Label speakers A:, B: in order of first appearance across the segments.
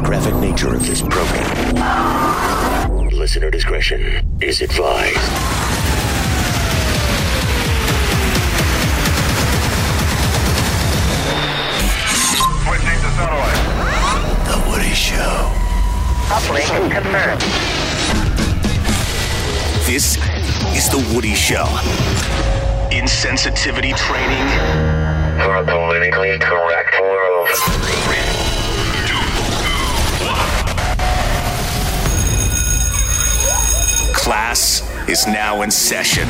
A: graphic nature of this program. Listener discretion is advised.
B: Switching to satellite.
A: The Woody Show.
C: Uplink confirmed.
A: This is The Woody Show. Insensitivity training
B: For a politically correct world.
A: class is now in session.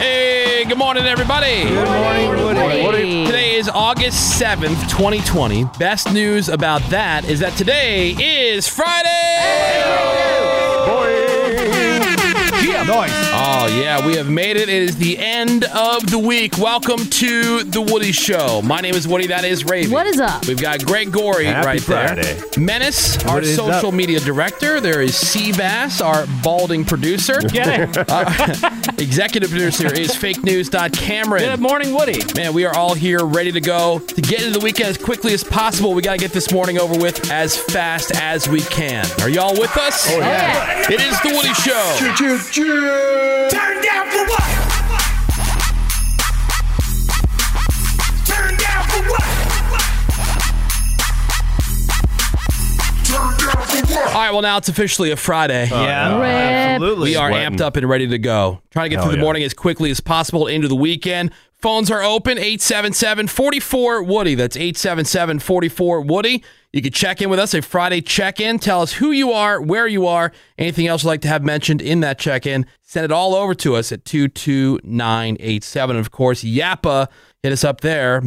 D: Hey, good morning, everybody. Good morning, Woody. Today is August 7th, 2020. Best news about that is that today is Friday. Oh, yeah, we have made it. It is the end of the week. Welcome to The Woody Show. My name is Woody. That is Raven.
E: What is up?
D: We've got Greg Gorey
F: Happy
D: right
F: Friday.
D: there. Menace, our
F: What is
D: social
F: up?
D: media director. There is Seabass, our balding producer.
F: Get it.
D: Uh, executive producer is fake news. Cameron. Good morning, Woody. Man, we are all here ready to go to get into the weekend as quickly as possible. We got to get this morning over with as fast as we can. Are y'all with us? Oh,
B: yeah.
D: It is The Woody Show.
B: Choo choo choo. Turn down for what? Turn down for what? Turn down for
D: All
B: what?
D: right, well, now it's officially a Friday.
F: Yeah. Rip. absolutely.
D: We are
F: Sweating.
D: amped up and ready to go. Trying to get
F: Hell
D: through the
F: yeah.
D: morning as quickly as possible into the weekend. Phones are open 877 44 Woody. That's 877 44 Woody. You can check in with us a Friday check in. Tell us who you are, where you are, anything else you'd like to have mentioned in that check in. Send it all over to us at 22987. And of course, Yappa, hit us up there,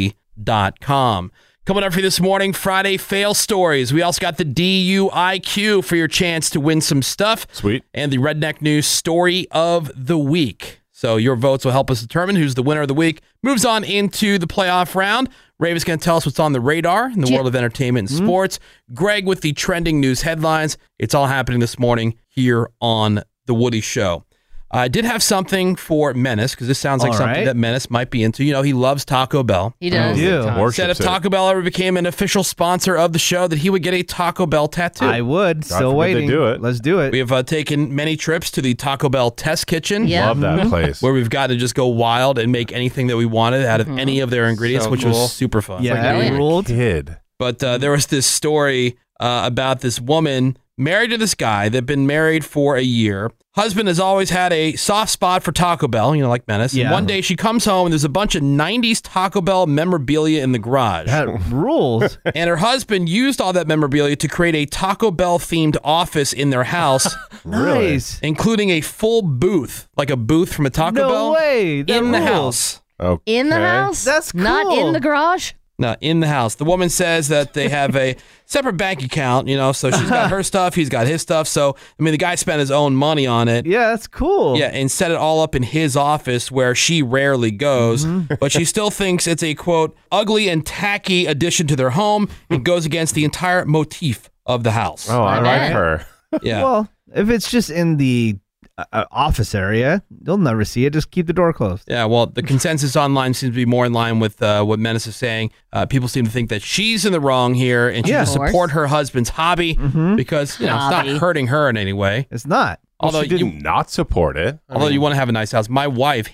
D: messagewoody.com. Coming up for you this morning, Friday fail stories. We also got the DUIQ for your chance to win some stuff. Sweet. And the Redneck News story of the week. So your votes will help us determine who's the winner of the week. Moves on into the playoff round. Raven's going to tell us what's on the radar in the world of entertainment and sports. Greg with the trending news headlines. It's all happening this morning here on The Woody Show. I did have something for Menace because this sounds like
F: All
D: something
F: right.
D: that Menace might be into. You know, he loves Taco Bell.
E: He does.
F: Yeah. Worships
D: Said if
F: it.
D: Taco Bell ever became an official sponsor of the show, that he would get a Taco Bell tattoo.
G: I would.
F: forbid they
G: Still waiting.
F: do it.
G: Let's do it.
D: We have uh, taken many trips to the Taco Bell test kitchen.
E: Yeah. Love
G: Mm-hmm.
F: that place.
D: Where we've got to just go wild and make anything that we wanted out of any of their ingredients,
G: Mm-hmm. So
D: which
G: cool.
D: was super fun.
G: yeah,
E: Hell
G: that
E: yeah.
G: ruled.
F: Kid.
D: But uh, there was this story uh, about this woman married to this guy that had been married for a year. Husband has always had a soft spot for Taco Bell, you know, like Menace. And
G: Yeah.
D: one day she comes home and there's a bunch of 90s Taco Bell memorabilia in the garage.
G: That rules.
D: and her husband used all that memorabilia to create a Taco Bell themed office in their house,
G: nice.
D: including a full booth, like a booth from a Taco
G: No
D: Bell.
G: way. That
D: in the
G: rules.
D: house.
F: Oh.
E: In the house?
G: That's
E: Not
G: cool.
E: in the garage?
D: No, in the house. The woman says that they have a separate bank account, you know, so she's got her stuff, he's got his stuff. So, I mean, the guy spent his own money on it.
G: Yeah, that's cool.
D: Yeah, and set it all up in his office where she rarely goes,
G: Mm-hmm.
D: but she still thinks it's a quote, ugly and tacky addition to their home and goes against the entire motif of the house.
F: Oh, I,
E: I
F: like
E: bet.
F: her.
D: Yeah.
G: Well, if it's just in the uh, uh, office area, you'll never see it. Just keep the door closed.
D: Yeah, well, the consensus online seems to be more in line with uh, what Menace is saying. Uh, people seem to think that she's in the wrong here and she
G: Yeah. Mm-hmm.
D: should
E: Of course.
D: support her husband's hobby because you know, it's
E: Hobby.
D: not hurting her in any way.
G: It's not.
D: Although
F: she did
D: you,
F: not support it. I
D: although
F: mean,
D: you want to have a nice house, my wife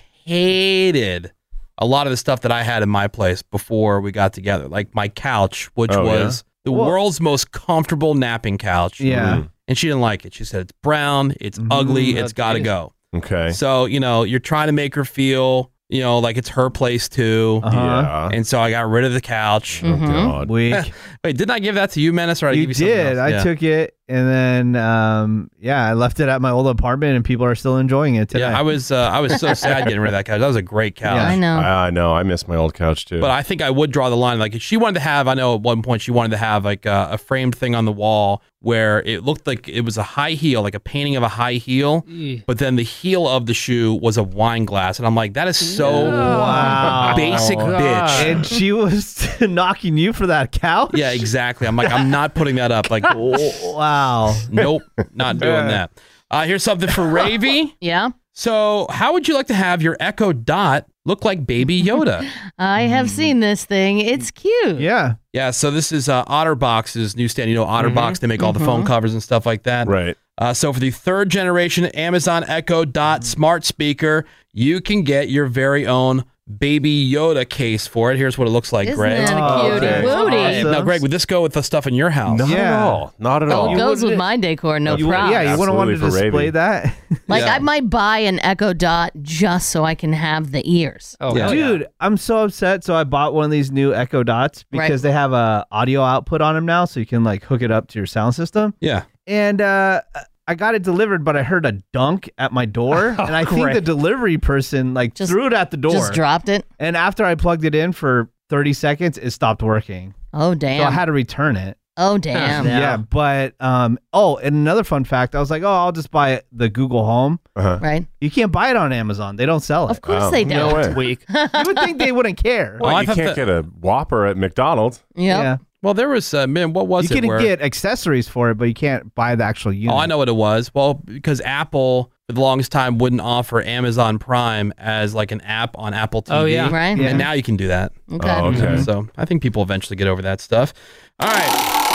D: hated a lot of the stuff that I had in my place before we got together, like my couch, which
F: Oh, yeah?
D: was the
G: Well-
D: world's most comfortable napping couch.
G: Yeah. Mm-hmm. Mm.
D: and she didn't like it. She said it's brown, it's ugly, it's got to go.
F: Okay.
D: So, you know, you're trying to make her feel, you know, like it's her place too.
G: Uh-huh.
F: Yeah.
D: And so I got rid of the couch.
F: Oh, God.
G: Weak.
D: Wait, didn't I give that to you, Menace? Or I
G: you
D: give you something
G: did.
D: else?
G: I
D: Yeah.
G: took it, and then um, yeah, I left it at my old apartment, and people are still enjoying it today.
D: Yeah, I was. Uh, I was so sad getting rid of that couch. That was a great couch.
G: Yeah.
E: I know.
F: I, I know. I miss my old couch too.
D: But I think I would draw the line. Like if she wanted to have, I know at one point she wanted to have like uh, a framed thing on the wall where it looked like it was a high heel, like a painting of a high heel, but then the heel of the shoe was a wine glass, and I'm like, that is so
G: Wow. Oh,
D: basic,
F: Oh,
D: bitch.
G: and she was knocking you for that couch.
D: Yeah, exactly. I'm like, I'm not putting that up. Like,
G: Wow.
D: nope, not doing that. Uh, here's something for Ravy.
E: Yeah.
D: So, how would you like to have your Echo Dot look like Baby Yoda.
E: I have seen this thing. It's cute.
G: Yeah.
D: Hmm. Yeah, so this is uh, Otterbox's newsstand. You know, Otterbox,
G: Mm-hmm.
D: they make all the phone covers and stuff like that.
F: Right.
D: Uh, so for the third generation Amazon Echo Dot smart speaker, you can get your very own Baby Yoda case for it. Here's what it looks like,
E: Isn't
D: Greg.
E: that a cutie
G: Oh, okay.
E: wootie?
G: Awesome.
D: Now, Greg, would this go with the stuff in your house?
F: Not at
G: Yeah.
F: all. Not at
E: Oh,
F: all.
E: it goes with my decor, no
G: You-
E: problem.
G: yeah, you wouldn't want to
F: Absolutely for
G: display
F: Ravi.
G: that.
E: Like
D: Yeah.
E: I might buy an Echo Dot just so I can have the ears.
H: Oh,
D: Yeah.
H: hell yeah.
G: Dude, I'm so upset. So I bought one of these new Echo Dots
E: Right.
G: because they have a audio output on them now, so you can like hook it up to your sound system.
D: Yeah.
G: And uh, I got it delivered, but I heard a dunk at my door, and I think
H: great.
G: the delivery person like
E: Just-
G: threw it at the door.
E: Just dropped it.
G: and after I plugged it in for 30 seconds, it stopped working.
E: Oh
G: So I
E: damn.
G: had to return it.
E: oh damn.
G: Yeah. but um, oh, and another fun fact, I was like, oh, I'll just buy the Google Home.
F: Uh-huh.
E: Right.
G: You can't buy it on Amazon; they don't sell it.
E: Of course
F: Wow.
E: they
F: No
E: don't.
F: way.
H: Weak.
G: you would think they wouldn't care.
D: Well,
F: Well,
D: I
F: you
D: thought
F: can't
D: that-
F: get a Whopper at McDonald's.
E: Yep.
G: Yeah.
D: Well, there was, uh, man, what was
G: you
D: it?
G: can
D: where-
G: get accessories for it, but you can't buy the actual unit.
D: Oh, I know what it was. Well, because Apple for the longest time wouldn't offer Amazon Prime as like an app on Apple TV.
H: Oh, yeah.
E: Right.
G: Yeah.
D: And now you can do that. Um,
E: Okay.
F: Oh, okay.
D: So I think people eventually get over that stuff. All right.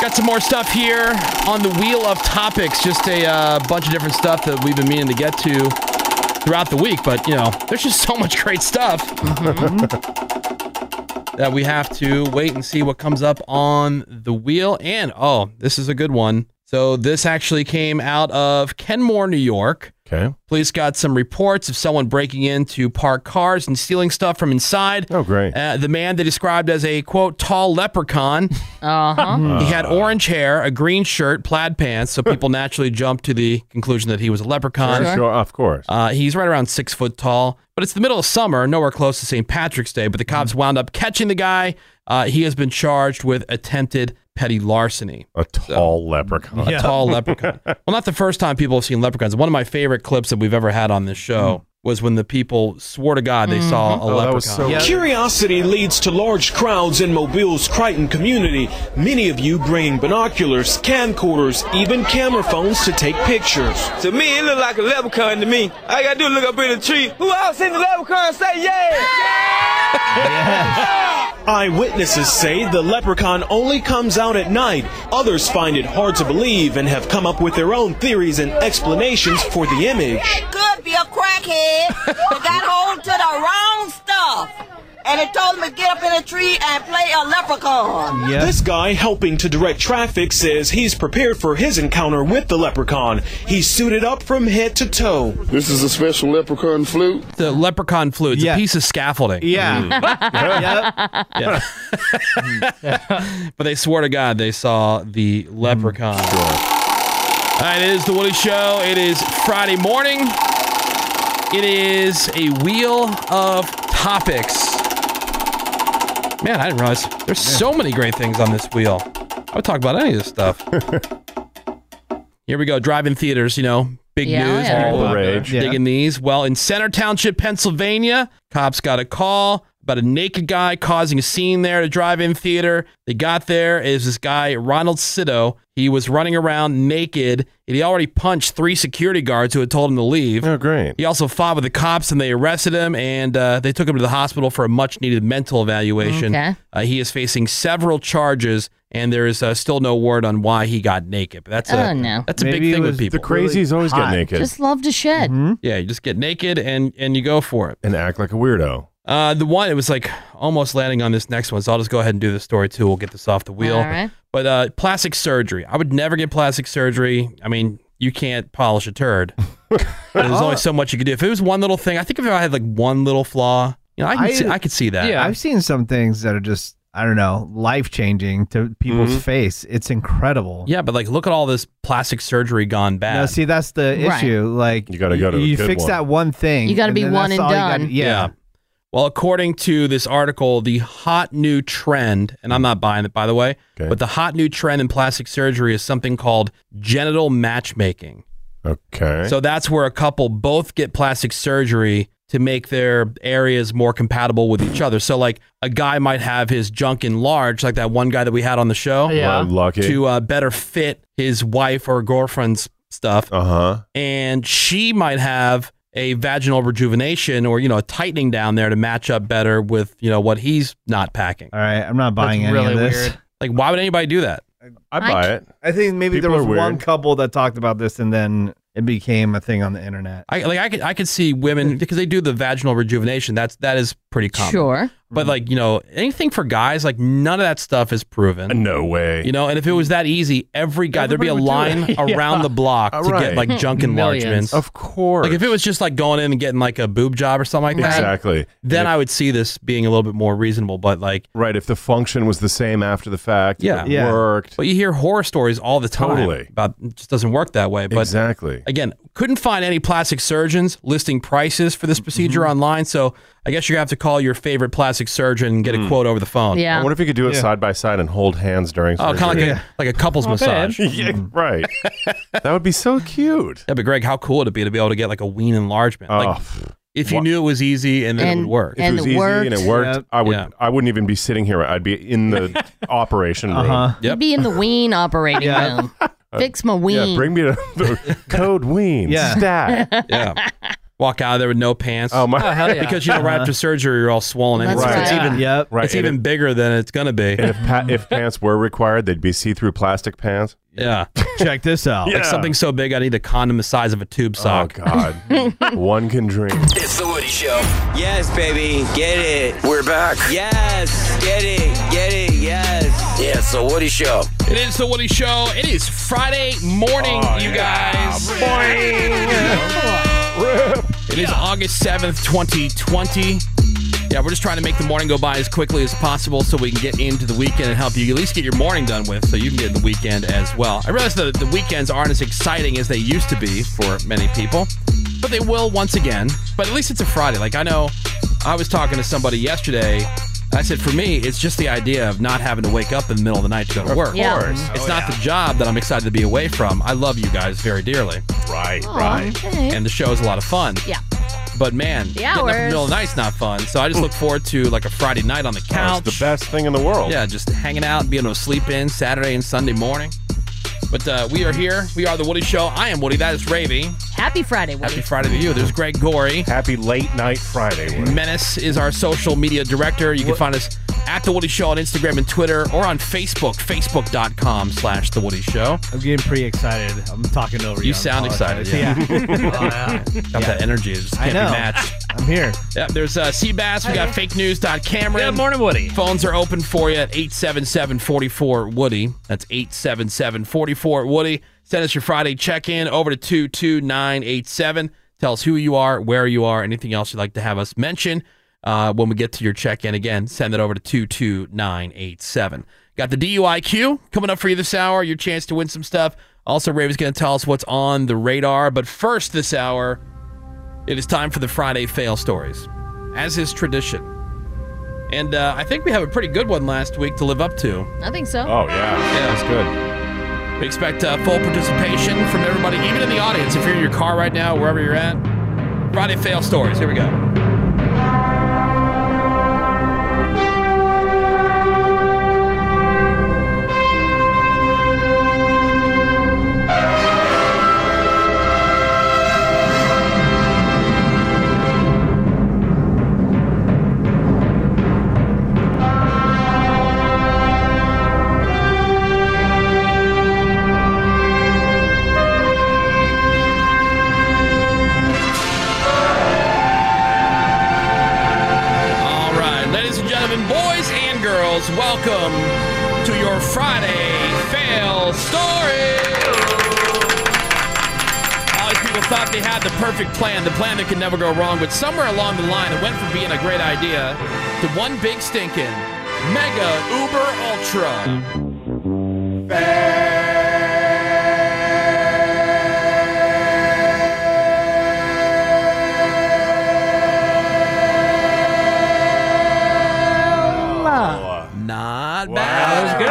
D: Got some more stuff here on the wheel of topics. Just a uh, bunch of different stuff that we've been meaning to get to throughout the week. But, you know, there's just so much great stuff that we have to wait and see what comes up on the wheel. And, oh, this is a good one. So this actually came out of Kenmore, New York.
F: Okay.
D: Police got some reports of someone breaking into parked cars and stealing stuff from inside.
F: Oh, great.
D: Uh, the man they described as a quote tall leprechaun.
E: Uh huh.
F: Mm.
D: he had orange hair, a green shirt, plaid pants, so people naturally jumped to the conclusion that he was a leprechaun.
F: Sure, of course.
D: Uh, he's right around six foot tall, but it's the middle of summer, nowhere close to St. Patrick's Day. But the
F: Mm.
D: cops wound up catching the guy. Uh, he has been charged with attempted petty larceny.
F: a tall leprechaun.
D: a tall leprechaun. Well, not the first time people have seen leprechauns. One of my favorite clips that we've ever had on this show was when the people swore to God they saw a
F: Mm. Oh,
D: leprechaun.
F: that was so.
I: Mm-hmm. Curiosity leads to large crowds in Mobile's Crichton community, many of you bringing binoculars, camcorders, even camera phones to take pictures.
J: To me, it look like a leprechaun to me. All I gotta do is look up in the tree. Who else in the leprechaun say yeah?
I: Eyewitnesses say the leprechaun only comes out at night. Others find it hard to believe and have come up with their own theories and explanations for the image.
K: could be a crackhead that got hold to the wrong stuff. And it told him to get up in a tree and play a leprechaun.
G: Yeah.
I: This guy helping to direct traffic says he's prepared for his encounter with the leprechaun. He's suited up from head to toe.
B: This is a special leprechaun flute.
D: the leprechaun flute. It's
G: Yeah.
D: a piece of scaffolding. Mm.
G: yeah. Yep.
D: But they swore to God they saw the leprechaun. All right, it is the Woody Show. It is Friday morning. It is a wheel of topics. Man, I didn't realize there's so many great things on this wheel. I would talk about any of this stuff. Here we go. Drive-in theaters, you know, big
E: Yeah,
D: news.
E: yeah.
D: People
F: All the rage.
G: Yeah.
D: digging these. Well, in Center Township, Pennsylvania, cops got a call about a naked guy causing a scene there at a drive-in theater. They got there is this guy Ronald Sito. He was running around naked, and he already punched three security guards who had told him to leave.
F: Oh, great.
D: He also fought with the cops, and they arrested him, and uh, they took him to the hospital for a much-needed mental evaluation.
E: Okay.
D: Uh, he is facing several charges, and there is uh, still no word on why he got naked. But that's
E: Oh,
D: a
E: no.
D: that's a
G: Maybe
D: big
G: it
D: thing with
G: was the
D: people.
F: The crazies
G: Really
F: always
G: hot.
F: get naked
E: Just love to shed.
D: yeah, you just get naked and and you go for it.
F: and act like a weirdo.
D: Uh, the one it was like almost landing on this next one, so I'll just go ahead and do the story too. We'll get this off the wheel.
E: All right.
D: But uh, plastic surgery, I would never get plastic surgery. I mean, you can't polish a turd. There's
G: Oh.
D: only so much you could do. If it was one little thing, I think if I had like one little flaw, you know, I can
G: I-
D: see, I could see that.
H: Yeah.
G: I've seen some things that are just I don't know life changing to people's
F: Mm-hmm.
G: face. It's incredible.
D: yeah, but like, look at all this plastic surgery gone bad.
G: No, see that's the
E: Right.
G: issue. Like
F: You gotta go to a
G: you
F: good
G: fix
F: one.
G: that one thing.
E: You gotta be
G: then
E: one and
G: that's all you gotta-
E: done.
G: yeah.
D: Well, according to this article, the hot new trend, and I'm not buying it by the way,
F: Okay.
D: but the hot new trend in plastic surgery is something called genital matchmaking.
F: Okay.
D: So that's where a couple both get plastic surgery to make their areas more compatible with each other. So like a guy might have his junk enlarged, like that one guy that we had on the show,
H: Yeah.
F: Well, lucky.
D: to uh, better fit his wife or girlfriend's stuff,
F: Uh huh.
D: and she might have a vaginal rejuvenation or you know a tightening down there to match up better with you know what he's not packing.
G: All right, I'm not buying That's any really of this. weird.
D: Like, why would anybody do that?
F: I buy it.
G: I think maybe
F: People
G: there
F: are
G: was
F: weird.
G: one couple that talked about this, and then it became a thing on the internet.
D: I like I could I could see
F: Mm.
D: women because they do the vaginal rejuvenation. That's that is pretty common.
E: Sure.
D: But like, you know, anything for guys, like none of that stuff is proven.
F: Uh, No way.
D: You know, and if it was that easy, every guy there'd be a
F: Everybody
D: line
F: would do it.
D: around
F: Yeah.
D: the block to get
F: Right.
D: like junk enlargements.
F: Of course.
D: Like if it was just like going in and getting like a boob job or something like that.
F: Exactly.
D: Then I would see this being a little bit more reasonable, but like
F: Right. If the function was the same after the fact,
D: Yeah.
F: it
D: Yeah.
F: worked.
D: but you hear horror stories all the time
F: Totally.
D: about it just doesn't work that way. But
F: Exactly.
D: again, couldn't find any plastic surgeons listing prices for this
F: Mm-hmm.
D: procedure online. So I guess you're gonna have to call your favorite plastic surgeon and get a quote over the phone.
E: Yeah.
F: Mm. I wonder if you could do it
G: Yeah.
F: side by side and hold hands during
D: Oh, kind of
F: surgery.
D: like, a, like a couples massage. Mm-hmm.
F: yeah, right. that would be so cute.
D: Yeah, but Greg, how cool would it be to be able to get like a ween enlargement?
F: Oh,
D: Like
F: pff,
D: if you knew it was easy and then it
E: And-
D: would work.
F: if it
E: and
F: was
E: it
F: easy and it
E: worked.
F: worked,
G: Yep.
F: I would.
D: Yeah.
F: I wouldn't even be sitting here. I'd be in the operation room.
G: Uh huh.
D: Yep.
E: You'd be in the ween operating
G: Yeah.
E: room. Fix my ween.
F: Yeah, bring me to the code ween.
G: Yeah.
F: Stat.
D: yeah. Walk out of there with no pants.
F: Oh my. Uh-huh.
H: hell yeah.
D: Because you know, right after surgery, you're all swollen.
E: That's
D: anyway.
E: right.
D: It's even,
G: Yep.
F: Right.
D: it's
F: and
D: even bigger than it's going to be.
F: if, and if, pa- if pants were required, they'd be see-through plastic pants.
D: Yeah.
G: Check this out.
F: Yeah.
D: Like something so big, I need a condom the size of a tube
F: Oh
D: sock.
F: God. One can dream.
J: It's the Woody Show. Yes, baby, get it. We're back. Yes, get it, get it, yes. Yeah, it's the Woody Show.
D: It is the Woody Show. It is Friday morning,
F: Oh,
D: you guys. It is August 7th, 2020. Yeah, we're just trying to make the morning go by as quickly as possible so we can get into the weekend and help you at least get your morning done with so you can get in the weekend as well. I realize that the weekends aren't as exciting as they used to be for many people, but they will once again. But at least it's a Friday. Like, I know I was talking to somebody yesterday. and I said, for me, it's just the idea of not having to wake up in the middle of the night to go to work.
E: Yeah. course.
D: It's not the job that I'm excited to be away from. I love you guys very dearly,
F: Right.
E: Aw, okay.
D: and the show is a lot of fun.
E: yeah.
D: But man, getting up in the
E: hours.
D: middle of the night's not fun. So I just look forward to like a Friday night on the
F: That's
D: couch.
F: the best thing in the world.
D: Yeah, just hanging out, being able to sleep in Saturday and Sunday morning. But uh, we are here. We are the Woody Show. I am Woody. That is Ravy.
E: Happy Friday, Woody.
D: Happy Friday to you. There's Greg Gorey.
F: Happy late night Friday. Woody.
D: Menace is our social media director. You can find us at The Woody Show on Instagram and Twitter or on Facebook, facebook.com slash The Woody Show.
G: I'm getting pretty excited. I'm talking over you.
D: You
G: I
D: sound
G: apologize.
D: excited. Yeah.
G: Oh,
D: Got that energy. It just can't
G: know.
D: be matched.
G: I'm here.
D: Yep, there's uh, Seabass. We got fake news. Cameron.
H: Good morning, Woody.
D: Phones are open for you at 877 44 Woody. That's 877 44 Woody. Send us your Friday check in over to 22987. Tell us who you are, where you are, anything else you'd like to have us mention. Uh, when we get to your check in again, send that over to 22987. Got the DUIQ coming up for you this hour, your chance to win some stuff. Also, Raven's going to tell us what's on the radar. But first, this hour, it is time for the Friday fail stories, as is tradition. And uh, I think we have a pretty good one last week to live up to.
E: I think so.
F: Oh yeah. That's good.
D: We expect uh, full participation from everybody, even in the audience. If you're in your car right now, wherever you're at, Friday fail stories. Here we go. All right, ladies and gentlemen, boys and girls, welcome to your Friday fail story. All these people thought they had the perfect plan, the plan that could never go wrong, but somewhere along the line, it went from being a great idea to one big stinking mega uber ultra. Not bad.
H: That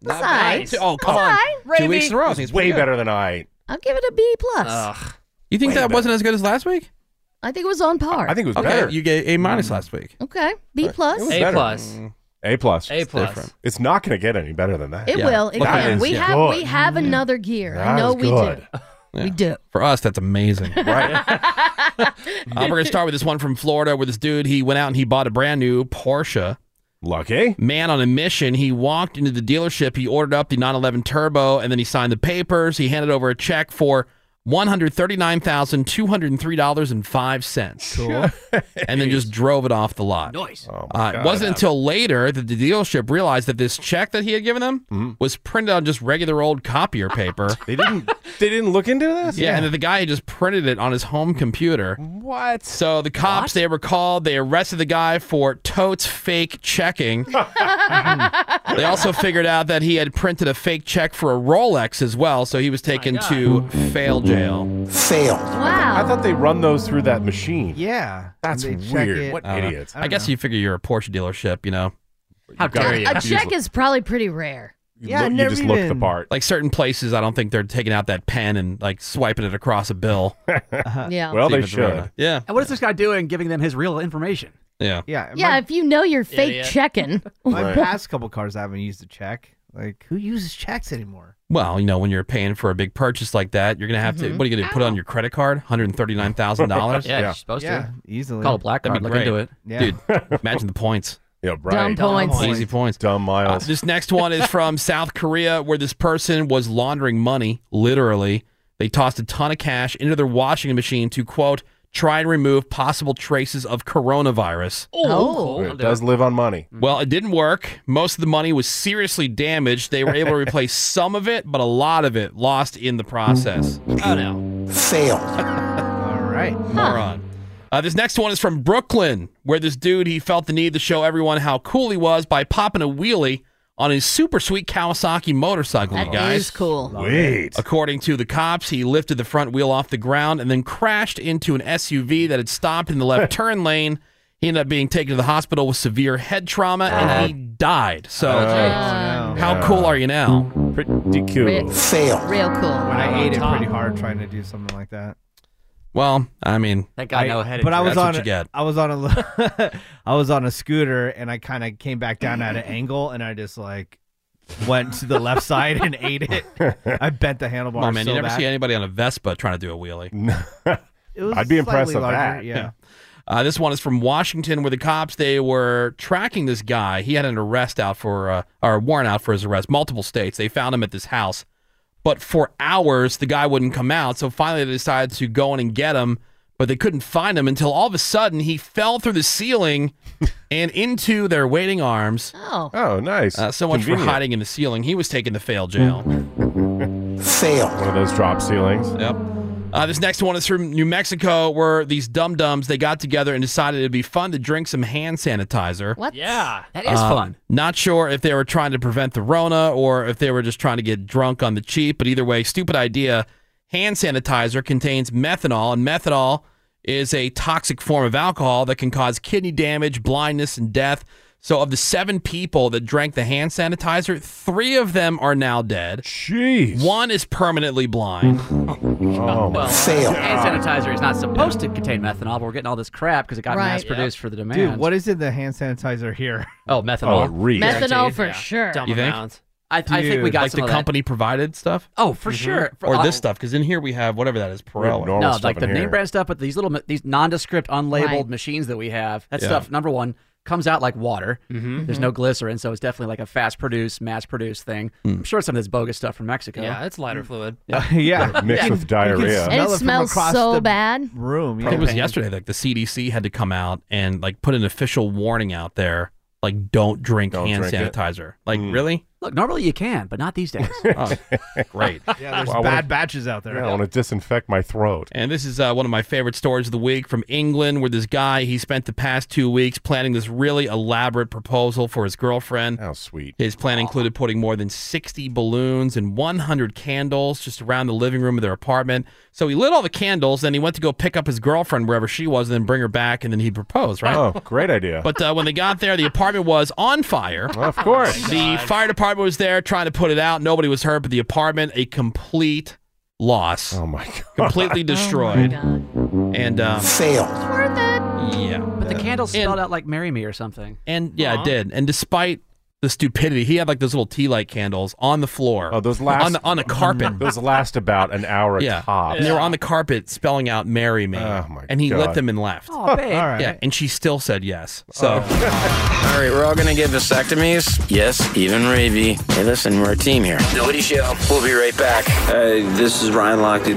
D: Not
E: Nice.
D: bad. Oh, come
E: That's all
D: on. Two weeks in a row. Uh, I think it's pretty
F: Way
D: good.
F: better than I.
E: I'll give it a B plus.
D: You think that wasn't as good as last week?
E: I think it was on par.
F: I think it was
D: Okay,
F: better. Mm.
D: you gave A minus last week.
E: okay, B plus.
F: was-
E: It,
H: A
F: better.
H: plus.
F: A plus.
H: A plus.
D: different.
F: It's not going to get any better than that.
D: Yeah.
E: will. It
D: Look,
E: can.
F: that
E: we
F: is
E: have we
F: good.
E: have another gear.
F: That
E: I know
F: is
E: we
F: good.
E: do. We do.
D: For us, that's amazing.
F: Right.
D: Uh, we're going to start with this one from Florida where this dude, he went out and he bought a brand new Porsche. Lucky. Man on a mission. He walked into the dealership. He ordered up the 911 Turbo and then he signed the papers. He handed over a check for $139,203.05. and then just drove it off the lot. Nice. Uh, it
H: God.
D: wasn't until later that the dealership realized that this check that he had given them was printed on just regular old copier paper. Mm-hmm. they didn't. They didn't look into this. Yeah, and that the guy had just printed it on his home computer.
F: What?
D: So the cops they were called. They arrested the guy for totes fake checking. they also figured out that he had printed a fake check for a Rolex as well. So he was taken to fail jail.
F: Failed. Wow. I thought they run those through that machine.
G: Yeah.
F: That's
G: And they check
F: weird.
G: it.
F: What
D: I don't know.
F: idiots.
D: Uh-huh. I, guess you figure you're a Porsche dealership, you know. How
E: A- A check is probably pretty rare.
D: part. Like certain places, I don't think they're taking out that pen and like swiping it across a bill.
E: Yeah.
F: Well, they
D: See if it's real or not.
F: should.
D: Yeah.
L: And what is this guy doing giving them his real information?
D: Yeah.
G: Yeah.
E: Yeah, if you know you're fake
G: Idiot.
E: checking.
G: My past couple cars I haven't used a check. Like who uses checks anymore?
D: Well, you know, when you're paying for a big purchase like that, you're gonna have to.
G: Mhm.
D: What are you gonna do? Put it on your credit card? One hundred thirty-nine thousand dollars.
G: Yeah, you're supposed to. Yeah, easily. Call a black
D: That'd be
G: card, look into
D: great.
G: it. Yeah.
D: dude. imagine the points. Yeah,
E: right. Dumb points.
D: Easy points. Uh,
F: Dumb miles.
D: this next one is from South Korea, where this person was laundering money. Literally, they tossed a ton of cash into their washing machine to quote try and remove possible traces of coronavirus.
E: Oh.
F: It does live on money.
D: Mm-hmm. Well, it didn't work. Most of the money was seriously damaged. They were able to replace some of it, but a lot of it lost in the process. Oh no. Failed. All
G: right.
D: Moron. Uh, this next one is from Brooklyn, where this dude he felt the need to show everyone how cool he was by popping a wheelie on his super sweet Kawasaki motorcycle.
E: That
D: you guys.
E: is cool.
D: Wait. According to the cops, he lifted the front wheel off the ground and then crashed into an SUV that had stopped in the left turn lane. He ended up being taken to the hospital with severe head trauma and he died. So, how cool are you now? Pretty cool.
G: Real-
E: Real cool.
G: When I ate it
E: Tom.
G: pretty hard trying to do something like that.
D: Well, I mean,
L: that guy no head.
G: But I was
D: That's
G: on.
D: what you get.
G: I was on a. li- I was on a scooter, and I kind of came back down at an angle, and I just like went to the left side and ate it. I bent the handlebars.
D: Come on, man.
G: so
D: you never
G: bad.
D: see anybody on a Vespa trying to do a wheelie.
G: It was
F: I'd be impressed
G: slightly
F: with
G: larger,
F: that.
G: Yeah.
D: Uh, this one is from Washington, where the cops they were tracking this guy. He had an arrest out for uh, or a warrant out for his arrest. Multiple states they found him at this house, but for hours the guy wouldn't come out. So finally they decided to go in and get him, but they couldn't find him until all of a sudden he fell through the ceiling and into their waiting arms.
E: Oh,
F: Oh, nice.
D: uh, so much
F: Convenient. Mm-hmm.
D: for hiding in the ceiling. He was taken to fail jail.
F: Fail. One of those drop ceilings.
D: Yep. Uh, this next one is from New Mexico, where these dum dums they got together and decided it'd be fun to drink some hand sanitizer.
E: What?
L: Yeah, that is
D: Uh,
L: fun.
D: Not sure if they were trying to prevent the Rona or if they were just trying to get drunk on the cheap, but either way, stupid idea. Hand sanitizer contains methanol, and methanol is a toxic form of alcohol that can cause kidney damage, blindness, and death. So, of the seven people that drank the hand sanitizer, three of them are now dead. Jeez. One is permanently blind.
F: Oh,
L: Well, Hand sanitizer is not supposed to contain methanol, but we're getting all this crap because it got
E: Right.
L: mass produced for the demand.
G: Dude, what is in the hand sanitizer here?
L: Oh, methanol.
E: Methanol
L: Guaranteed.
E: for sure.
L: Dumb
D: You think?
L: amounts. I, I think we got
D: like
L: some
D: the
L: of that.
D: company provided stuff.
L: Oh, for sure. For-
D: or
L: uh,
D: this stuff because in here we have whatever that is. Perel.
L: no, like the name brand stuff, but these little, ma- these nondescript, unlabeled
D: Right.
L: machines that we have, that
D: Yeah.
L: stuff, number one, comes out like water. There's no glycerin, so it's definitely like a fast produced, mass produced thing. I'm sure some of this bogus stuff from Mexico. Hmm.
M: Yeah, it's lighter fluid.
L: yeah.
F: Mixed
L: Yeah.
F: with diarrhea.
E: And it
G: from
E: smells
G: across
E: so
G: the
E: bad.
G: Room.
D: I think it was yesterday. Like the CDC had to come out and like put an official warning out there, like don't drink hand
L: drink it.
D: sanitizer. Like really?
L: Look, normally you can, but not these days.
D: Oh, great.
G: Yeah, there's
D: Well, I wanna-
G: bad batches out there.
F: Yeah, I want to disinfect my throat.
D: And this is uh, one of my favorite stories of the week from England, where this guy he spent the past two weeks planning this really elaborate proposal for his girlfriend.
F: How sweet!
D: His plan included putting more than sixty balloons and one hundred candles just around the living room of their apartment. So he lit all the candles, then he went to go pick up his girlfriend wherever she was, and then bring her back, and then he'd propose. Right?
F: Oh, great idea.
D: But uh, when they got there, the apartment was on fire.
F: Of course.
D: the fire department was there trying to put it out. Nobody was hurt, but the apartment, a complete loss. Oh,
F: my God.
D: Completely destroyed. And um, failed.
E: Worth it.
D: Yeah.
L: But the candle spelled out like "marry me" or something.
D: And Yeah, it did. And despite the stupidity. He had like those little tea light candles on the floor. Oh, those
F: last-
D: on the, on the carpet.
F: Those last about an hour
D: yeah,
F: tops.
D: and they were on the carpet spelling out "Marry Me." Oh my And he let
F: God.
D: them and left.
L: Oh, babe. All right.
D: Yeah, and she still said yes. So
J: All right, we're all gonna get vasectomies. Yes, even Ravy. Hey, listen, we're a team here. The Woody Show. We'll be right back. Hey, this is Ryan Lochte.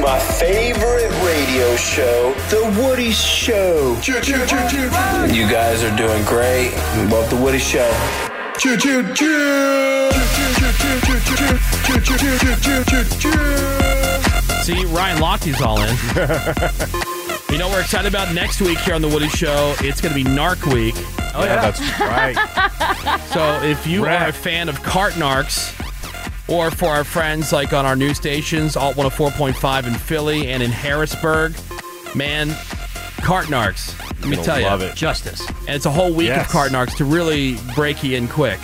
H: My favorite radio show, The Woody Show. Choo, choo, choo, choo, choo.
J: You guys are doing great. Love the Woody Show.
H: Choo, choo, choo.
D: See, Ryan Lochte's all in. you know, we're excited about next week here on The Woody Show. It's going to be Narc Week.
F: Oh, Yeah, yeah. that's
D: right. so if you are a fan of cart narcs, or for our friends like on our new stations, Alt 104.5 in Philly and in Harrisburg, man, cart narcs. Let me
F: You're gonna
D: tell you.
F: love it.
D: Justice. And it's a whole week
F: Yes.
D: of cart narcs to really break you in quick.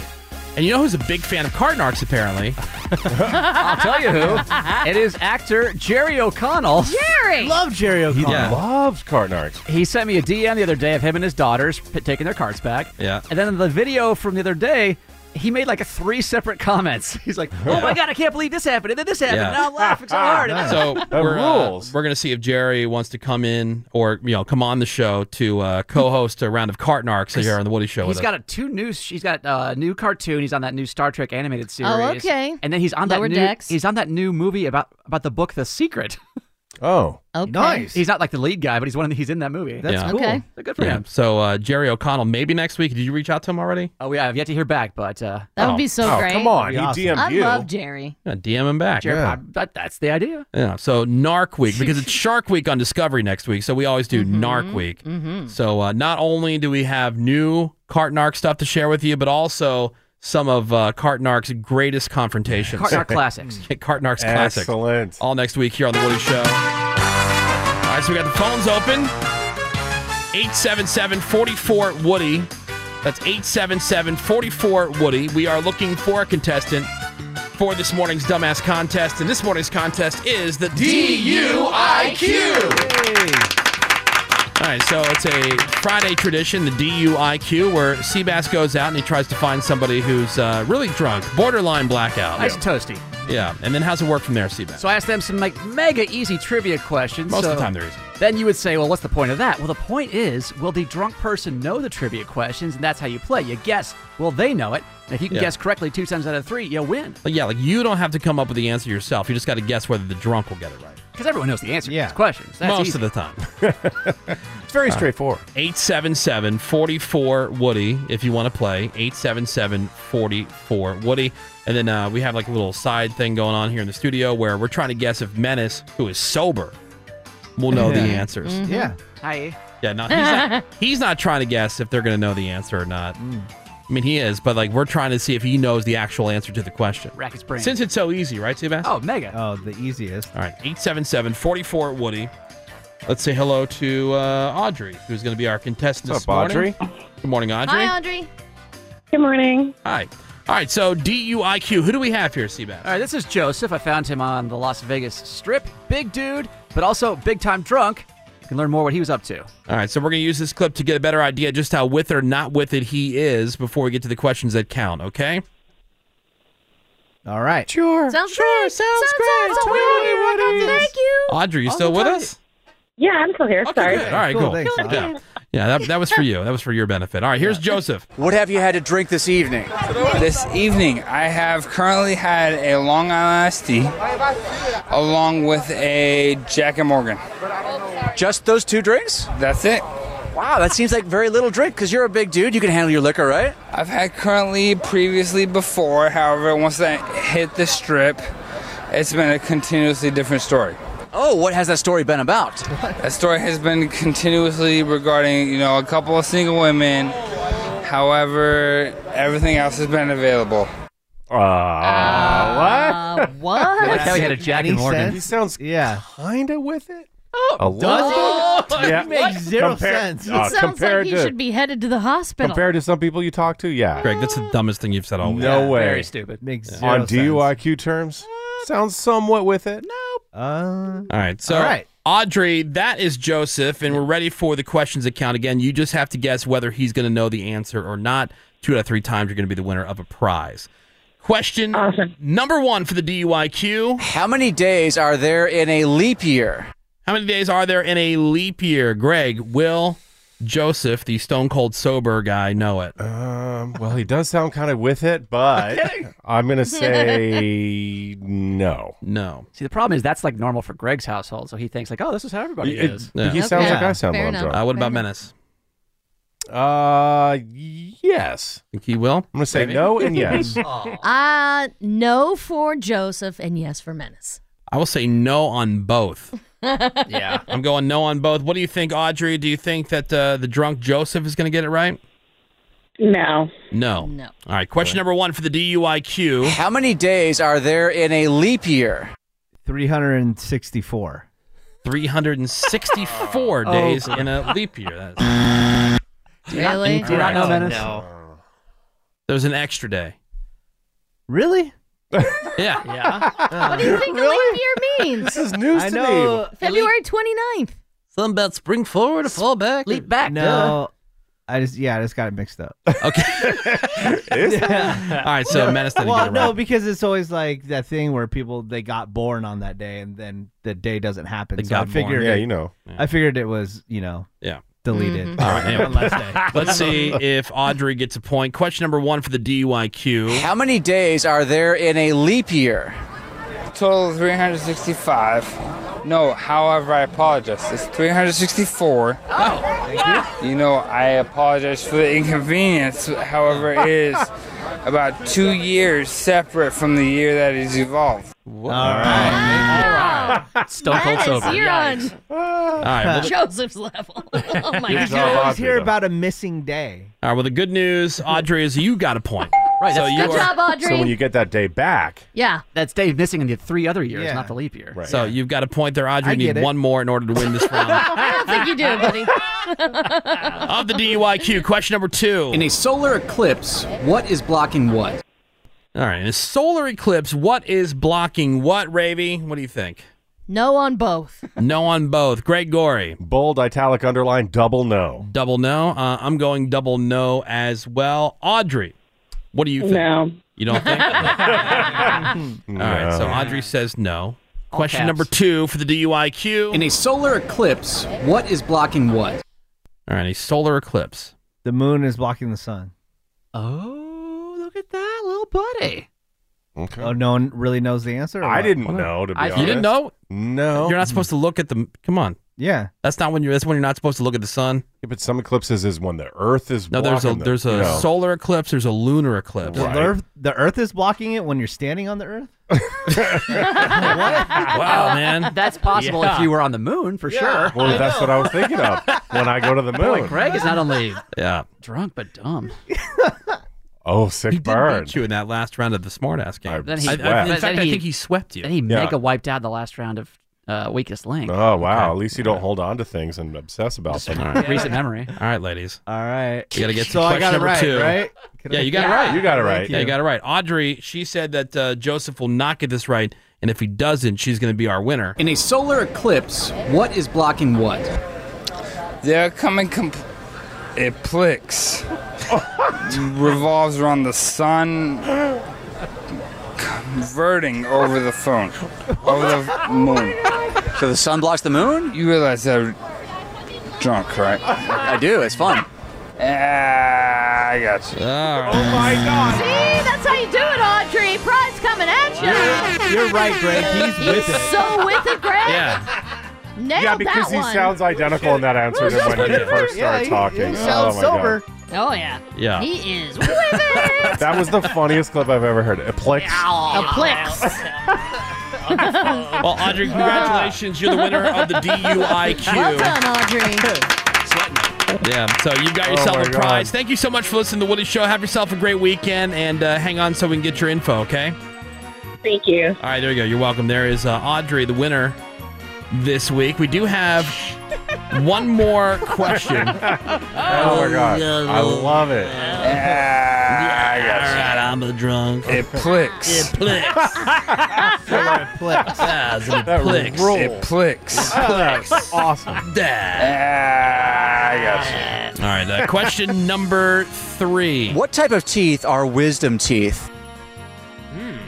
D: And you know who's a big fan of cart narcs, apparently?
L: I'll tell you who. It is actor Jerry O'Connell.
E: Jerry!
L: Love Jerry O'Connell.
F: loves cart narcs.
L: He sent me a DM the other day of him and his daughters p- taking their carts back.
D: Yeah.
L: And then in the video from the other day, he made like three separate comments. He's like, oh my God, I can't believe this happened. And then this happened.
D: Yeah.
L: And I'm laughing so
D: Ah,
L: hard.
D: So we're, uh, we're going to see if Jerry wants to come in or you know come on the show to uh, co-host a round of cart narcs here on the Woody Show.
L: He's
D: with
L: got
D: us.
L: a two new. He's got a new cartoon. He's on that new Star Trek animated series.
E: Oh, okay.
L: And then he's on
E: Lower
L: that new.
E: Decks.
L: He's on that new movie about about the book The Secret.
F: Oh,
E: Okay.
L: He's not like the lead guy, but he's one. Of the, he's in that movie.
D: Yeah.
L: So good for
D: Yeah.
L: him.
D: So uh, Jerry O'Connell, maybe next week. Did you reach out to him already?
L: Oh, yeah. I've yet to hear back, but uh,
E: That
D: Oh.
E: would be so great. I love
D: Jerry.
E: Jerry.
D: DM him back.
L: Jerry, but that's the idea.
D: Yeah, so Narc Week because it's Shark Week on Discovery next week, so we always do
L: Mm-hmm.
D: Narc Week.
E: Mhm.
D: So uh, not only do we have new Cart Narc stuff to share with you, but also some of uh, Cart Narc's greatest confrontations.
L: Cart Narc classics.
D: Cart Narc's classics.
F: Excellent.
D: All next week here on The Woody Show. All right, so we got the phones open. 877 44 Woody. That's 877 44 Woody. We are looking for a contestant for this morning's Dumbass Contest, and this morning's contest is the All right, so it's a Friday tradition, the DUIQ, where Seabass goes out and he tries to find somebody who's uh, really drunk, borderline blackout.
L: Nice and toasty.
D: Yeah, and then how's it work from there, Seabass?
L: So I asked them some like mega easy trivia questions.
D: Most of the
L: so
D: time they're easy.
L: Then you would say, well, what's the point of that? Well, the point is, will the drunk person know the trivia questions? And that's how you play. You guess, will they know it? And if you can
D: Yeah.
L: guess correctly two times out of three, you win.
D: But yeah, like you don't have to come up with the answer yourself. You just got to guess whether the drunk will get it right.
L: Because everyone knows the answer to these questions. That's
D: Most
L: easy.
D: of the time. it's
F: very straightforward.
D: 877 44 Woody, if you want to play. 877 44 Woody. And then uh, we have like a little side thing going on here in the studio where we're trying to guess if Menace, who is sober, will know the answers.
L: Mm-hmm.
G: Yeah.
L: Hi.
D: Yeah, no, he's not, he's not trying to guess if they're going to know the answer or not.
L: Hmm.
D: I mean, he is, but like we're trying to see if he knows the actual answer to the question.
L: Rack his brain.
D: Since it's so easy, right, Seabass?
L: Oh, mega.
G: Oh, the easiest.
D: All right, 877 44 Woody. Let's say hello to uh, Audrey, who's going to be our contestant
F: What's
D: this
F: up,
D: morning. Good morning, Audrey.
E: Hi, Audrey.
M: Good morning.
D: Hi. All right, so DUIQ, who do we have here, Seabass?
L: All right, this is Joseph. I found him on the Las Vegas Strip. Big dude, but also big time drunk. You can learn more what he was up to.
D: All right, so we're going to use this clip to get a better idea just how with or not with it he is before we get to the questions that count, okay?
G: All right.
D: Sure.
E: Sounds sure. Sounds, great. Thank you.
D: Audrey, you still with us?
M: Yeah, I'm still here. Sorry.
D: All right, cool. yeah, yeah that, that was for you. That was for your benefit. All right, here's Joseph.
N: What have you had to drink this evening? This evening, I have currently had a Long Island iced tea along with a Jack and Morgan. Just those two drinks? That's it. Wow, that seems like very little drink because you're a big dude. You can handle your liquor, right? I've had currently, previously, before. However, once I hit the strip, it's been a continuously different story. Oh, what has that story been about? That story has been continuously regarding, you know, a couple of single women. However, everything else has been available.
F: Uh, what?
E: what?
F: I like how he
G: had a Jack and Any Morgan. sense?
F: He sounds
G: yeah.
F: kind of with it. a
E: Oh,
F: little bit.
E: it makes zero
F: Compared-
E: sense. It
F: uh,
E: sounds
F: compared
E: like he
F: to-
E: should be headed to the hospital.
F: Compared to some people you talk to, yeah.
D: Greg, that's the dumbest thing you've said all week.
F: No way.
L: stupid.
G: Makes zero
F: On
G: sense.
F: DUIQ terms, sounds somewhat with it. Nope.
G: Uh,
D: All right, so
F: All right.
D: Audrey, that is Joseph, and we're ready for the questions that count. Again, you just have to guess whether he's going to know the answer or not. two out of three times you're going to be the winner of a prize. Question
L: Uh,
D: number one for the DUIQ.
N: How many days are there in a leap year?
D: How many days are there in a leap year? Greg, will Joseph, the stone cold sober guy, know it?
F: Um, well, he does sound kind of with it, but I'm going to say no.
D: No.
L: See, the problem is that's like normal for Greg's household, so he thinks like, oh, this is how everybody
F: It-
L: is.
F: it- he sounds like I sound when I'm drunk.
D: Uh, what about Menace?
F: Uh, yes.
D: Think he will? I'm
F: going to say no and yes.
E: Uh, no for Joseph and yes for Menace.
D: I will say no on both.
E: yeah.
D: I'm going no on both. What do you think, Audrey? Do you think that uh, the drunk Joseph is going to get it right?
M: No.
D: No. No. All right. Question number one for the DUIQ.
N: How many days are there in a leap year?
G: 364.
D: 364
G: Oh,
D: days
G: God.
D: in a leap year. That's
E: Really?
D: Do you not know
G: Correct.
D: Menace? There's an extra day.
G: Really?
D: Yeah.
L: Yeah.
E: What do you think a leap year means?
F: This is news
G: I to me. know.
E: February 29th.
D: Something about spring forward or fall back.
E: Leap back.
G: No. I just yeah, I just got it mixed up.
D: All right.
L: Oh.
D: So Menace didn't
G: well,
D: get it
G: no,
D: right.
G: because it's always like that thing where people they got born on that day, and then the day doesn't happen.
D: They
G: so
D: got
G: I
D: born.
G: figured,
D: Yeah,
G: it-
D: you know.
G: I figured it was you know,
D: Yeah.
G: deleted.
D: All right. anyway.
G: on last Mm-hmm. day.
D: Let's see if Audrey gets a point. Question number one for the DUIQ.
N: How many days are there in a leap year? Total 365. No, however, I apologize. It's 364.
D: Oh,
N: thank you. You know, I apologize for the inconvenience. However, it is about two years separate from the year that is evolved.
D: All right. All right. Stone cold sober.
E: You're on
D: All right. well, the-
E: Joseph's level. oh my
G: You
E: god.
G: just
D: God.
G: always hear
D: Audrey, though.
G: about a missing day.
D: All right. Well, the good news, Audrey, is you got a point.
L: Right,
D: So
L: that's-
D: you
L: good
D: are-
E: job, Audrey. So when you
F: get that day back.
E: Yeah.
L: That's day missing in the three other years,
E: Yeah.
L: not the leap year.
D: So you've got a point there, Audrey.
L: I
D: You need
L: get it.
D: one more in order to win this round
E: I don't think you do, buddy.
D: of the DUIQ. Question number two.
L: In a solar eclipse, what is blocking what?
D: All right. In a solar eclipse, what is blocking what, Ravy? What do you think?
E: no on both.
D: No on both. Greg Gorey.
F: Bold, italic, underline, double no.
D: Double no. Uh, I'm going double no as well. Audrey, what do you think?
M: No.
D: You don't think? All right. So
L: No.
D: Audrey says no. Question
L: caps.
D: number two for the DUIQ.
L: In a solar eclipse, what is blocking what?
D: All right. A solar eclipse.
G: The moon is blocking the sun.
L: Oh, look at that little buddy.
F: Okay.
G: Oh, no one really knows the answer. or
F: I
G: what?
F: didn't know, to be
D: I-
F: honest.
D: you didn't know?
F: No.
D: You're not supposed to look at the. Come on.
G: Yeah.
D: That's not when you're. That's when you're not supposed to look at the sun.
F: Yeah, but some eclipses is when the Earth is
D: No, there's a
F: blocking the-
D: there's a
F: you know.
D: solar eclipse. There's a lunar eclipse.
G: The, earth, the Earth is blocking it when you're standing on the Earth.
D: Wow, Oh, man.
L: That's possible
D: Yeah.
L: if you were on the moon, for sure.
F: Well, that's what I was thinking of when I go to the moon.
L: Boy, Greg is not only
D: Yeah.
L: drunk but dumb.
F: Oh, sick
D: He did
F: burn.
D: beat you in that last round of the smartass game.
L: Then he,
D: I- I-
L: then-
D: in
L: then
D: fact, I think he swept you.
L: Then he
F: Yeah.
L: mega wiped out the last round of uh, weakest link.
F: Oh wow! At least you don't hold on to things and obsess about them.
D: All right.
L: Recent memory.
D: All right, ladies.
G: All right.
D: You got to get to
G: So I
D: question
G: got it
D: number
G: right,
D: two.
G: right? Can
D: yeah,
G: I-
D: you got it
G: Yeah.
D: right.
F: You got it right.
G: Thank
D: Yeah, you
G: you.
D: got it right. Audrey, she said that uh, Joseph will not get this right, and if he doesn't, she's going to be our winner.
L: In a solar eclipse, what is blocking what?
N: They're coming comp- Eclipse revolves around the sun converting over the phone, over the moon.
L: So the sun blocks the moon?
N: You realize I'm drunk, right?
L: I do. It's fun.
N: Ah, I got you.
D: Oh
F: my
E: See, that's how you do it, Audrey. Prize coming at you.
G: You're right, Greg. He's with it.
E: so with it, Greg.
D: Yeah.
E: Nailed
F: yeah, because
E: that
F: he
E: one.
F: sounds identical in that answer to when he first started talking.
G: He
F: oh
G: sounds
F: my
G: sober.
E: Oh yeah.
F: Yeah.
E: He is with it.
F: god, that was the funniest clip I've ever heard. Eclipse.
E: A plix.
D: Well, Audrey, congratulations. You're the winner of the E DUIQ.
E: Well done, Audrey.
D: Yeah, so you've got
F: Oh
D: yourself
F: my
D: a prize.
F: God.
D: Thank you so much for listening to the Woody Show. Have yourself a great weekend, and uh, hang on so we can get your info, okay?
M: Thank you.
D: All right, there you go. You're welcome. There is uh, Audrey, the winner this week. We do have one more question.
F: Oh my god, I love it.
N: Ah,
D: All right, I'm a drunk.
N: Eclipse.
F: That
D: Plix.
F: rules.
N: Eclipse.
F: That's awesome.
N: Ah, I got you.
D: All right, right. Uh, question number three.
O: What type of teeth are wisdom teeth?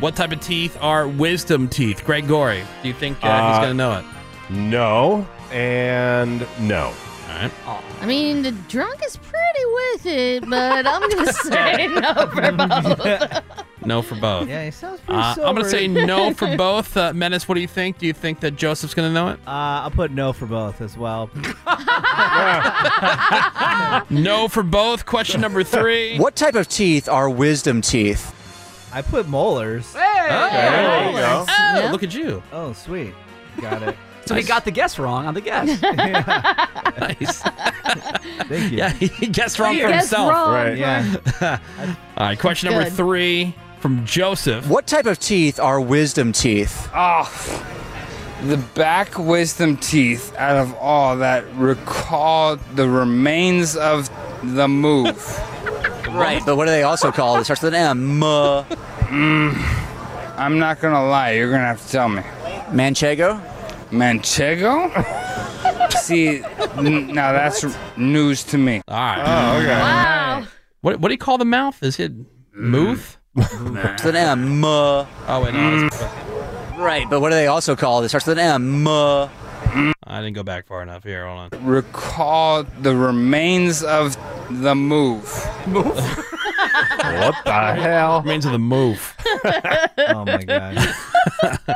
D: What type of teeth are wisdom teeth? Greg Gorey. Do you think uh, he's
F: Uh,
D: going to know it?
F: No and no. Oh.
D: All right.
P: I mean, the drunk is pretty with it, but I'm gonna say no for both.
D: No for both.
G: Yeah, he sounds pretty
D: Uh, I'm going to
G: sober.
D: say no for both. Uh, Menace, what do you think? Do you think that Joseph's going to know it?
G: Uh, I'll put no for both as well.
D: no for both. Question number three.
O: What type of teeth are wisdom teeth?
G: I put molars.
O: There you go.
D: Oh, look at you.
G: Oh, sweet. Got it.
L: So he got the guess wrong on the guess.
D: nice.
G: Thank you.
D: Yeah, he guessed wrong for
L: Guess
D: himself.
L: wrong. Right. Yeah.
D: All right. Question number
O: Good.
D: three from Joseph.
O: What type of teeth are wisdom teeth?
N: Oh, the back wisdom teeth out of all that recall the remains of the move.
O: Right, but what do they also call it? It starts with an M. Uh,
N: Mm, I'm not gonna lie, you're gonna have to tell me.
O: Manchego?
N: Manchego? See, n- now that's news to me.
D: All right.
N: Oh, okay.
P: Wow.
D: Ah. What, what do you call the mouth? Is it mooth?
O: It's an M. Oh,
D: wait, no.
O: Right, but what do they also call it? It starts with an M. Uh,
D: I didn't go back far enough. Here, hold on.
N: Recall the remains of the move. Move? what
F: the hell?
D: Remains of the move.
G: oh my god.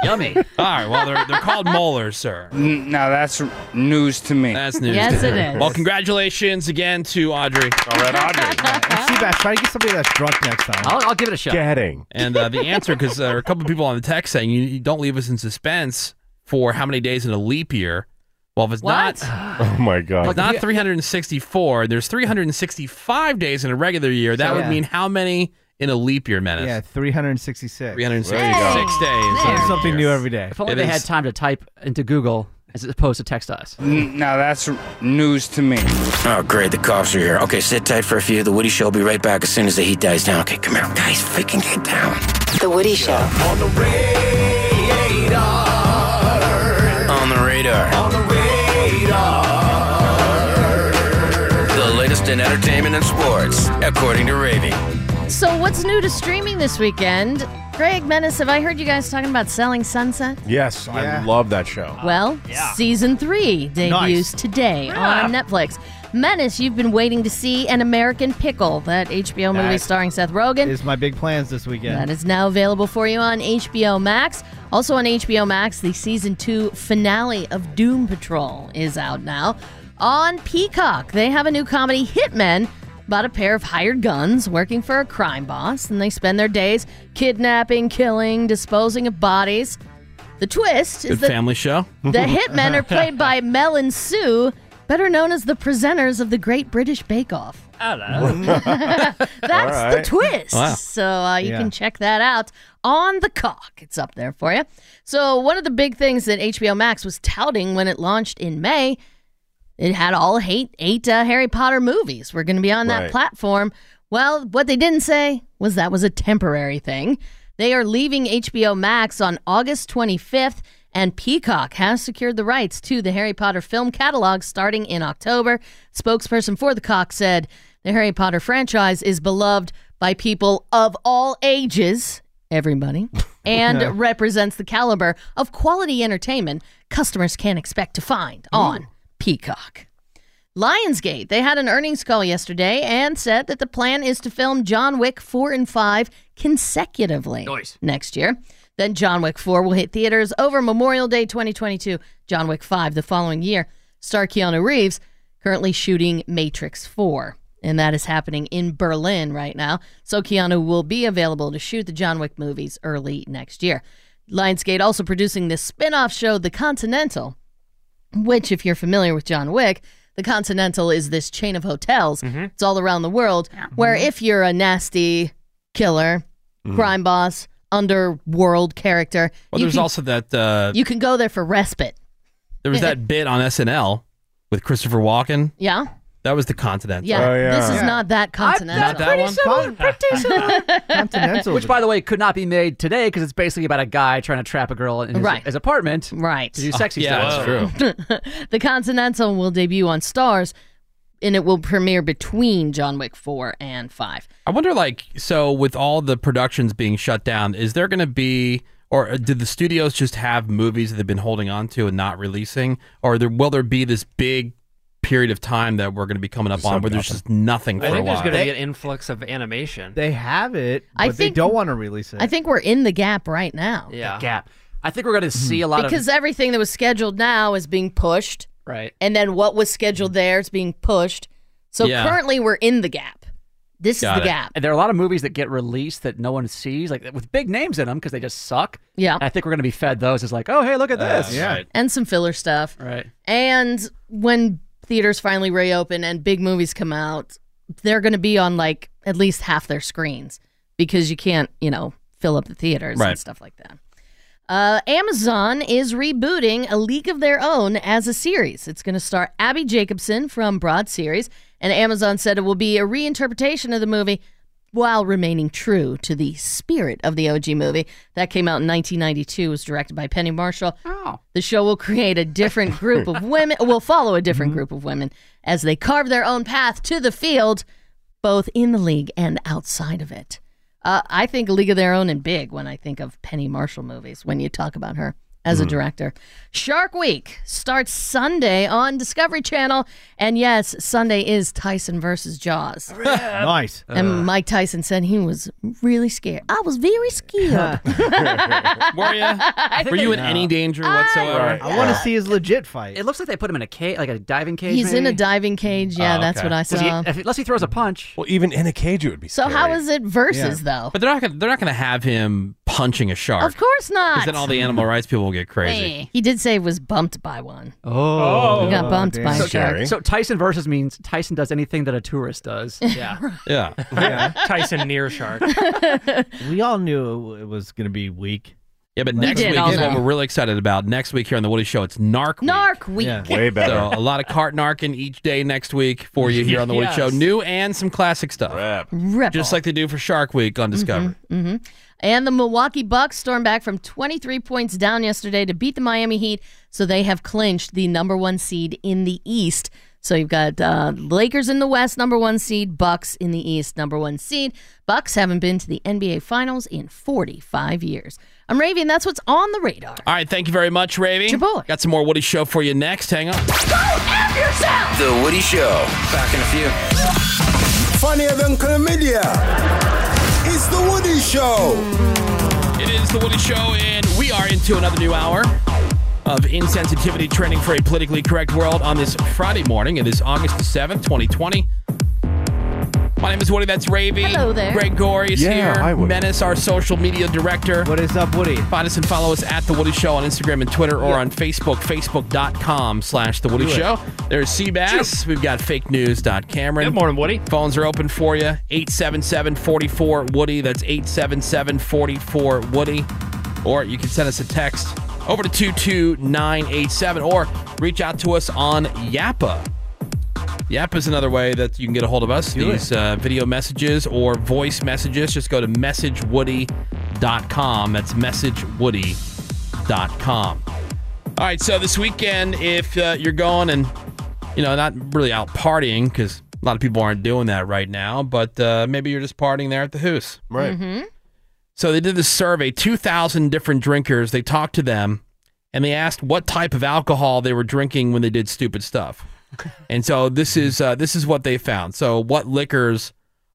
D: Yummy. All right. Well, they're, they're called molars, sir.
N: N- now that's news to me.
D: That's news. to me. Well, congratulations again to Audrey. All right, Audrey.
G: Seabass, try to get somebody that's drunk next time.
L: I'll, I'll give it a shot.
D: And uh, the answer, because there are a couple of people on the text saying you, you don't leave us in suspense for how many days in a leap year. Well, if it's not,
F: Oh my
D: if
F: god.
D: it's not 364, there's 365 days in a regular year. That
G: So-
D: would
G: Yeah.
D: mean how many in a leap year, Menace?
G: Yeah, 366.
D: 366 days.
G: Learn something new every day.
L: If only they had time to type into Google as opposed to text us.
N: N- now that's news to me.
J: Oh, great. The cops are here. Okay, sit tight for a few. The Woody Show will be right back as soon as the heat dies down. Okay, come here. Guys, freaking get down.
C: The Woody Show. On the radar.
J: On the radar.
C: On the radar.
J: The latest in entertainment and sports, according to Ravy.
P: So, what's new to streaming this weekend? Greg Menace, have I heard you guys talking about Selling Sunset?
F: Yes, I love that
G: Uh,
F: show.
P: Well, season three debuts
F: Nice.
P: today on Netflix. Menace, you've been waiting to see An American Pickle, that HBO movie
G: That
P: starring Seth Rogen.
G: Is my big plans this weekend.
P: That is now available for you on HBO Max. Also on HBO Max, the season two finale of Doom Patrol is out now. On Peacock, they have a new comedy, Hitmen, about a pair of hired guns working for a crime boss, and they spend their days kidnapping, killing, disposing of bodies. The twist is
D: Good
P: that
D: family show.
P: the hitmen are played by Mel and Sue, better known as the presenters of the Great British Bake Off. That's the
C: right.
P: twist.
C: Wow.
P: So uh, you
C: Yeah.
P: can check that out on the cock. It's up there for you. So one of the big things that HBO Max was touting when it launched in May, it had all eight eight uh, Harry Potter movies. We're going to be on that
C: Right.
P: platform. Well, what they didn't say was that was a temporary thing. They are leaving HBO Max on August 25th, and Peacock has secured the rights to the Harry Potter film catalog starting in October. Spokesperson for the Cock said the Harry Potter franchise is beloved by people of all ages, everybody, and represents the caliber of quality entertainment customers can expect to find on Peacock. Lionsgate, they had an earnings call yesterday and said that the plan is to film John Wick 4 and 5 consecutively next year. Then John Wick 4 will hit theaters over Memorial Day 2022, John Wick 5 the following year. Star Keanu Reeves currently shooting Matrix 4, and that is happening in Berlin right now. So Keanu will be available to shoot the John Wick movies early next year. Lionsgate also producing this spin off show, The Continental which, if you're familiar with John Wick, the Continental is this chain of hotels.
D: Mm-hmm.
P: It's all around the world where if you're a nasty killer, crime boss, underworld character,
D: Mm-hmm. Well,
P: you
D: there's
P: can,
D: also that. Uh,
P: you can go there for respite.
D: there was that bit on SNL with Christopher Walken.
P: Yeah.
D: That was the Continental.
P: Yeah.
L: Oh,
P: This is not that continental.
D: Not that pretty one?
L: similar,
P: pretty
L: Continental. Which, by the way, could not be made today because it's basically about a guy trying to trap a girl in his,
P: Right.
L: his apartment
P: right.
L: to do sexy
D: Oh, yeah,
L: stuff.
D: that's true.
P: the Continental will debut on Stars and it will premiere between John Wick 4 and 5.
D: I wonder, like, so with all the productions being shut down, is there going to be, or did the studios just have movies that they've been holding on to and not releasing, or there, will there be this big period of time that we're going to be coming up on where there's just nothing for
Q: I
D: a
Q: think
D: while?
Q: there's going to be an influx of animation.
G: They have it,
P: I
G: but they
P: think-
G: don't want to release it.
P: I think we're in the gap right now.
Q: Yeah.
L: gap. I think we're going to
P: Mm-hmm.
L: see a lot
P: Because
L: of
P: everything that was scheduled now is being pushed.
L: Right. Mm.
P: And then what was scheduled there is being pushed. So
L: Yeah.
P: currently we're in the gap. This is the gap.
L: And there are a lot of movies that get released that no one sees, like with big names in them because they just suck.
P: Yeah.
L: And I think we're going to be fed those. It's like, oh, hey, look at
P: Uh,
L: this.
P: yeah. And some filler stuff.
L: Right.
P: And when theaters finally reopen and big movies come out, they're going to be on like at least half their screens because you can't, you know, fill up the theaters
R: Right.
P: and stuff like that. Uh, Amazon is rebooting A League of Their Own as a series. It's going to star Abby Jacobson from Broad series, and Amazon said it will be a reinterpretation of the movie while remaining true to the spirit of the OG movie that came out in 1992 was directed by Penny Marshall.
L: Oh.
P: The show will create a different group of women, will follow a different
D: Mm-hmm.
P: group of women as they carve their own path to the field both in the league and outside of it. Uh, I think League of Their Own and Big when I think of Penny Marshall movies when you talk about her as a
D: Mm.
R: Mhm.
P: director. Shark Week starts Sunday on Discovery Channel. And yes, Sunday is Tyson versus Jaws.
G: nice. Uh.
P: And Mike Tyson said he was really scared. I was very scared.
D: Were you? Were you in any danger whatsoever?
G: I want to see his legit fight.
L: It looks like they put him in a cage, like a diving cage.
P: He's in a
L: maybe?
P: diving cage. Yeah,
L: Oh,
P: that's
L: okay.
P: what I
L: Does he-
P: saw.
L: if- unless he throws a punch.
F: Well, even in a cage, it would be.
P: so how is it versus though?
D: But they're not gonna, they're not going to have him punching a shark.
P: Of course not.
D: Because then all the animal rights people will get crazy.
P: He did say he was bumped by one.
L: Oh,
P: He got bumped by a shark.
L: So Tyson versus means Tyson does anything that a tourist does. Yeah.
D: yeah.
Q: Tyson near shark.
G: we all knew it was going to be weak.
D: Yeah, but
G: Like,
D: next
G: we
D: week
G: did all
D: is what
G: know.
D: we're really excited about. Next week here on the Woody Show, it's Narc.
P: Narc week.
D: So a lot of cart narking each day next week for you here on the Woody
P: Yes.
D: Show. New and some classic stuff.
P: Rep.
D: Just like they do for Shark Week on Discovery.
P: hmm And the Milwaukee Bucks stormed back from 23 points down yesterday to beat the Miami Heat, so they have clinched the number one seed in the East. So you've got uh, Lakers in the West, number one seed, Bucks in the East, number one seed. Bucks haven't been to the NBA Finals in 45 years. I'm Ravi, and that's what's on the radar.
D: All right, thank you very much, Ravy. Got some more Woody Show for you next. Hang on.
J: The Woody Show. Back in a few.
H: Funnier than chlamydia. It's the Woody Show.
J: Oh.
D: It is the Woody Show, and we are into another new hour of insensitivity training for a politically correct world on this Friday morning. It is August the 7th, 2020. My name is Woody, that's Ravy.
P: Hello there.
D: Greg Gorey is
F: Yeah,
D: here.
F: hi, Woody.
D: Menace, our social media director.
G: What is up, Woody?
D: Find us and follow us at The Woody Show on Instagram and Twitter or on Facebook, facebook.com slash The Woody
Q: Do it.
D: Show. There's Seabass. We've got fake news. Cameron. Good morning, Woody. Phones are open for you. 877 44 Woody. That's 877 44 Woody. Or you can send us a text over to 22987 or reach out to us on Yappa. Yap is another way that you can get a hold of us.
Q: Do it.
D: These uh, video messages or voice messages, just go to messagewoody.com. That's messagewoody.com. All right, so this weekend, if uh, you're going and, you know, not really out partying because a lot of people aren't doing that right now, but uh, maybe you're just partying there at the hoose.
P: Mhm.
D: So they did this survey, 2,000 different drinkers. They talked to them and they asked what type of alcohol they were drinking when they did stupid stuff. and so this is uh, this is what they found. So what liquors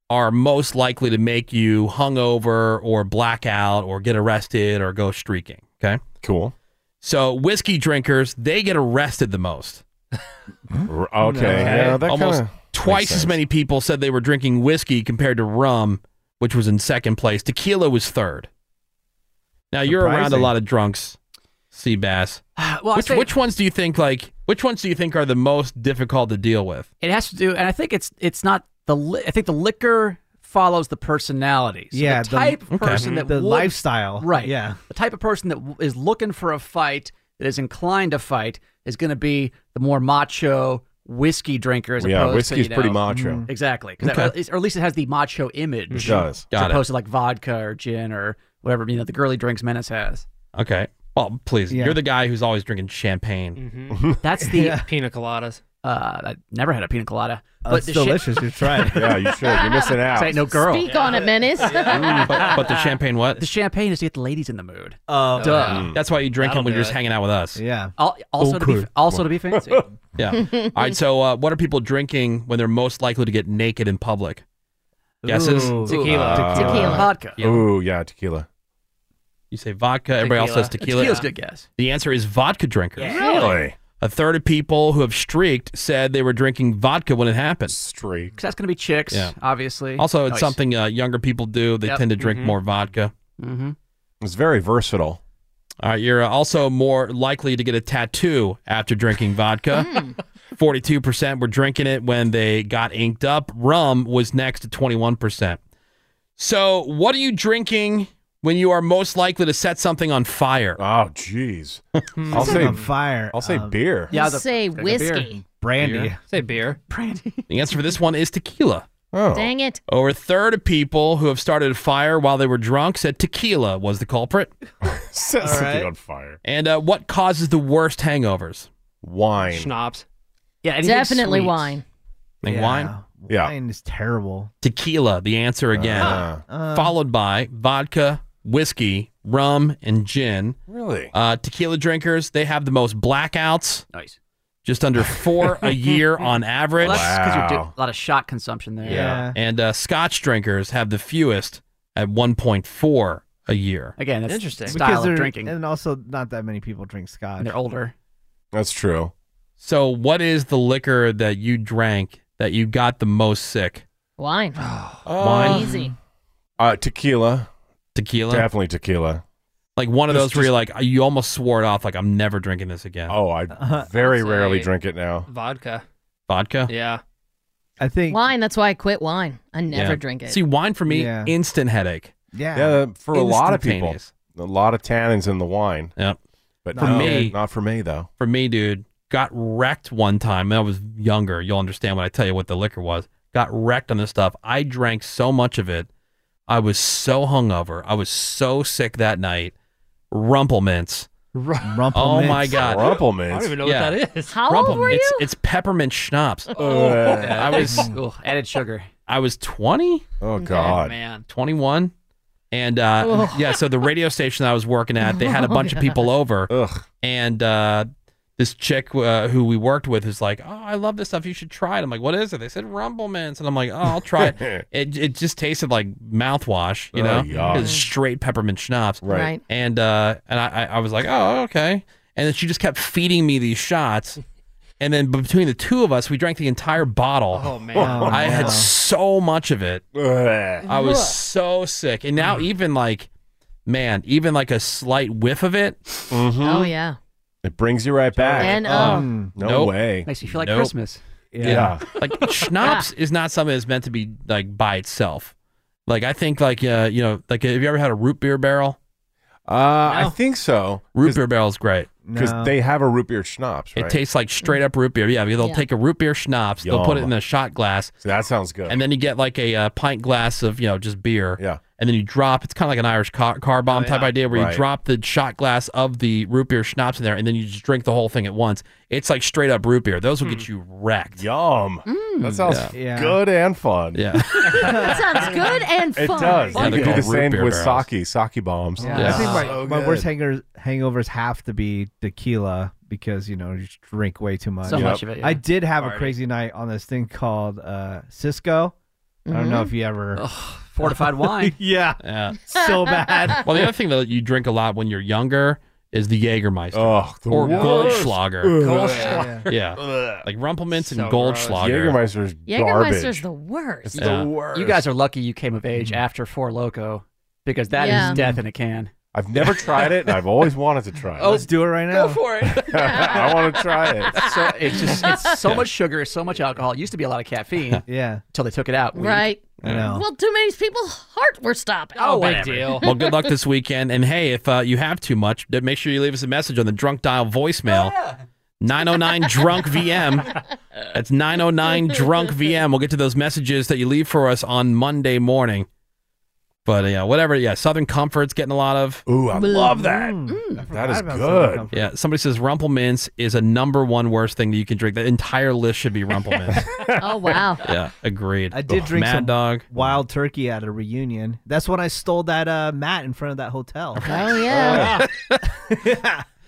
D: are most likely to make you hungover or blackout or get arrested or go streaking? Okay. Cool. So whiskey drinkers, they get arrested the most.
F: okay, yeah, that
D: Almost
F: kinda
D: twice
F: makes
D: as many people said they were drinking whiskey compared to rum, which was in second place. Tequila was third. Now you're around a
L: Surprising.
D: lot of drunks, sea bass.
L: Well, I
D: which
L: say-
D: which ones do you think like which ones do you think are the most difficult to deal with?
L: It has to do, and I think it's it's not the. Li- I think the liquor follows the personality. So
G: Yeah,
L: the
G: the-
L: type
G: Okay.
L: of person that
G: The
L: would-
G: lifestyle.
L: right?
G: Yeah.
L: the type of person that w- is looking for a fight that is inclined to fight is going to be the more macho whiskey drinker. As
F: Yeah,
L: opposed to,
F: whiskey's
L: you know-
F: pretty macho. Mm.
L: Exactly, 'cause that-
F: Okay.
L: or at least- or at least it has the macho image.
F: It does.
L: as
F: Got it.
L: opposed to like vodka or gin or whatever you know the girly drinks menace has. Mm-hmm.
D: Okay. Well, please, you're the guy who's always drinking champagne.
Q: Mhm.
L: That's the
Q: pina coladas.
L: Uh, I never had a pina colada.
G: Oh, it's
L: the shit-
G: delicious. You try it. Yeah, you should. You're missing out.
L: This ain't no girl.
P: Speak on it, Menace.
D: but, but the champagne what?
L: The champagne is to get the ladies in the mood.
D: Oh,
L: Duh.
D: that's why you drink
L: That'll
D: them when
L: do
D: you're just
L: it.
D: hanging out with us.
G: Yeah.
L: Al- also to be
D: Okay.
L: also to be fancy.
D: Yeah. All right. So, uh, what are people drinking when they're most likely to get naked in public? Guesses?
F: Ooh. Tequila.
D: Uh,
F: Tequila. Tequila. Vodka. Ooh,
D: yeah, tequila. You say vodka. Everybody else
F: Tequila.
D: says tequila.
F: Tequila's a good
L: guess.
D: The answer is vodka drinkers.
F: Really?
D: A third of people who have streaked said they were drinking vodka when it happened. Streak.
L: Because that's going to be chicks,
D: Yeah.
L: obviously.
D: Also, it's
L: Nice.
D: something uh, younger people do. They
L: Yep.
D: tend to drink
L: Mhm.
D: more vodka.
L: Mhm.
D: It's very versatile. All right, you're uh, also more likely to get a tattoo after drinking vodka. Forty-two percent were drinking it when they got inked up. Rum was next to twenty-one percent. So, what are you drinking when you are most likely to set something on fire? Oh, jeez.
F: I'll say-
G: on fire.
D: I'll say
G: um,
D: beer.
P: Yeah, the- Say like a beer. whiskey.
G: Brandy.
D: Beer.
Q: Say beer.
L: Brandy.
D: The answer for this one is tequila. Oh.
P: Dang it.
D: Over a third of people who have started a fire while they were drunk said tequila was the culprit.
F: Set
D: All
F: something
D: right.
F: on fire.
D: And uh, what causes the worst hangovers? Wine.
Q: Schnapps.
L: Yeah,
Q: anything
P: Definitely
Q: sweet.
P: wine.
D: Think
G: Yeah.
D: wine? Yeah.
G: Wine is terrible.
D: Tequila, the answer again.
G: Uh, Uh.
D: followed by vodka, whiskey, rum, and gin.
F: Really?
D: Uh, tequila drinkers, they have the most blackouts.
L: Nice.
D: Just under four a year on average.
L: Well, that's because you're doing a lot of shot consumption there.
D: And uh, scotch drinkers have the fewest at 1.4 a year.
L: Again, that's
Q: Interesting.
L: style
G: they're-
L: of drinking.
G: And also, not that many people drink scotch.
L: they're older.
D: That's true. So, what is the liquor that you drank that you got the most sick?
P: Wine.
D: Wine?
P: Oh. Easy.
D: Uh, tequila. Tequila?
F: Definitely tequila.
D: Like one of
F: Just-
D: those where you're like, uh, you almost swore it off, like, I'm never drinking this again.
F: Oh, I very rarely
Q: say-
F: drink it now.
Q: Vodka.
D: Vodka?
Q: Yeah.
G: I think
P: Wine. That's why I quit wine. I never
D: Yeah.
P: drink it.
D: See, wine for me,
P: Yeah.
D: instant headache.
G: Yeah.
F: Yeah, for a lot of people.
D: Instantaneous.
F: A lot of tannins in the wine.
D: Yep.
F: But
D: For
F: no,
D: me-
F: not for me though.
D: For me, dude, got wrecked one time. I was younger. You'll understand when I tell you what the liquor was. Got wrecked on this stuff. I drank so much of it. I was so hungover. I was so sick that night. Rumplemints.
G: Rumplemints.
D: Oh my god.
F: Rumplemints.
Q: I don't even know
D: Yeah.
Q: what that is.
P: How old were
D: It's,
P: you?
D: it's peppermint schnapps.
F: Oh,
L: Yeah,
D: I was
L: Ugh, added sugar.
D: I was 20.
F: Oh
L: God. man.
D: 21. And uh,
L: Ugh.
D: yeah, so the radio station I was working at, they had a
L: Oh,
D: bunch of
L: God.
D: people over. And uh, this chick uh, who we worked with is like, "Oh, I love this stuff. You should try it." I'm like, "What is it?" They said Rumblemans, and I'm like, "Oh, I'll try it." it it just tasted like mouthwash, you
F: Oh,
D: know,
F: yuck.
D: It was straight peppermint schnapps.
F: Right. Right.
D: And uh, and I I I was like, "Oh, okay." And then she just kept feeding me these shots. And then between the two of us, we drank the entire bottle.
Q: Oh man!
D: I
Q: no.
D: had so much of it. I was
Q: Ugh.
D: so sick, and now even like, man, even like a slight whiff of it.
P: Oh yeah.
F: Mm-hmm. It brings you right back.
P: And, uh,
F: Mm, no
D: Nope.
F: way.
L: Makes you feel like
D: Nope.
L: Christmas.
D: Yeah. like schnapps is not something that's meant to be like by itself. Like I think like uh, you know like have you ever had a root beer barrel?
F: Uh, I think so.
D: Root beer barrel's great
F: Because they have a root beer schnapps, right?
D: It tastes like straight up root beer. Yeah, they'll
F: Yeah.
D: take a root beer schnapps, they'll put it
F: Yum.
D: in a shot glass.
F: that sounds good.
D: And then you get like a uh, pint glass of you know just beer. Yeah. And then you drop. It's kind of like an Irish car, car bomb type idea where
F: Right.
D: you drop the shot glass of the root beer schnapps in there, and then you just drink the whole thing at once. It's like straight up root beer. Those will get you wrecked.
F: Hmm. Yum. That sounds
D: Yeah.
F: good and fun.
D: Yeah.
P: that sounds good and
F: It
P: fun. Mm.
F: does.
D: Yeah, they're
F: you can do the
D: called root
F: same
D: beer
F: with
D: barrels.
F: sake, sake bombs.
G: Yeah. I think my, my worst hanger, hangovers have to be tequila because you know you drink way too much.
L: So Yep. much of it, yeah.
G: I did have a
L: Already.
G: crazy night on this thing called uh, Cisco. I don't know
L: Mhm.
G: if you ever
L: fortified wine.
G: yeah.
D: Yeah.
G: so bad.
D: Well, the other thing that you drink a lot when you're younger is the Jägermeister
F: the
D: or
F: worst.
D: Goldschlager. Yeah.
F: Ugh.
D: yeah. like Rumplemintz
L: So
D: and
L: gross.
D: Goldschlager.
F: Jägermeister's
P: Jägermeister's the worst.
F: It's the Yeah. worst. Mm-hmm.
L: You guys are lucky you came of age after Four Loco because that is
P: Yeah.
L: death in a can.
F: I've never tried it, and I've always wanted to try it.
L: Oh, Let's
G: do it right
L: go now. for
F: it. I want to try it.
L: So it's just it's so
F: Yeah.
L: much sugar, so much alcohol. It used to be a lot of caffeine.
G: Yeah.
L: Until they took it out. Weed.
P: Right.
L: I
G: know.
P: Well, too many people's heart were stopping.
L: Oh, big whatever. deal.
D: well, good luck this weekend. And hey, if uh, you have too much, then make sure you leave us a message on the drunk dial voicemail.
G: Oh,
D: 909 drunk VM. That's 909 drunk VM. We'll get to those messages that you leave for us on Monday morning. But yeah, whatever. Yeah, Southern Comfort's getting a lot of.
F: Ooh, I love that.
P: Mm.
F: that is good.
D: Yeah, somebody says Rumplemints is a number one worst thing that you can drink. The entire list should be Rumplemints.
P: oh wow.
D: yeah, agreed.
G: I did drink
D: Mad
G: some
D: Dog.
G: wild turkey at a reunion. That's when I stole that uh, mat in front of that hotel.
P: Oh yeah.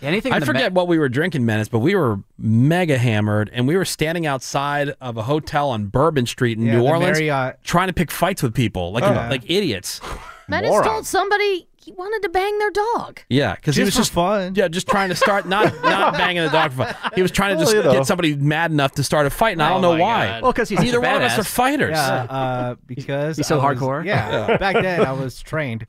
L: Anything
D: I
L: in the
D: forget what we were drinking, Menace, but we were mega hammered and we were standing outside of a hotel on Bourbon Street in
G: Yeah,
D: New
G: the
D: Orleans
G: Marriott.
D: trying to pick fights with people like,
G: Oh, Yeah.
D: like idiots.
P: Menace told somebody he wanted to bang their dog.
D: Yeah, because he
P: Just
D: was
P: for
D: just fun. Yeah, just trying to start not not banging the dog for fun. He was trying to just
G: Well, you know.
D: get somebody mad enough to start a fight, and I don't know why. neither one of us are fighters.
G: Yeah, uh, because
D: He's so
G: I was-
D: hardcore.
G: Yeah,
D: Yeah.
G: back then I was trained.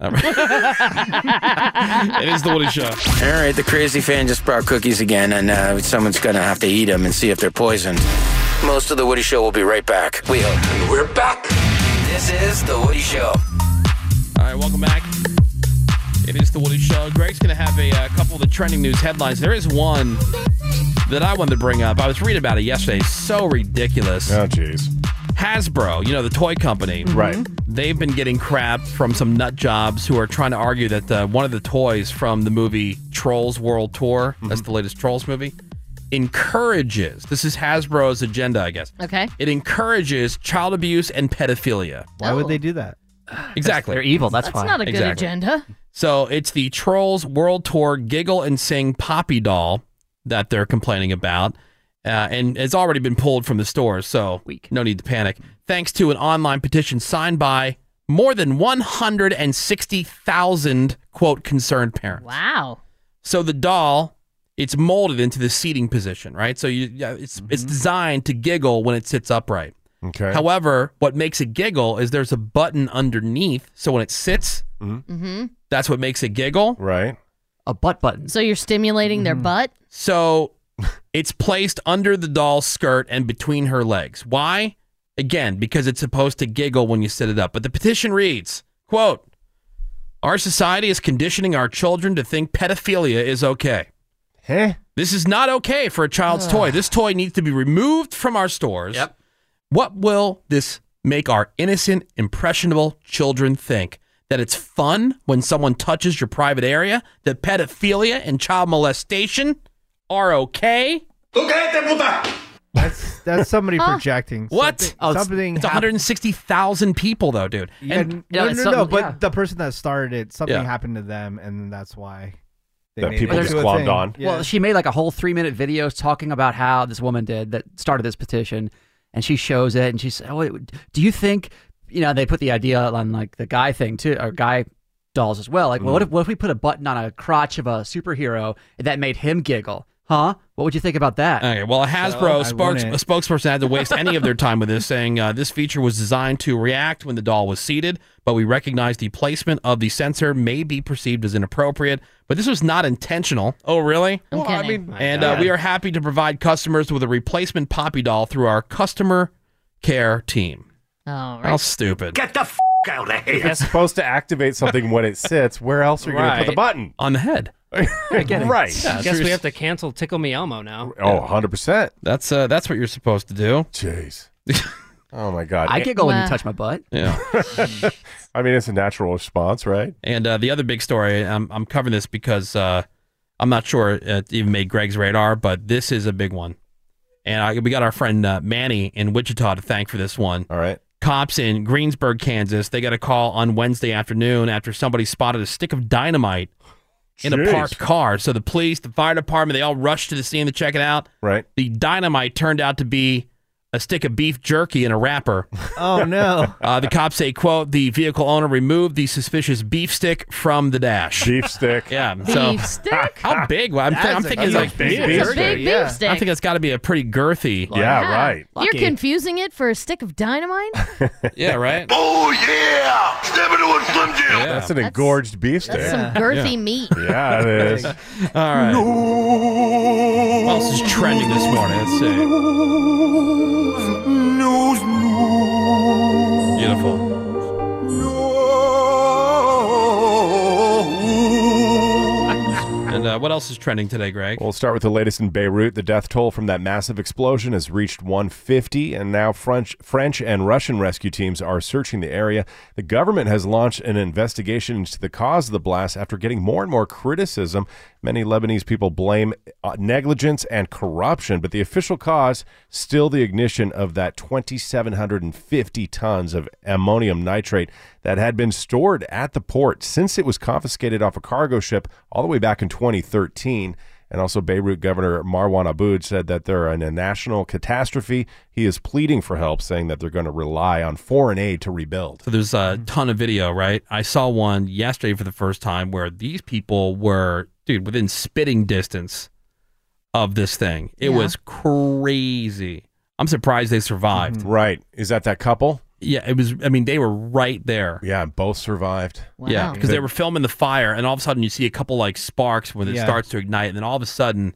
D: it is the Woody Show.
J: All right, the crazy fan just brought cookies again, and uh, someone's going to have to eat them and see if they're poisoned. Most of the Woody Show will be right back. We hope. We're back. This is the Woody Show.
D: All right, welcome back. It is the Woody Show. Greg's going to have a, uh couple of the trending news headlines. There is one that I wanted to bring up. I was reading about it yesterday. It's So ridiculous. Oh,
F: jeez. Mm-hmm.
D: Hasbro, you know, the toy company.
F: Right.
D: They've been getting crap from some nut jobs who are trying to argue that uh, one of the toys from the movie Trolls World Tour, that's
F: Mm-hmm.
D: the latest Trolls movie, encourages, this is Hasbro's agenda, I guess.
P: Okay.
D: It encourages child abuse and pedophilia.
G: Why would they do that?
D: Exactly. They're evil.
P: Oh. That's not a good agenda.
D: So it's the Trolls World Tour Giggle and Sing Poppy Doll that they're complaining about. Uh, and it's already been pulled from the stores, so no need to panic. Thanks to an online petition signed by more than 160,000 quote concerned parents.
P: Wow.
D: So the doll, it's molded into the seating position, right? So you, yeah, it's it's designed to giggle when it sits upright.
F: Okay.
D: However, what makes it giggle is there's a button underneath, so when it sits,
P: hmm
D: that's what makes it giggle.
F: Right.
D: A butt button.
P: So you're stimulating their
G: Mm.
P: butt.
D: So it's placed under the doll's skirt and between her legs. Why? Again, because it's supposed to giggle when you sit it up. But the petition reads, quote, our society is conditioning our children to think pedophilia is okay.
F: Huh?
D: This is not okay for a child's
F: Ugh.
D: toy. This toy needs to be removed from our stores. Yep. What will this make our innocent, impressionable children think? That it's fun when someone touches your private area? That pedophilia and child molestation are okay?
G: That's that's somebody
D: Huh?
G: projecting.
D: What?
G: Something-
D: Oh, it's-
G: something
D: it's
G: hap-
D: 160,000 people, though, dude.
G: Yeah, n- no, no, no, but the person that started it, something
D: Yeah.
G: happened to them, and that's why they
F: That
G: made
F: people
G: it
F: just
G: into a
F: glommed
G: thing.
F: on.
G: Yeah.
L: Well, she made like a whole three minute video talking about how this woman did that started this petition, and she shows it, and she said, "Oh, it- do you think you know?" They put the idea on like the guy thing too, or guy dolls as well. Like, well,
D: Mm.
L: what if what if we put a button on a crotch of a superhero that made him giggle? Huh? What would you think about that?
D: Okay, well, a
L: So, I
D: Hasbro spokes- a
L: wouldn't.
D: spokesperson had to waste any of their time with this, saying uh, this feature was designed to react when the doll was seated, but we recognize the placement of the sensor may be perceived as inappropriate, but this was not intentional. Oh, really?
F: Well, I kidding. mean-
D: and uh, we are happy to provide customers with a replacement Poppy doll through our customer care team.
P: All
D: How stupid.
F: Get the f out of here. It's supposed to activate something when it sits. Where else are you going to put the
Q: Right.
F: button?
D: On the head.
F: right.
Q: I guess we have to cancel Tickle Me Elmo now.
F: Oh, 100%.
D: That's uh, that's what you're supposed to do.
F: Jeez. Oh my god.
D: I giggle when you Wow. touch
L: my butt.
D: Yeah.
F: I mean, it's a natural response, right?
D: And uh, the other big story, I'm, I'm covering this because uh, I'm not sure it even made Greg's radar, but this is a big one. And I, we got our friend uh, Manny in Wichita to thank for this one.
F: All right.
D: Cops in Greensburg, Kansas, they got a call on Wednesday afternoon after somebody spotted a stick of dynamite in a
F: Jeez.
D: parked car. So the police, the fire department, they all rushed to the scene to check it out.
F: Right.
D: The dynamite turned out to be a stick of beef jerky in a wrapper.
G: Oh no.
D: Uh, the cops say, "quote The vehicle owner removed the suspicious beef stick from the dash.
F: Beef stick.
D: yeah. so
P: Beef stick?
D: How big? Well, I'm, thi-
P: That's
D: I'm
P: a
D: thinking
P: huge
D: like
P: beef It's a stick. big beef Yeah. stick.
D: I think it's got to be a pretty girthy. yeah. Right.
P: You're confusing it for a stick of dynamite?
D: yeah. Right.
H: Oh yeah! Step into a slim jim.
F: That's an engorged beef stick.
P: That's some girthy
F: Yeah.
P: meat.
F: Yeah, it is. All
D: right. What else is trending this morning? Let's see. Beautiful. And uh, what What else is trending today, Greg?
F: We'll start with the latest in Beirut. The death toll from that massive explosion has reached 150, and now French, French and Russian rescue teams are searching the area. The government has launched an investigation into the cause of the blast after getting more and more criticism. Many Lebanese people blame uh, negligence and corruption, but the official cause still the ignition of that 2,750 tons of ammonium nitrate that had been stored at the port since it was confiscated off a cargo ship all the way back in 2013. And also, Beirut Governor Marwan Aboud said that they're in a national catastrophe. He is pleading for help, saying that they're going to rely on foreign aid to rebuild.
D: So there's a
F: Mm-hmm.
D: ton of video, right? I saw one yesterday for the first time where these people were, dude, within spitting distance of this thing. It
F: Yeah.
D: was crazy. I'm surprised they survived.
F: Mm-hmm. Right. Is that that couple?
D: Yeah, it was. I mean, they were right there.
F: Yeah, both survived.
D: Yeah,
F: Wow.
D: because they were filming the fire, and all of a sudden you see a couple like sparks when it
G: Yeah.
D: starts to ignite, and then all of a sudden,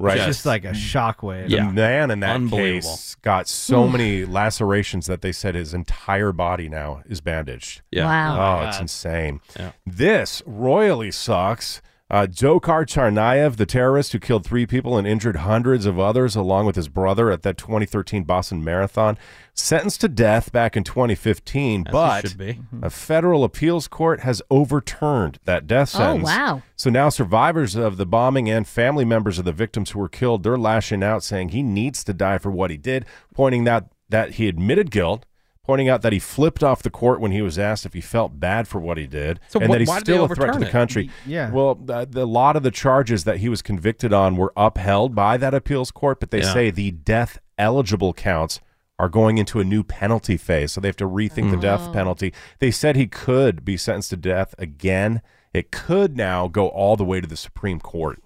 F: Right.
G: It's just like a shockwave.
F: The man in that
D: Unbelievable.
F: case got so
D: Oof.
F: many lacerations that they said his entire body now is bandaged.
D: Yeah.
F: Oh,
D: Wow.
F: it's
D: God.
F: insane. This royally sucks. Uh, Djokhar Tsarnaev, the terrorist who killed three people and injured hundreds of others, along with his brother at that 2013 Boston Marathon, sentenced to death back in 2015.
D: he
F: but
D: should be.
F: a federal appeals court has overturned that death
P: Oh,
F: sentence.
P: wow.
F: So now survivors of the bombing and family members of the victims who were killed, they're lashing out saying he needs to die for what he did, pointing out that he admitted guilt, pointing out that he flipped off the court when he was asked if he felt bad for what he did,
D: So
F: and
D: wh-
F: that he's
D: why did they
F: still a threat to
D: overturn
F: the
D: it?
F: country.
G: Yeah.
F: Well, the, the, a lot of the charges that he was convicted on were upheld by that appeals court, but they
D: Yeah.
F: say the death eligible counts are going into a new penalty phase. So they have to rethink the
P: Oh.
F: death penalty. They said he could be sentenced to death again. It could now go all the way to the Supreme Court.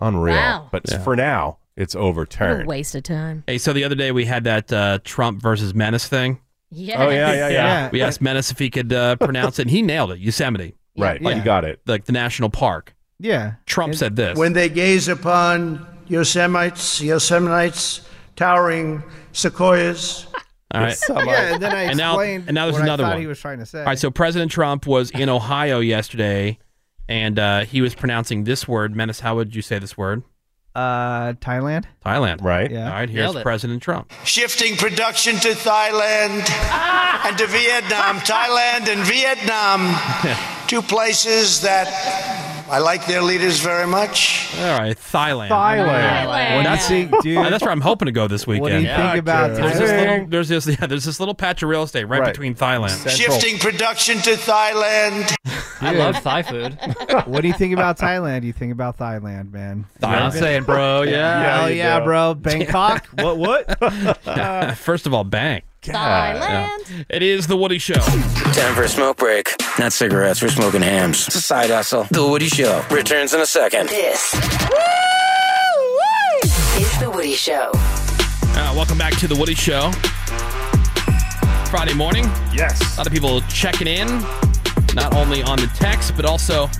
F: Unreal.
P: Wow.
F: But
D: Yeah.
F: for now, it's
P: What
F: overturned.
P: a waste of time.
D: hey, so the other day we had that uh, Trump versus Menace thing.
P: Yes.
F: Oh, yeah, yeah, yeah.
D: We asked Menace if he could uh, pronounce it. and He nailed it. Yosemite.
F: Right. Yeah. You got it.
D: Like the national park.
G: Yeah.
D: Trump said this.
R: When they gaze upon Yosemites, Yosemite's towering sequoias.
D: All right.
G: Yeah, and then I
D: And now-
G: explained
D: and now there's
G: what
D: another
G: I thought
D: one.
G: he was trying to say.
D: All right, so President Trump was in Ohio yesterday, and uh, he was pronouncing this word. Menace, how would you say this word?
G: uh, Thailand.
D: Thailand.
F: Right.
D: All right, here's
G: Nailed it.
D: President Trump.
R: Shifting production to Thailand and to Vietnam. Thailand and Vietnam, two places that I like their leaders very much.
D: All right, Thailand.
R: Thailand. Thailand.
D: Well,
R: That's- dude.
D: All right, uh, that's where I'm hoping to go this weekend.
R: What do you think about
D: there's this,
R: Thailand?
D: little, there's this yeah, there's this little patch of real estate right, between Thailand.
R: Shifting production to Thailand.
G: I Dude. love
R: Thai food.
G: what do you think about Thailand? You think about Thailand, man.
D: Thailand.
G: Yeah.
D: Saying, bro, yeah. Yeah,
G: Hell
D: you
G: yeah,
D: do.
G: bro. Bangkok. what? What?
D: First of all, bang.
J: Thailand.
D: It is the Woody Show.
J: Time for a smoke break. Not cigarettes, we're smoking hams. It's a side hustle. The Woody Show returns in a second.
S: This is The Woody Show.
D: Uh, welcome back to the Woody Show. Friday morning.
F: Yes.
D: A lot of people checking in, not only on the text, but also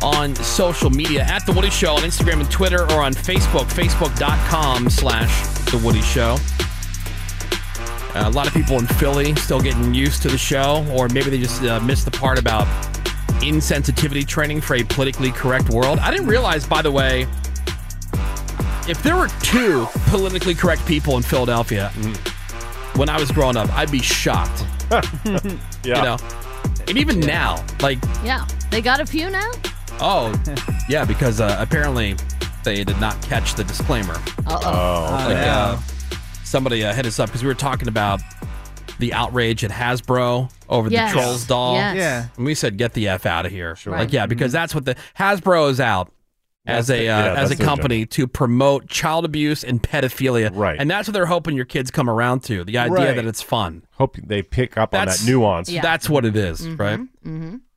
D: on social media at The Woody Show on Instagram and Twitter or on Facebook, facebook.com slash The Woody Show. Uh, a lot of people in Philly still getting used to the show, or maybe they just uh, missed the part about insensitivity training for a politically correct world. I didn't realize, by the way, if there were two politically correct people in Philadelphia when I was growing up, I'd be shocked. You know, and even now, like,
P: Yeah. They got a few now?
D: oh, yeah, because uh, apparently they did not catch the disclaimer.
P: Uh-oh. Oh,
D: like,
P: no.
D: uh, somebody uh, hit us up because we were talking about the outrage at Hasbro over
P: Yes.
D: the Trolls doll.
P: Yes. Yeah.
D: And we said, get the F out of here. Sure. Like,
P: Right. Mm-hmm.
D: yeah, because that's what the Hasbro is out. As
F: That's
D: a
F: the-
D: uh,
F: yeah,
D: as
F: that's
D: a
F: their job.
D: company to promote child abuse and pedophilia, right? And that's what they're hoping your kids come around to the idea
F: Right.
D: that it's fun.
F: Hope they pick up on
D: That's-
F: that nuance.
P: Yeah.
D: That's what it is,
P: Mm-hmm,
D: right?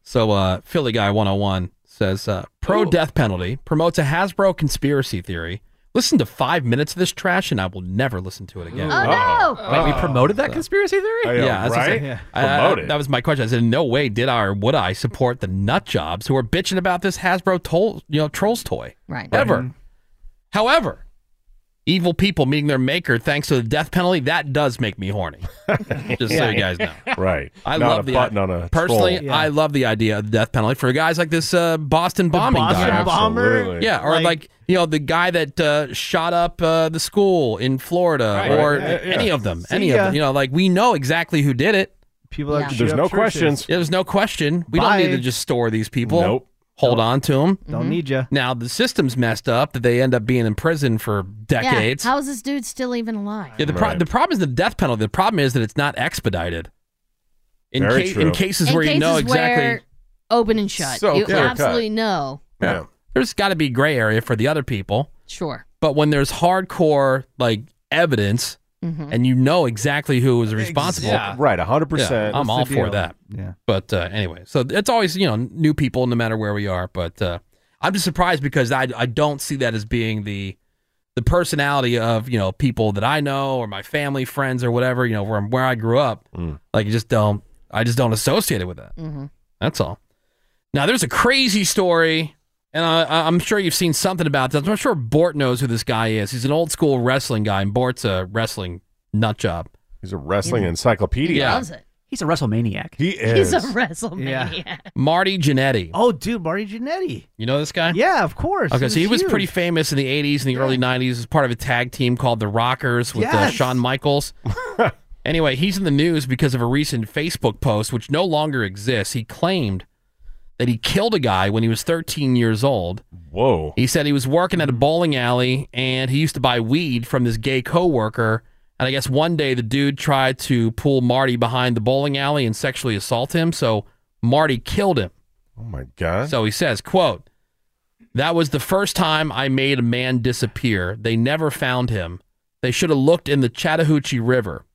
D: So, uh, Philly Guy 101 says uh, pro death penalty promotes a Hasbro conspiracy theory. Listen to five minutes of this trash, and I will never listen to it again.
P: Oh, Uh-oh. no.
D: Wait, we promoted that
P: Uh-oh.
D: conspiracy theory?
P: I know,
D: that's what I'm
P: right?
D: saying.
P: Yeah.
D: I- I-
P: Promoted.
D: that was my question. I said, in no way did I or would I support the nut jobs who are bitching about this Hasbro toll, you know, trolls toy.
P: Right.
D: Ever. However, evil people meeting their maker thanks to the death penalty, that does make me horny. Just so you guys know.
F: Right.
D: I
F: Not
D: love
F: a
D: the
F: button on a
D: personally.
F: scroll.
D: I love the idea of the death penalty for guys like this uh, Boston bombing
F: Boston
D: guy.
F: bomber? Absolutely.
D: yeah, or like,
F: Like-
D: you know the guy that uh, shot up uh, the school in Florida,
F: Right.
D: or
F: Right. Yeah, yeah.
D: any of them,
F: See
D: any of
F: ya.
D: them. You know, like we know exactly who did it.
G: People that Yeah. shoot
F: There's up no churches. questions.
D: Yeah, there's no question. We don't need
G: Bye.
D: to just store these people.
G: Nope.
D: Hold on to them.
P: Mm-hmm.
G: Don't need you.
D: Now the system's messed up that they end up being in prison for decades.
P: Yeah. How is this dude still even alive?
D: Yeah, the, pro- the problem is the death penalty. The problem is that it's not expedited. In,
F: Very
D: ca-
F: true.
D: in cases where you know exactly.
P: where open and shut.
D: So
P: you
D: clear cut.
P: absolutely know.
D: Yeah. There's got to be gray area for the other people.
P: Sure.
D: But when there's hardcore like evidence
P: Mhm.
D: and you know exactly who was responsible.
F: yeah. Right, 100%.
D: Yeah, I'm
F: What's
D: all
F: the
D: for
F: deal?
D: that.
G: Yeah.
D: But uh, anyway, so it's always, you know, new people no matter where we are, but uh, I'm just surprised because I I don't see that as being the the personality of, you know, people that I know or my family, friends or whatever, you know, where where I grew up. Like you just don't I just don't associate it with that.
P: Mm-hmm.
D: That's all. Now, there's a crazy story, and I, I- I'm sure you've seen something about this. I'm sure Bort knows who this guy is. He's an old school wrestling guy, and Bort's a wrestling nut job.
F: He's a wrestling encyclopedia.
L: He's a WrestleManiac.
F: He is.
P: He's a WrestleMania.
D: Marty Jannetty.
G: Oh, dude, Marty Jannetty.
D: You know this guy?
G: Yeah, of course.
D: Okay, so he was
G: huge.
D: pretty famous in the 80s and the early 90s as part of a tag team called the Rockers with uh,
G: Yes.
D: Shawn Michaels. anyway, he's in the news because of a recent Facebook post, which no longer exists. He claimed that he killed a guy when he was 13 years old.
F: Whoa.
D: He said he was working at a bowling alley and he used to buy weed from this gay coworker. And I guess one day the dude tried to pull Marty behind the bowling alley and sexually assault him. So Marty killed him.
F: Oh my god.
D: So he says, quote, that was the first time I made a man disappear. They never found him. They should have looked in the Chattahoochee River.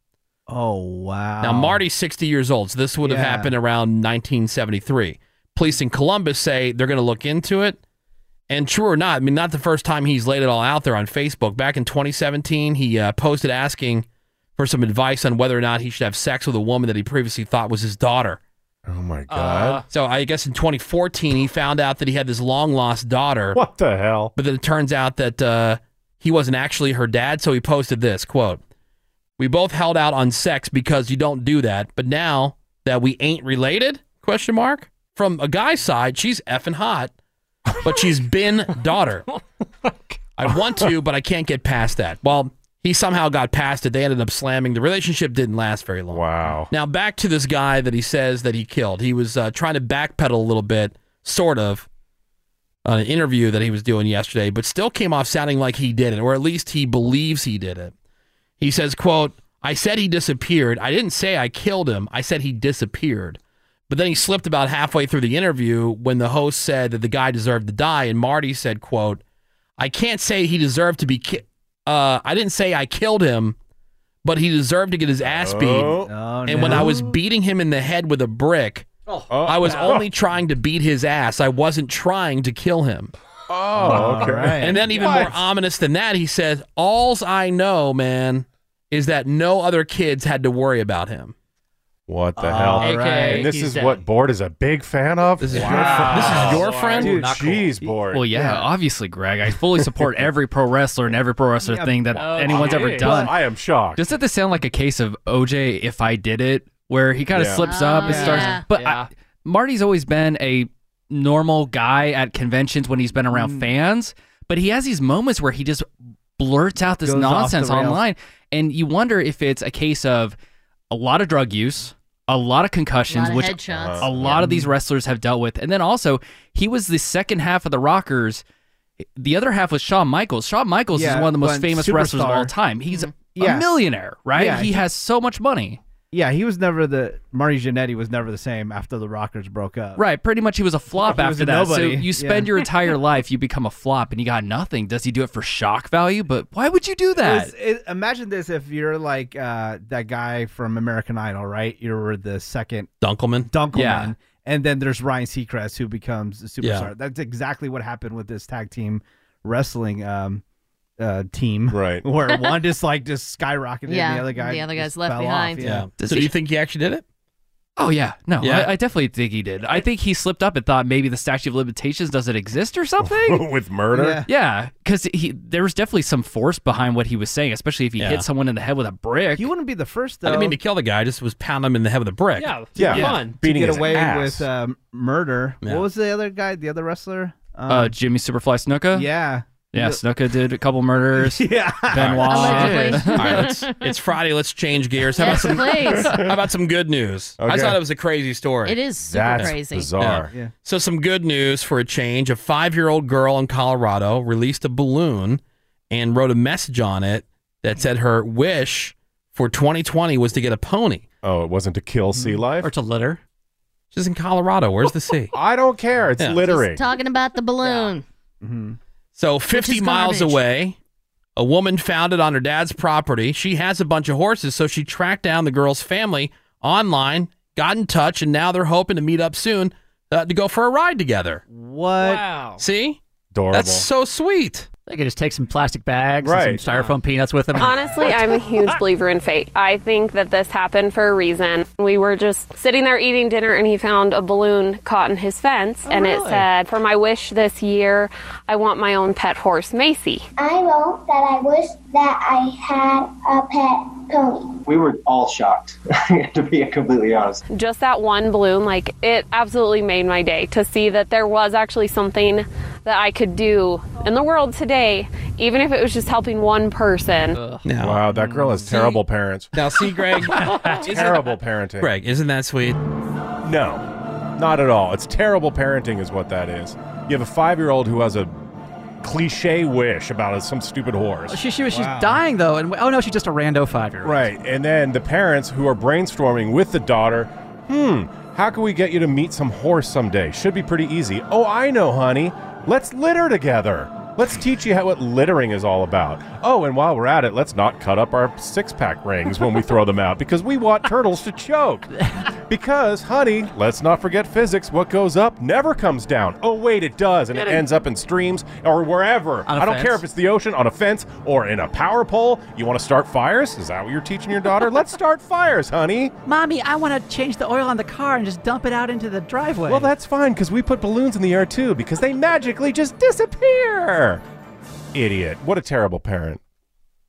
G: Oh wow.
D: Now, Marty's 60 years old, so this would have
G: Yeah.
D: happened around 1973. Police in Columbus say they're going to look into it. And true or not, I mean, not the first time he's laid it all out there on Facebook. Back in 2017, he uh, posted asking for some advice on whether or not he should have sex with a woman that he previously thought was his daughter.
F: Oh my god.
D: Uh, So I guess in 2014 he found out that he had this long lost daughter.
F: What the hell?
D: But then it turns out that uh, he wasn't actually her dad. So he posted this quote: "We both held out on sex because you don't do that, but now that we ain't related?" Question mark. From a guy's side, she's effing hot, but she's been daughter. I want to, but I can't get past that. Well, he somehow got past it. They ended up slamming. The relationship didn't last very long.
F: Wow.
D: Now back to this guy that he says that he killed. He was uh, trying to backpedal a little bit, sort of, on an interview that he was doing yesterday, but still came off sounding like he did it, or at least he believes he did it. He says, "quote I said he disappeared. I didn't say I killed him. I said he disappeared." But then he slipped about halfway through the interview when the host said that the guy deserved to die, and Marty said, "quote I can't say he deserved to be. Ki- uh, I didn't say I killed him, but he deserved to get his ass beat.
G: Oh. Oh,
D: and when
G: no.
D: I was beating him in the head with a brick, I was only trying to beat his ass. I wasn't trying to kill him.
F: Oh, okay.
D: And then even more ominous than that, he says, "All's I know, man, is that no other kids had to worry about him."
F: What the
D: All
F: hell?
D: right.
F: And
D: Uh,
F: this
D: He's
F: is
D: dead.
F: what Bort is a big fan of. This
D: is your fr- this
S: Ah,
D: is your friend?
F: Dude,
D: Not cool.
F: jeez, Bort.
S: Well, yeah, obviously, Greg. I fully support every pro wrestler and every pro wrestler
F: Yeah,
S: thing that
F: okay.
S: anyone's ever done.
F: I am shocked.
S: Doesn't this sound like a case of OJ if I did it, where he kind of
F: Yeah.
S: slips up and
F: Oh,
S: starts?
F: yeah.
S: But I, Marty's always been a normal guy at conventions when he's been around fans, but he has these moments where he just blurts out this
L: Goes off the
S: nonsense
L: rails.
S: online, and you wonder if it's a case of a lot of drug use. A lot of concussions,
L: Lot of
S: which
L: headshots.
S: a lot of these wrestlers have dealt with. And then also, he was the second half of the Rockers. The other half was Shawn Michaels. Shawn Michaels is
G: Yeah,
S: one of the most
G: but
S: famous wrestlers of
G: superstar.
S: all time. He's
G: Yeah.
S: a millionaire, right?
G: Yeah,
S: he
G: he-
S: has so much money.
G: Yeah, he was never the Marty Jannetty was never the same after the Rockers broke up.
S: Right, pretty much he was a flop
G: He was
S: after
G: a
S: that.
G: nobody.
S: So you spend
G: Yeah.
S: your entire life, you become a flop, and you got nothing. Does he do it for shock value? But why would you do that?
G: It's- it- imagine this if you're like uh, that guy from American Idol, right? You were the second
D: Dunkelman.
G: Dunkelman.
S: Yeah.
G: And then there's Ryan Seacrest who becomes a
S: Yeah.
G: superstar. That's exactly what happened with this tag team wrestling um, uh, team.
F: Right.
G: Where one just like just skyrocketed and
P: Yeah,
G: the other guy
P: the other guy's
G: just
P: left
G: fell
P: behind.
G: Off. Yeah.
D: So do you think he actually did it?
S: Oh yeah, no,
D: Yeah.
S: I, I definitely think he did. I think he slipped up and thought maybe the statute of limitations doesn't exist or something
F: with murder.
S: Yeah, because he there was definitely some force behind what he was saying, especially if he
D: Yeah.
S: hit someone in the head with a brick. You
G: wouldn't be the first
D: I didn't mean to kill the guy. I just was pounding him in the head with a brick.
G: Yeah, Yeah. fun. To Beating get his away ass. with,
D: uh,
G: um, murder.
D: Yeah.
G: What was the other guy? The other wrestler? Um,
S: uh, Jimmy Superfly Snuka.
G: yeah.
S: yeah,
G: The-
S: Snuka did a couple murders.
G: yeah,
S: Benoit.
D: All right, let's, it's Friday. Let's change gears. How about
P: Yes,
D: some?
P: please.
D: How about some good news? I
P: Okay.
D: thought it was a crazy story.
P: It is super That's crazy. bizarre. Yeah.
D: So some good news for a change. A five-year-old girl in Colorado released a balloon and wrote a message on it that said her wish for 2020 was to get a pony.
F: Oh, it wasn't to kill sea life
D: Hmm. or to litter. She's in Colorado. Where's the sea?
F: I don't care. It's
P: Just talking about the balloon.
D: So 50
P: is
D: miles
P: garbage.
D: away, a woman found it on her dad's property. She has a bunch of horses, so she tracked down the girl's family online, got in touch, and now they're hoping to meet up soon uh, to go for a ride together.
G: What?
D: Wow. See? That's so sweet.
L: They could just take some plastic bags and some styrofoam peanuts with them.
M: Honestly, I'm a huge believer in fate. I think that this happened for a reason. We were just sitting there eating dinner and he found a balloon caught in his fence
D: Oh,
M: and it
T: really?
M: said, For my wish this year, I want my own pet horse, Macy.
T: I wrote that I wish that I had a pet pony.
U: We were all shocked, to be completely honest.
M: Just that one balloon, like it absolutely made my day to see that there was actually something that I could do in the world today, even if it was just helping one person.
F: Wow, that girl has terrible parents.
D: Now, see, Greg,
F: terrible parenting.
D: Greg, isn't that sweet?
F: No, not at all. It's terrible parenting, is what that is. You have a five-year-old who has a cliche wish about some stupid horse.
L: She, she was she's dying though, and oh no, she's just a rando five year old.
F: Right. And then the parents who are brainstorming with the daughter, hmm, how can we get you to meet some horse someday? Should be pretty easy. Oh, I know, honey. Let's litter together. Let's teach you how, what littering is all about. Oh, and while we're at it, let's not cut up our six pack rings when we throw them out because we want turtles to choke. Because, honey, let's not forget physics. What goes up never comes down. Oh, wait, it does. And it ends up in streams or wherever.
D: On a
F: I don't
D: fence.
F: care if it's the ocean, on a fence, or in a power pole. You want to start fires? Is that what you're teaching your daughter? Let's start fires, honey.
L: Mommy, I want to change the oil on the car and just dump it out into the driveway.
F: Well, that's fine because we put balloons in the air too because they magically just disappear. Idiot. What a terrible parent.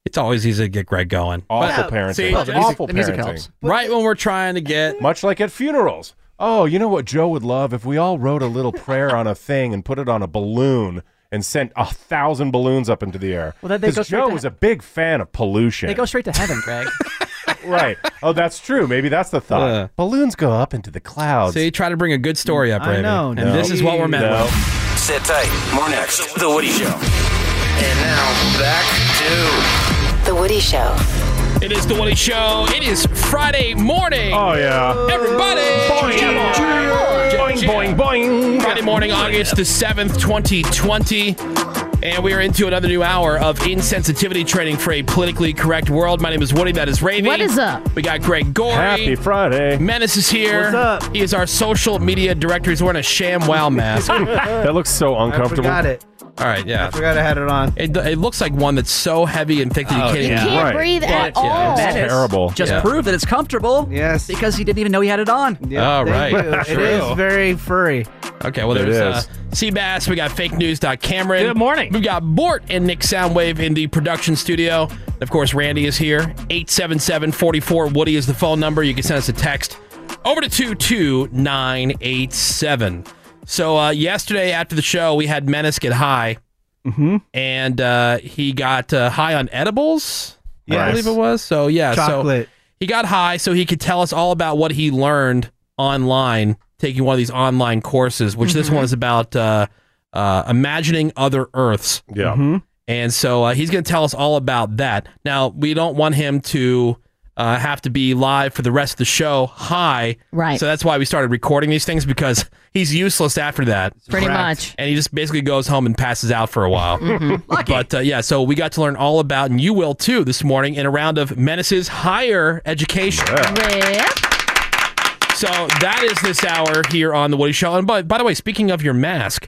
D: It's always easy to get Greg going.
F: Awful
D: But-
F: parenting.
D: See,
F: Awful
D: the music
F: parenting.
D: helps. Right when we're trying to get.
F: Much like at funerals. Oh, you know what Joe would love if we all wrote a little prayer on a thing and put it on a balloon and sent a thousand balloons up into the air.
L: Well, then they go
F: Because
L: straight
F: Joe
L: to-
F: was a big fan of pollution.
L: They go straight to heaven, Greg.
F: right. Oh, that's true. Maybe that's the thought.
D: Yeah.
F: Balloons go up into the clouds.
D: See, try to bring a good story up,
F: I
D: Ravi.
F: know,
D: And
F: no.
D: this is what we're meant
F: No.
D: with.
J: Sit tight. More next. The Woody Show. And now back to The Woody Show.
D: It is the Woody Show. It is Friday morning. Oh
F: yeah.
D: Everybody. Boing, boing, boing. Friday morning, August the 7th, 2020. And we are into another new hour of insensitivity training for a politically correct world. My name is Woody. That is Ravy.
P: What is up?
D: We got Greg Gorey.
F: Happy Friday.
D: Menace is here.
F: What's
D: up? He is our social media director. He's wearing a sham wow mask.
F: that looks so uncomfortable.
G: forgot it.
D: All right, yeah. I
G: forgot I had it on.
D: It, it looks like one that's so heavy and thick that you
L: Oh,
D: can't
L: yeah.
D: even
L: You can't Right.
P: breathe
D: Yeah,
P: at
D: it's- yeah,
P: all.
D: it's
L: That is- Just
D: Yeah.
L: prove that it's comfortable. Yes. Because he didn't even know he had it on.
D: All right.
G: It is very furry.
D: Okay, well,
G: It
D: there's uh,
G: is.
D: Seabass. We got fake news. Cameron. Good morning. We've got Bort and Nick Soundwave in the production studio. Of course, Randy is here. 877 44 Woody is the phone number. You can send us a text over to 22987. So, uh, yesterday after the show, we had Menace get high,
G: Mm-hmm.
D: and uh, he got uh, high on edibles. I
G: Yes.
D: believe it was. So, yeah.
G: Chocolate.
D: So he got high so he could tell us all about what he learned online, taking one of these online courses, which
P: Mm-hmm.
D: this one is about uh, uh, imagining other Earths.
F: Yeah.
P: Mm-hmm.
D: And so uh, he's going to tell us all about that. Now, we don't want him to uh, have to be live for the rest of the show high.
P: Right.
D: So that's why we started recording these things because he's useless after that.
P: Pretty Correct. much.
D: And he just basically goes home and passes out for a while.
P: Mhm.
D: But uh, yeah, so we got to learn all about, and you will too this morning, in a round of Menace's Higher Education. So that is this hour here on The Woody Show. And by, by the way, speaking of your mask,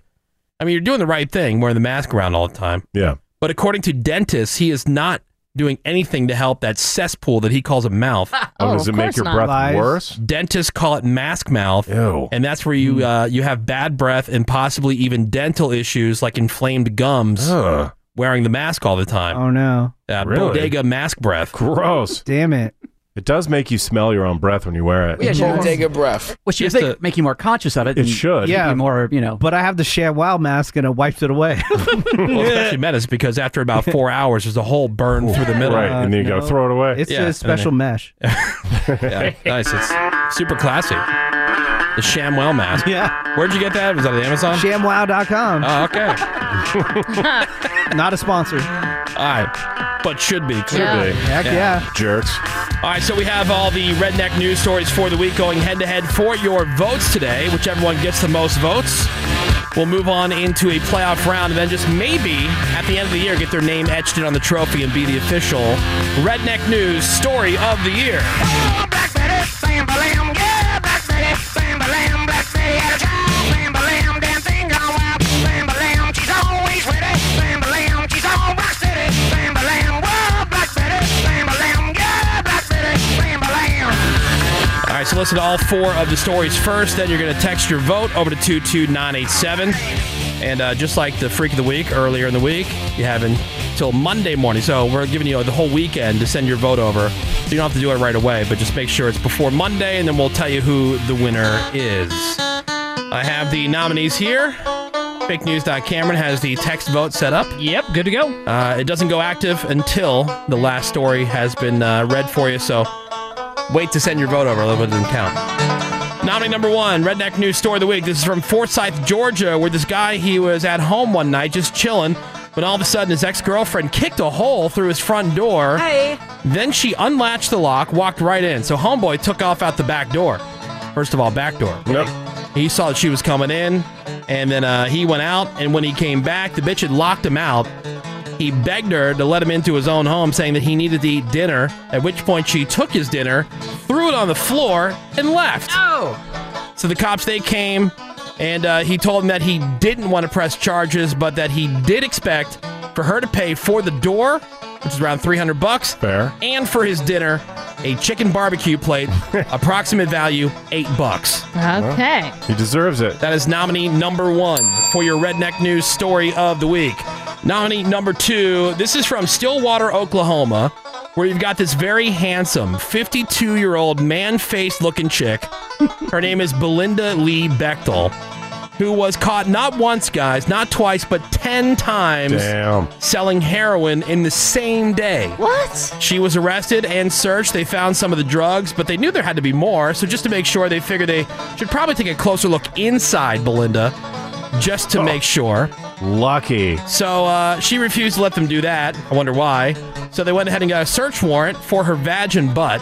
D: I mean, you're doing the right thing wearing the mask around all the time.
F: Yeah.
D: But according to dentists, he is not doing anything to help that cesspool that he calls a mouth.
F: Oh, does it make your breath worse? Hmm.
D: Dentists call it mask mouth, and that's where you uh, you have bad breath and possibly even dental issues like inflamed gums. Wearing the mask all the time.
G: Oh no!
D: Uh,
F: Really?
D: Bodega mask breath.
F: Gross.
G: Damn it.
F: It does make you smell your own breath when you wear it.
L: Yeah, sure. Take
J: a breath.
L: Which you think make you more conscious of it.
F: It
L: and
F: should.
L: make
G: Yeah.
L: you more, you know.
G: But I have the Shad Wild mask and it wipes it away.
D: Well, especially menace because after about four hours, there's a hole burned through the middle.
F: Right, and then you gotta throw it away.
G: Uh, It's a special mesh.
D: yeah, nice. It's super classy. The ShamWell mask.
G: Yeah.
D: Where'd you get that? Was that on Amazon?
G: ShamWow.com.
D: Oh, okay.
G: Not a sponsor.
D: All right, but should be. Should
G: Yeah. Heck yeah.
F: Jerks.
D: All right, so we have all the redneck news stories for the week going head to head for your votes today. Whichever one gets the most votes, will move on into a playoff round, and then just maybe at the end of the year get their name etched in on the trophy and be the official redneck news story of the year. All right, so listen to all four of the stories first. Then you're going to text your vote over to 22987. And uh, just like the Freak of the Week earlier in the week, you have until Monday morning. So we're giving you the whole weekend to send your vote over. So you don't have to do it right away, but just make sure it's before Monday, and then we'll tell you who the winner is. I have the nominees here. Fake News.Cameron has the text vote set up.
Q: Yep, good to go.
D: Uh, it doesn't go active until the last story has been uh, read for you, so wait to send your vote over, otherwise it doesn't count. Nominee number one, Redneck News Story of the Week. This is from Forsyth, Georgia, where this guy, he was at home one night just chilling, when all of a sudden his ex girlfriend kicked a hole through his front door.
C: Hey.
D: Then she unlatched the lock, walked right in. So Homeboy took off out the back door. First of all, back door. Yep. He saw that she was coming in, and then uh, he went out, and when he came back, the bitch had locked him out. He begged her to let him into his own home, saying that he needed to eat dinner, at which point she took his dinner, threw it on the floor, and left. Oh! So the cops, they came, and uh, he told them that he didn't want to press charges, but that he did expect for her to pay for the door, which is around 300 bucks.
F: Fair.
D: And for his dinner, a chicken barbecue plate, approximate value, 8 bucks.
P: Okay.
F: He deserves it.
D: That is nominee number one for your Redneck News story of the week. Nominee number two, this is from Stillwater, Oklahoma, where you've got this very handsome 52 year old man faced looking chick. Her name is Belinda Lee Bechtel, who was caught not once, guys, not twice, but 10 times
F: Damn.
D: selling heroin in the same day.
P: What?
D: She was arrested and searched. They found some of the drugs, but they knew there had to be more. So just to make sure, they figured they should probably take a closer look inside Belinda just to make sure.
F: Oh. Lucky.
D: So uh, she refused to let them do that. I wonder why. So they went ahead and got a search warrant for her vagin butt,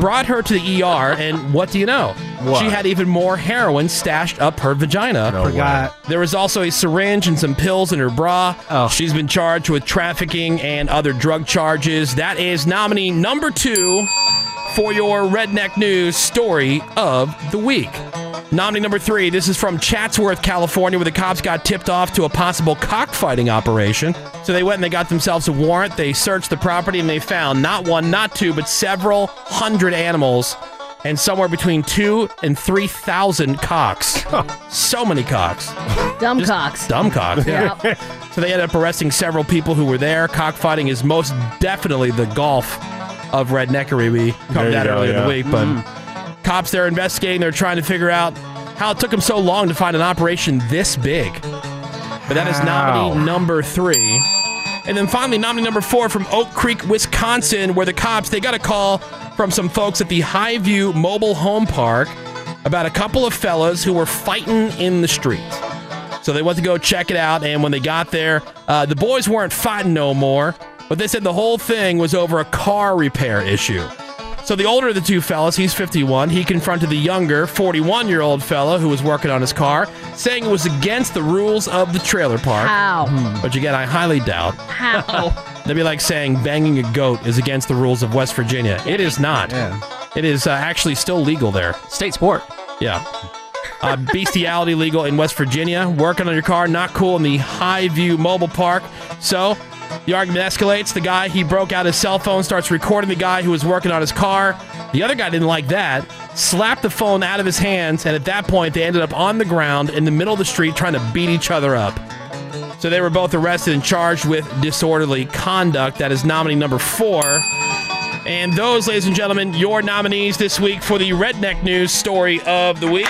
D: brought her to the ER, and what do you know?
F: Mm, mm-hmm. What?
D: She had even more heroin stashed up her vagina.
F: Forgot.
D: There was also a syringe and some pills in her bra. Oh. She's been charged with trafficking and other drug charges. That is nominee number two for your Redneck News story of the week. Nominee number three. This is from Chatsworth, California, where the cops got tipped off to a possible cockfighting operation. So they went and they got themselves a warrant. They searched the property and they found not one, not two, but several hundred animals and somewhere between two and three thousand cocks. so many cocks.
P: Dumb cocks.
D: Dumb cocks. Yeah. so they ended up arresting several people who were there. Cockfighting is most definitely the golf of redneckery. We
F: There you
D: covered that
F: go,
D: earlier in
F: yeah.
D: the week, but cops they're investigating. They're trying to figure out how it took them so long to find an operation this big. But that is nominee number three. And then finally, nominee number four from Oak Creek, Wisconsin, where the cops they got a call from some folks at the Highview Mobile Home Park about a couple of fellas who were fighting in the street. So they went to go check it out, and when they got there, uh, the boys weren't fighting no more, but they said the whole thing was over a car repair issue. So the older of the two fellas, he's 51, he confronted the younger, 41 year old fella who was working on his car, saying it was against the rules of the trailer park.
P: How?
D: Which again, I highly doubt.
P: How?
D: That'd be like saying banging a goat is against the rules of West Virginia. It is not. It is uh, actually still legal there.
L: State sport.
D: Yeah. Uh, bestiality legal in West Virginia. Working on your car, not cool in the Highview Mobile Park. So The argument escalates. The guy, he broke out his cell phone, starts recording the guy who was working on his car. The other guy didn't like that, slapped the phone out of his hands, and at that point, they ended up on the ground in the middle of the street trying to beat each other up. So they were both arrested and charged with disorderly conduct. That is nominee number four. And those, ladies and gentlemen, your nominees this week for the Redneck News Story of the Week.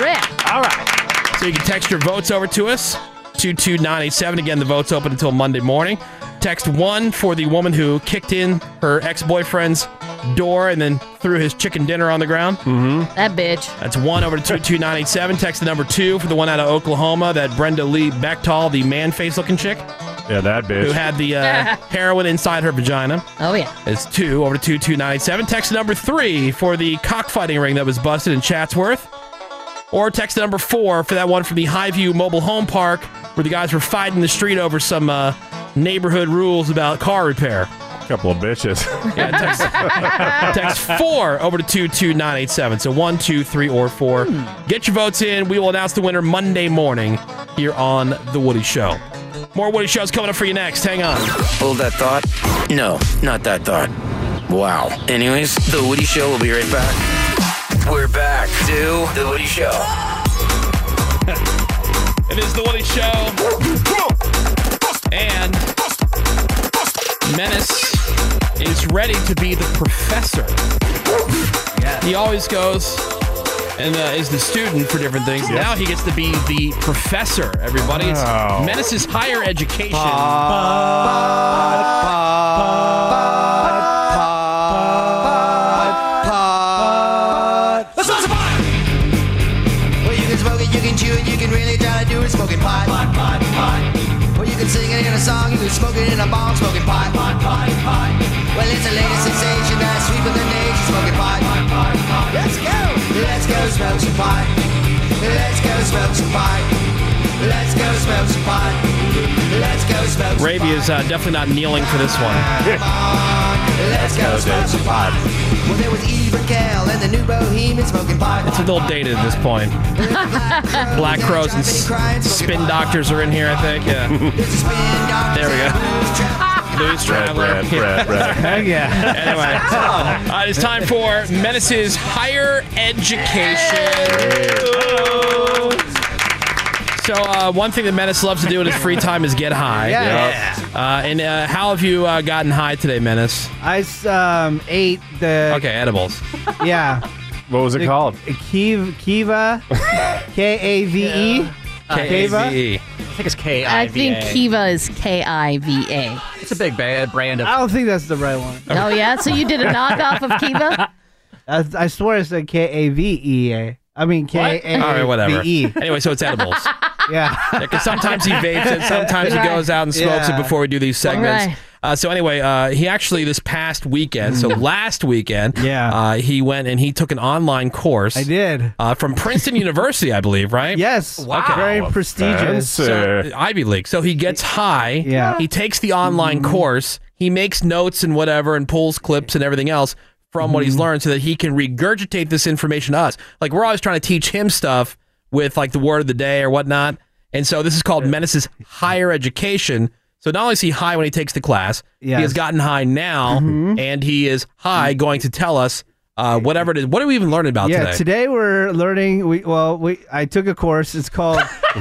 P: Rick.
D: All right. So you can text your votes over to us, 22987. Again, the vote's open until Monday morning. Text one for the woman who kicked in her ex boyfriend's door and then threw his chicken dinner on the ground. Mm-hmm.
P: That bitch.
D: That's one over to 22987. Text the number two for the one out of Oklahoma, that Brenda Lee Bechtel, the man face looking chick
F: Yeah, that bitch.
D: who had the uh, heroin inside her vagina.
P: Oh, yeah.
D: It's two over to 2297. Text number three for the cockfighting ring that was busted in Chatsworth. Or text number four for that one from the Highview Mobile Home Park where the guys were fighting in the street over some uh, neighborhood rules about car repair.
F: Couple of bitches.
D: Yeah, text, text four over to 22987. So one, two, three, or four. Get your votes in. We will announce the winner Monday morning here on The Woody Show. More Woody Show's coming up for you next. Hang on.
J: Hold that thought? No, not that thought. Wow. Anyways, The Woody Show will be right back. We're back to The Woody Show.
D: It is the Woody Show. And Menace is ready to be the professor. He always goes and uh, is the student for different things. Now he gets to be the professor, everybody. It's
F: Wow.
D: Menace's higher education.
G: Uh,
H: Let's smoke some pot! Well, you can smoke it, you can chew it, you can really try to do it smoking pot. Pot, pot, pot. Well, you can sing it in a song, you can smoke it in a bomb smoking pot. Pot, pot, pot. Well, it's the latest sensation that's sweeping the nation smoking pot. Pot, pot, pot. Let's go! Let's go smoke some pot. Let's go smoke some pot. Let's go smoke some pot. Let's go smoke some pot.
D: Ravi is uh, definitely not kneeling for this one.
H: Let's go smoke some pot. Well, there was Eve Raquel and the new Bohemian smoking pot.
D: It's a little dated at this point. Black crows and s- spin doctors are in here, I think. Yeah. there we go. Louis Traveler.
F: Brad, Brad, Brad.
D: Heck yeah. Anyway, uh, it's time for Menace's Higher Education. So, uh, one thing that Menace loves to do in his free time is get high.
G: Yeah.
D: Uh, and uh, how have you uh, gotten high today, Menace?
G: I s- um, ate the.
D: Okay, edibles.
G: Yeah.
F: What was it called?
G: Kiv, Kiva. K A V E.
D: K-A-V-E.
L: I think it's K I
P: I
L: V A.
P: think Kiva is K I V A.
L: It's a big ba- brand of.
G: I don't think that's the right one.
P: Oh, yeah? So you did a knockoff of Kiva?
G: I, I swear it said K A V E A. I mean K A V E.
D: All right, whatever. Anyway, so it's edibles.
G: Yeah.
D: Yeah, 'cause sometimes he vapes it, sometimes he goes out and smokes it
G: Yeah.
D: before we do these segments.
G: Right.
D: Uh, so anyway, uh, he actually this past weekend, so last weekend, yeah, uh, he went and he took an online course. I
G: did
D: uh, from Princeton University, I believe, right?
G: Yes,
D: wow,
G: Very prestigious.
D: So, Ivy League. So he gets high.
G: Yeah. Mm-hmm.
D: he takes the online course. He makes notes and whatever, and pulls clips and everything else from what he's
G: Mm-hmm.
D: learned, so that he can regurgitate this information to us. Like we're always trying to teach him stuff with like the word of the day or whatnot. And so this is called Menace's higher education. So not only is he high when he takes the class, he has
G: Yes. Mm-hmm.
D: gotten high now, and he is high going to tell us uh, whatever it is. What are we even learning about
G: yeah,
D: today?
G: we're learning. We well, we I took a course. It's called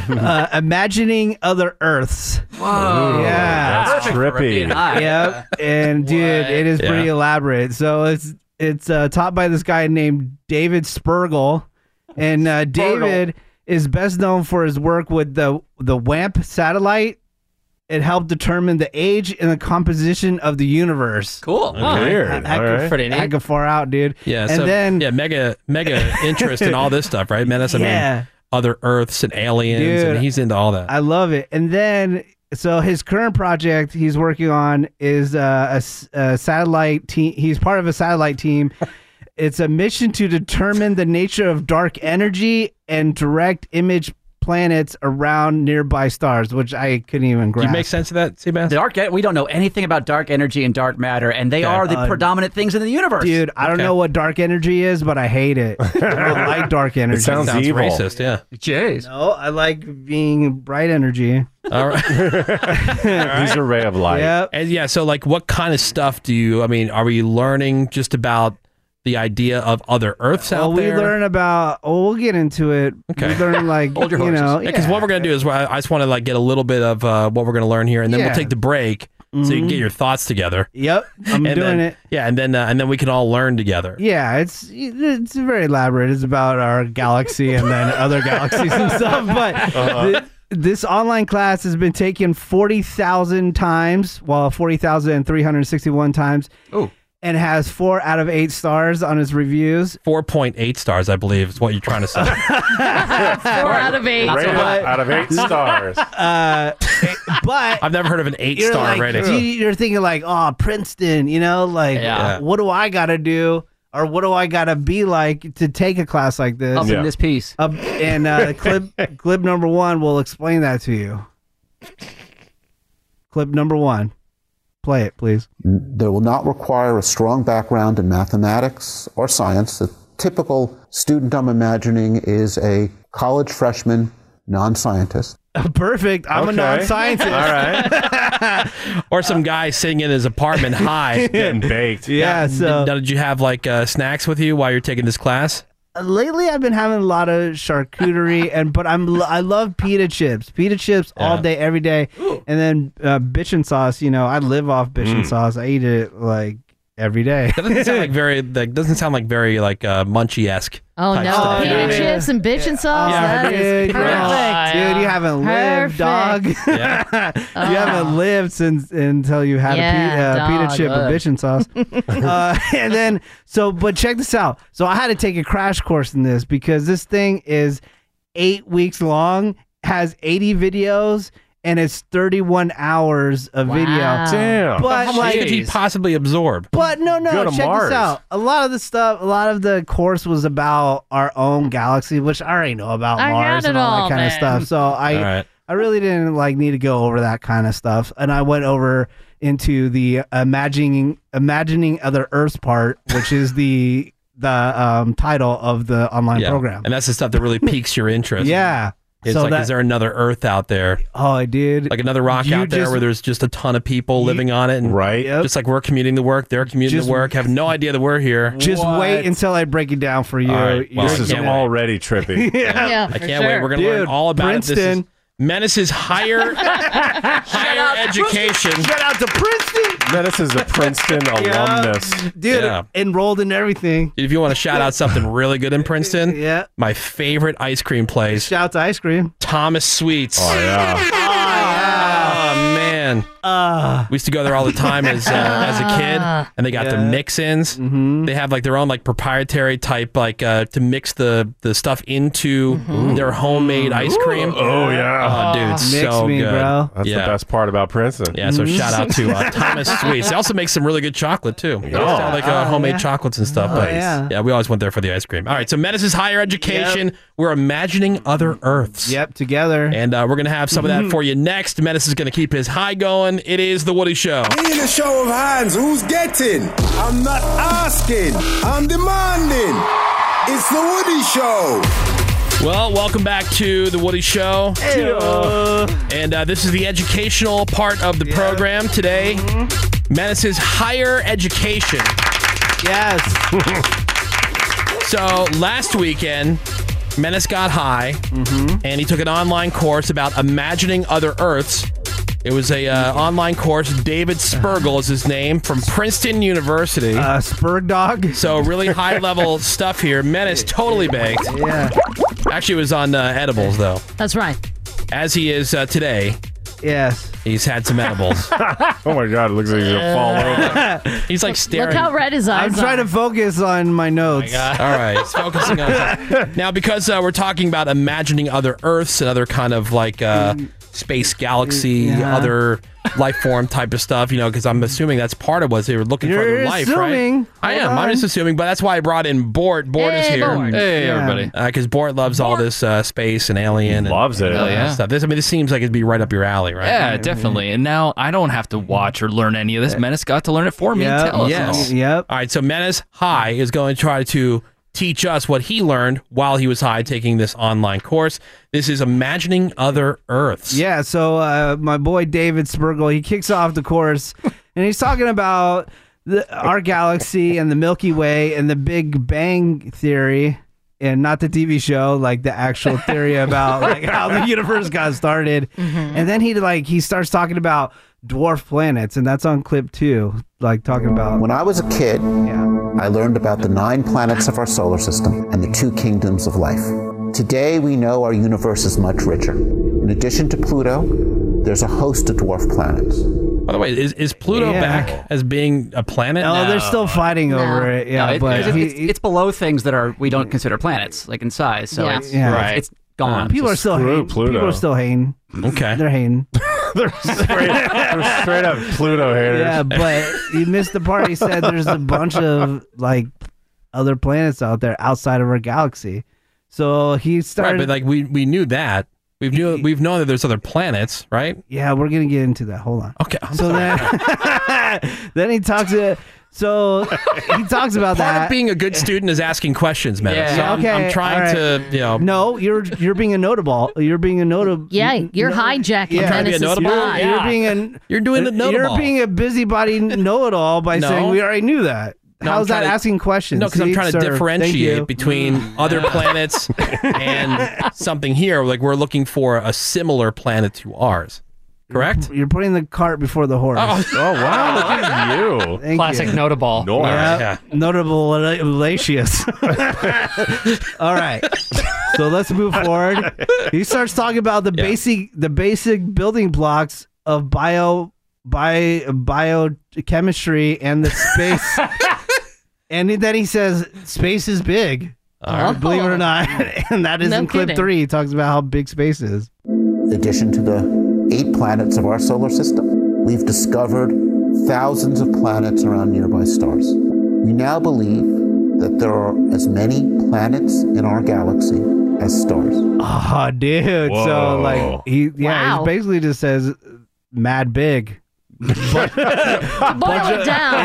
G: uh, "Imagining Other Earths."
F: Ooh,
G: yeah,
F: that's Perfect for trippy. being high.
G: Yep, and dude, it is
F: Yeah.
G: pretty elaborate. So it's it's uh, taught by this guy named David Spergel, and uh, David is best known for his work with the the WAMP satellite. It helped determine the age and the composition of the universe.
L: Cool.
D: Huh. Weird.
G: Heck,
D: All right.
G: pretty neat. Heck of far out, dude.
D: Yeah,
G: And
D: so,
G: then
D: yeah, mega mega interest in all this stuff, right? Menace, I
G: Yeah.
D: mean, other Earths and aliens, and
G: Dude.
D: he's into all that.
G: I love it. And then, so his current project he's working on is uh, a, s- a satellite team. He's part of a satellite team. it's a mission to determine the nature of dark energy and direct image planets around nearby stars, which I couldn't even grasp.
D: sense of that, Seabass?
L: The dark, e- we don't know anything about dark energy and dark matter, and they are the
G: Uh,
L: predominant things in the universe.
G: Dude, I don't know what dark energy is, but I hate it. I don't like dark energy.
D: sounds evil. racist, yeah.
L: Jeez.
G: No, I like being bright energy.
D: All right.
F: These are ray of light.
G: Yep.
D: And yeah, so like what kind of stuff do you I mean, are we learning just about the idea of other Earths
G: Well,
D: out
G: we
D: there?
G: learn about. Oh, we'll get into it.
D: Okay.
G: We learn like you know,
D: because what we're gonna do is I I just want to like get a little bit of uh, what we're gonna learn here, and then
G: Yeah.
D: we'll take the break so you can
G: Mhm.
D: get your thoughts together.
G: Yep, I'm
D: and
G: doing
D: then,
G: it.
D: Yeah, and then uh, and then we can all learn together.
G: Yeah, it's it's very elaborate. It's about our galaxy and then other galaxies and stuff. But
C: Uh-huh.
G: thi- this online class has been taken forty thousand times, well, forty thousand three hundred sixty-one times, and has four out of eight stars on its reviews.
D: Four point eight stars, I believe, is what you're trying to say.
P: Four out of eight.
D: Rated out of eight stars.
G: Uh, but
D: I've never heard of an eight
G: you're
D: star
G: like-
D: rating.
G: you- You're thinking like, oh, Princeton, you know, like,
D: Yeah.
G: what do I got to do? Or what do I gotta be like to take a class like this?
L: Up in Yeah. this piece.
G: Up, and uh, clip clip number one will explain that to you. Clip number one, play it, please.
A: They will not require a strong background in mathematics or science. The typical student I'm imagining is a college freshman non scientist.
G: Perfect. I'm a
D: Okay.
G: non-scientist.
D: All or some guy sitting in his apartment high,
G: Getting
F: baked.
G: Yeah,
D: Now,
G: so-
D: now, did you have like uh, snacks with you while you're taking this class?
G: Uh, Lately, I've been having a lot of charcuterie, and but I'm lo- I love pita chips, pita chips all
D: Yeah.
G: day, every day, and then uh, bitchin sauce. You know, I live off bitchin
D: Mm.
G: sauce. I eat it like every day.
D: That doesn't sound like very. Like, doesn't sound like very like uh, munchy esque.
P: Oh no, pita
G: yeah.
P: chips and bitch and sauce.
G: Yeah,
P: that is
G: dude,
P: perfect.
G: yeah. Dude, you haven't lived, dog. you haven't lived since until you had
P: Oh. Yeah,
G: a pita, uh,
P: dog.
G: pita chip
P: Ugh.
G: and bitchin sauce. uh, and then so, but check this out. So I had to take a crash course in this because this thing is eight weeks long, has eighty videos. And it's 31 hours of video. But
D: But how much
G: like,
D: could you possibly absorb?
G: but no, no,
D: Go to
G: check
D: Mars.
G: this out. A lot of the stuff, a lot of the course was about our own galaxy, which I already know about
P: I
G: Mars
P: got
G: and
P: it
G: all,
P: all,
G: that kind of
P: man.
G: stuff. So I,
P: All right.
G: I really didn't like need to go over that kind of stuff, and I went over into the imagining, imagining other Earths part, which is the the um, title of the online
D: Yeah.
G: program.
D: And that's the stuff that really piques your interest.
G: Yeah.
D: It's
G: So
D: like, is
G: that-
D: there another Earth out there?
G: Oh, dude.
D: Like another rock
G: You
D: out there
G: just-
D: where there's just a ton of people living on it. And
F: right.
D: Just like we're commuting to work, they're commuting
G: Just-
D: to work, have no idea that we're here.
G: Just wait until I break it down for you.
D: All right. Well,
G: You're-
D: I can't wait.
F: already trippy.
G: Yeah. Yeah,
D: I
G: for
D: can't wait.
G: sure.
D: We're going to learn
G: Dude,
D: all about it. This is
G: Princeton.
D: Menace's higher higher education.
G: Shout out to Princeton.
F: Menace is a Princeton alumnus.
G: Dude, enrolled in everything.
D: If you want to shout out something really good in Princeton,
G: yeah,
D: my favorite ice cream place.
G: Shout out to ice cream.
D: Thomas Sweets. Oh
F: yeah.
D: Oh, man.
G: Ah.
D: we used to go there all the time as uh, as a
F: Ah.
D: kid, and they got the
F: Yeah.
D: mix-ins.
G: Mm-hmm.
D: They have like their own like proprietary type like uh, to mix the the stuff into
F: Mm-hmm.
D: their homemade ice cream.
F: Oh yeah.
D: oh dude, it's so good,
F: That's
D: yeah.
F: the best part about Princeton.
D: Yeah, so shout out to uh, Thomas Sweets. They also make some really good chocolate too. They also have, like uh,
F: Oh,
D: homemade
F: yeah.
D: chocolates and stuff. but
F: Nice.
D: yeah. we always went there for the ice cream. All right, so Menace is higher education. We're imagining other Earths.
G: Yep, together.
D: And uh, we're gonna have some of that
V: Mhm.
D: for you next. Menace is gonna keep his high going. It is the Woody Show.
V: In a show of hands, who's getting? I'm not asking, I'm demanding. It's the Woody Show.
D: Well, welcome back to the Woody Show. And uh, this is the educational part of the program today. Menace's higher education.
G: Yes.
D: so last weekend, Menace got high, and he took an online course about imagining other Earths. It was a uh, online course. David Spergel is his name from Princeton University.
G: Uh, Spurg dog.
D: So really high level stuff here. Menace totally baked.
G: Yeah.
D: Actually, it was on uh, edibles though.
P: That's right.
D: As he is uh, today.
G: Yes.
D: He's had some edibles.
F: oh my god, it looks like he's gonna fall over.
D: He's like staring. Oh
P: Look how red his eyes
G: I'm trying
P: are.
G: to focus on my notes.
D: All right, it's focusing on now because uh, we're talking about imagining other Earths and other kind of like uh, space galaxy,
G: Mm. Yeah.
D: other life form type of stuff, you know, because I'm assuming that's part of what they were looking for
G: You're
D: in life,
G: assuming.
D: right? I am.
G: Hold on.
D: I'm just assuming, but that's why I brought in Bort. Bort is
G: Hey,
D: here.
G: Bort. Hey, Yeah. everybody.
D: Because Bort loves all this uh, space and alien. and
F: loves it.
D: and all
S: Hell
D: that
S: yeah.
D: Stuff. This, I mean, this seems like it'd be right up your alley, right?
S: Yeah, definitely. And now I don't have to watch or learn any of this. Menace got to learn it for me. and tell us all.
G: Yep.
D: All right. So Menace High is going to try to teach us what he learned while he was high taking this online course. This is imagining other Earths.
G: Yeah, so uh, my boy David Spergel, he kicks off the course and he's talking about the, our galaxy and the Milky Way and the Big Bang Theory and not the TV show, like the actual theory about like how the universe got started. And then he like he starts talking about dwarf planets and that's on clip 2, like talking about
A: When I was a kid, I learned about the nine planets of our solar system and the two kingdoms of life. Today, we know our universe is much richer. In addition to Pluto, there's a host of dwarf planets.
G: Oh,
D: By the way, is, is Pluto
A: Yeah.
D: back as being a planet?
G: No, they're still fighting
L: No.
G: over it. Yeah,
L: No, it-
G: but
L: it's,
G: he-
L: it's, it's below things that are we don't consider planets, like in size. So
G: Yeah.
L: it's,
G: Yeah.
L: it's-
G: Right.
L: it's
D: Uh,
L: gone.
G: people are still hating. People are still hating.
D: Okay.
G: They're hating.
F: Straight up Pluto haters.
G: Yeah, but you missed the part. He said there's a bunch of like other planets out there outside of our galaxy. So he started.
D: Right, but like we we knew that. We've knew we've known that there's other planets, right?
G: yeah, we're gonna get into that. Hold on.
D: Okay.
G: so then, then he talks. To, so he talks
D: Part of
G: about that.
D: being a good student is asking questions, man.
G: Yeah.
D: So I'm,
G: Okay,
D: I'm trying
G: all
D: to, you know,
G: no, you're you're being a notable. You're being a notable.
P: Yeah, you're hijacking
G: Yeah.
D: Trying to be a
P: Menace's
D: notable?
P: mind.
G: You're being a
D: You're doing the notable.
G: You're being a busybody know-it-all by
D: No.
G: saying we already knew that.
D: No, I'm
G: How's that
D: trying to-
G: asking questions?
D: No, because I'm
G: See,
D: trying to
G: sir, thank you. Mm.
D: differentiate between other planets and something here. Like we're looking for a similar planet to ours. Correct?
G: You're putting the cart before the horse.
D: Oh,
G: wow,
D: look at you.
G: Thank you.
S: notable.
G: Yeah. Notable rela- relatious. All right. So let's move forward. He starts talking about the basic the basic building blocks of bio bio biochemistry and the space. and then he says space is big.
A: right.
G: Believe it or not. And that is
A: Oh. No
G: in clip
A: kidding.
G: 3. He talks about how big space is.
A: In addition to the eight planets of our solar system, we've discovered thousands of planets around nearby stars. We now believe that there are as many planets in our galaxy as stars.
G: Oh, dude. So
A: Whoa.
G: like he yeah,
A: Wow.
G: he basically just says mad big.
P: To boil it down,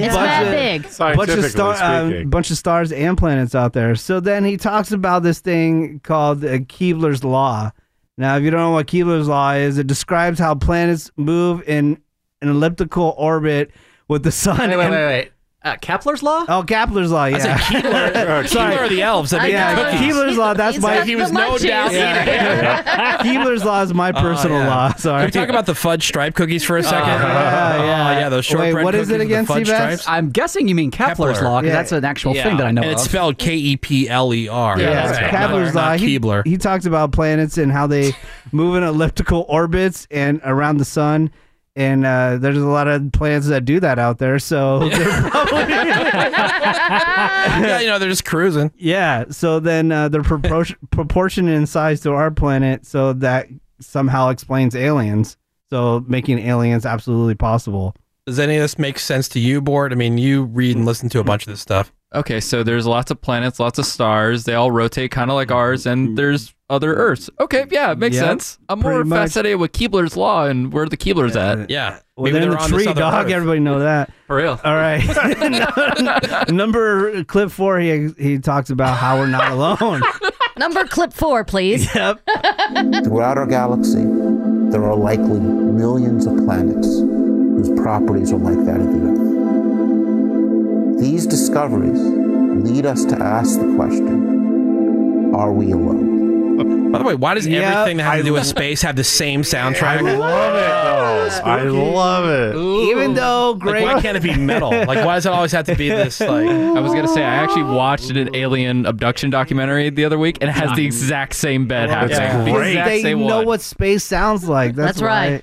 P: it's
G: Ah,
P: that big.
G: bunch of, star, uh,
F: speaking.
G: bunch of stars and planets out there. So then he talks about this thing called uh, Keebler's Law. Now, if you don't know what Keebler's Law is, it describes how planets move in an elliptical orbit with the sun.
L: Wait, wait,
G: and-
L: wait, wait. Uh, Kepler's law?
G: Oh, Kepler's law, yeah.
L: said Keebler-
G: Sorry.
L: Keebler are the elves that make the
G: yeah,
L: cookies.
G: Keebler's law. That's
L: He's
G: my.
L: got He was the no munchies. doubt
G: Yeah. Keebler's law is my
D: Oh,
G: personal
D: yeah.
G: law. Sorry. Oh,
D: Can we talk about the fudge stripe cookies for a second?
G: yeah,
D: Uh,
G: yeah.
D: Oh, yeah, those shortbread
G: Wait, what is
D: cookies
G: it
D: with the
G: again,
D: fudge
G: Seabass?
D: stripes.
L: I'm guessing you mean Kepler's law, 'cause that's an actual thing that I know
D: And it's
L: of.
D: spelled K E P L E R.
G: Yeah, it's Kepler's law. Uh, He,
D: Keebler.
G: he talks about planets and how they move in elliptical orbits and around the sun. And uh, there's a lot of planets that do that out there. So they're probably-
D: yeah, you know, they're just cruising.
G: yeah. So then uh, they're propor- proportionate in size to our planet. So that somehow explains aliens. So making aliens absolutely possible.
D: Does any of this make sense to you, Bort? I mean, you read and listen to a bunch of this stuff.
S: Okay, so there's lots of planets, lots of stars. They all rotate kind of like ours, and there's other Earths. Okay, yeah, it makes
D: Yep,
S: sense. I'm more
D: pretty much.
S: fascinated with Keebler's law and where the Keebler's at.
D: Yeah.
G: Well, they're in the tree, dog. Everybody know that.
S: For real.
G: All right. Number clip four, he he talks about how we're not alone.
P: Number clip four, please.
G: Yep.
A: Throughout our galaxy, there are likely millions of planets whose properties are like that of the Earth. These discoveries lead us to ask the question are we alone?
D: By the way, why does everything that has to do with space have the same soundtrack? I love it,
F: though. I love it.
G: Even though great.
D: Like, why can't it be metal? Like, why does it always have to be this? Like,
S: I was gonna say I actually watched an alien abduction documentary the other week, and it has the exact same bed happening. The exact
G: They
S: same
G: know
S: one.
G: what space sounds like. That's, why.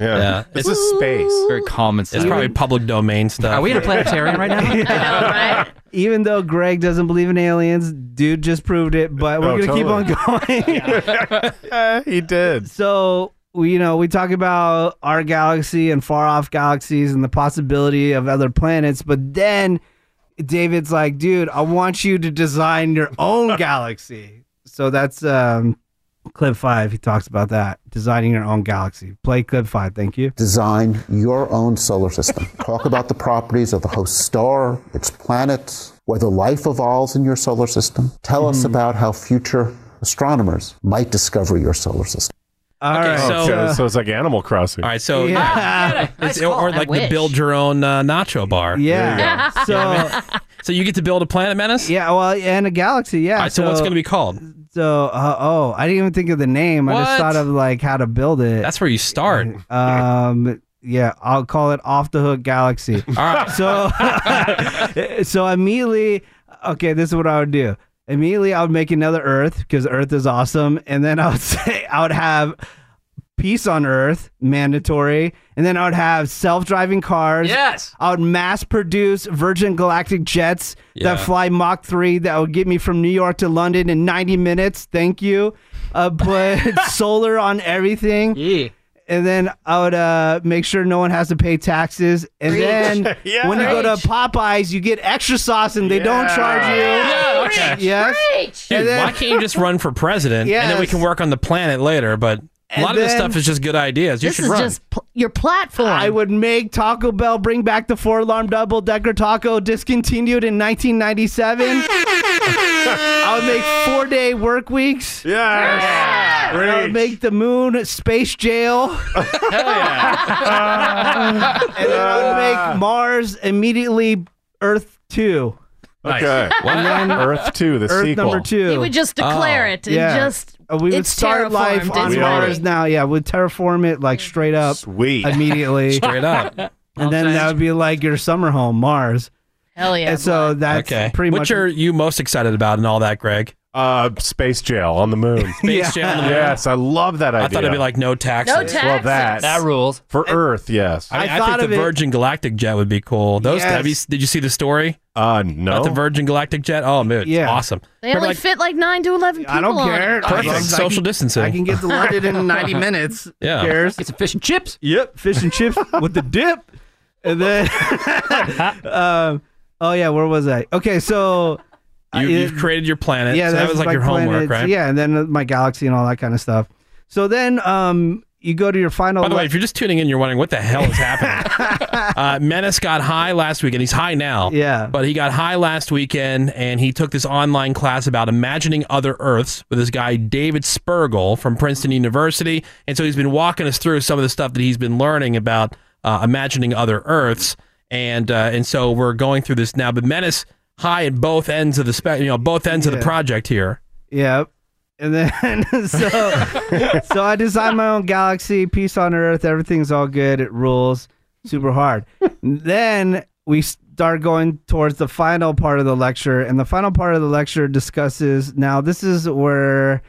S: This is space. Very common stuff.
D: It's probably public domain stuff.
S: Are we in a
G: planetarium
S: right now?
G: Even though Greg doesn't believe in aliens, dude just proved it. But we're
F: Oh,
G: gonna keep on going. he did. So we you know we talk about our galaxy and far off galaxies and the possibility of other planets, but then David's like, dude, I want you to design your own galaxy. So that's um, clip five. He talks about that designing your own galaxy. Play clip five. Thank you.
A: Design your own solar system. Talk about the properties of the host star, its planets, whether life evolves in your solar system. Tell us
G: Mm-hmm.
A: about how future astronomers might discover your solar system.
F: okay,
D: so- uh,
F: so, so it's like Animal Crossing.
D: All right, so It's- or like to
G: wish.
D: build your own uh, nacho bar.
G: Yeah.
D: You know what I mean?
G: So
D: so you get to build a planet menace.
G: Yeah. Well, and a galaxy. Yeah.
D: All right, so, what's going to be called?
G: So uh, oh, I didn't even think of the name. I
D: What?
G: just thought of like how to build it.
D: That's where you start.
G: Um. Yeah, I'll call it off the hook galaxy. All
D: right.
G: So, so immediately, okay, this is what I would do. Immediately, I would make another Earth because Earth is awesome, and then I would say I would have peace on Earth mandatory, and then I would have self-driving cars.
S: Yes.
G: I would mass-produce Virgin Galactic jets
S: Yeah.
G: that fly Mach three that would get me from New York to London in 90 minutes. Thank you. Uh, put solar on everything.
L: Yeah.
G: And then I would uh, make sure no one has to pay taxes. And
L: Preach.
G: then
L: Yeah.
G: when you go to Popeyes, you get extra sauce and they don't charge you.
D: Yeah, okay.
G: Yes.
D: Dude,
G: And then-
D: why can't you just run for president and then we
G: Yes.
D: can work on the planet later? But a
G: And
D: lot of this
G: then-
D: stuff is just good ideas. You should run.
G: pl- your platform. I would make Taco Bell bring back the four alarm double decker taco discontinued in 1997. I would make four day work weeks. Yes. I would make the moon space jail. Hell yeah. and then I would make Mars immediately Earth 2.
F: Okay.
G: And then
F: Earth 2, the
G: Earth
F: sequel.
G: number two.
P: You would just
D: Oh.
P: declare it and just-
G: Uh, we would
P: it's
G: start life
P: terraformed,
G: on
P: it's
G: Mars
P: ready.
G: now. Yeah, we'd terraform it like straight up,
F: sweet,
G: immediately,
D: Straight up.
G: and then that would be like your summer home, Mars.
P: Hell yeah.
G: And so that's
D: okay.
G: pretty
D: Which
G: much.
D: are you most excited about and all that, Greg?
F: Uh, space jail on the moon.
D: Space jail on the moon.
F: Yes, I love that
D: I
F: idea.
D: thought it'd be like no taxes.
F: No taxes. Well, that- That
D: rules
F: for Earth. Yes,
D: I, mean,
F: I
D: I,
F: thought
D: think
F: of
D: the
F: it-
D: Virgin Galactic jet would be cool. Those have you,
F: Yes.
D: did you see the story?
F: Uh, no.
D: About the Virgin Galactic jet. Oh, man, it's awesome.
P: They
D: Remember,
P: only
D: like,
P: fit like nine to eleven people. on it.
D: Perfect.
G: as I
D: Social
G: can-
D: distancing.
G: I can get to London in 90 minutes.
D: Yeah.
G: Who cares? Get
L: some fish and chips.
G: Yep, fish and chips with the dip. And then, um, oh yeah, where was I? Okay, so
F: Uh,
D: you,
G: I-
D: you've created your planet.
G: Yeah,
D: so that was like your homework,
G: planets.
D: right?
G: Yeah, and then uh, my galaxy and all that kind of stuff. So then, um, you go to your final.
D: By the way,
G: le-
D: if you're just tuning in, you're wondering what the hell is happening. uh, Menace got high last weekend. He's high now.
G: Yeah.
D: But he got high last weekend and he took this online class about imagining other Earths with this guy, David Spergel from Princeton University. And so he's been walking us through some of the stuff that he's been learning about uh, imagining other Earths. And uh, and so we're going through this now. But Menace high at both ends of the spec, you know, both ends of the
G: Yeah.
D: project here.
G: Yep. And then so so I designed my own galaxy, peace on earth, everything's all good, it rules super hard. then we start going towards the final part of the lecture, and the final part of the lecture discusses now this is where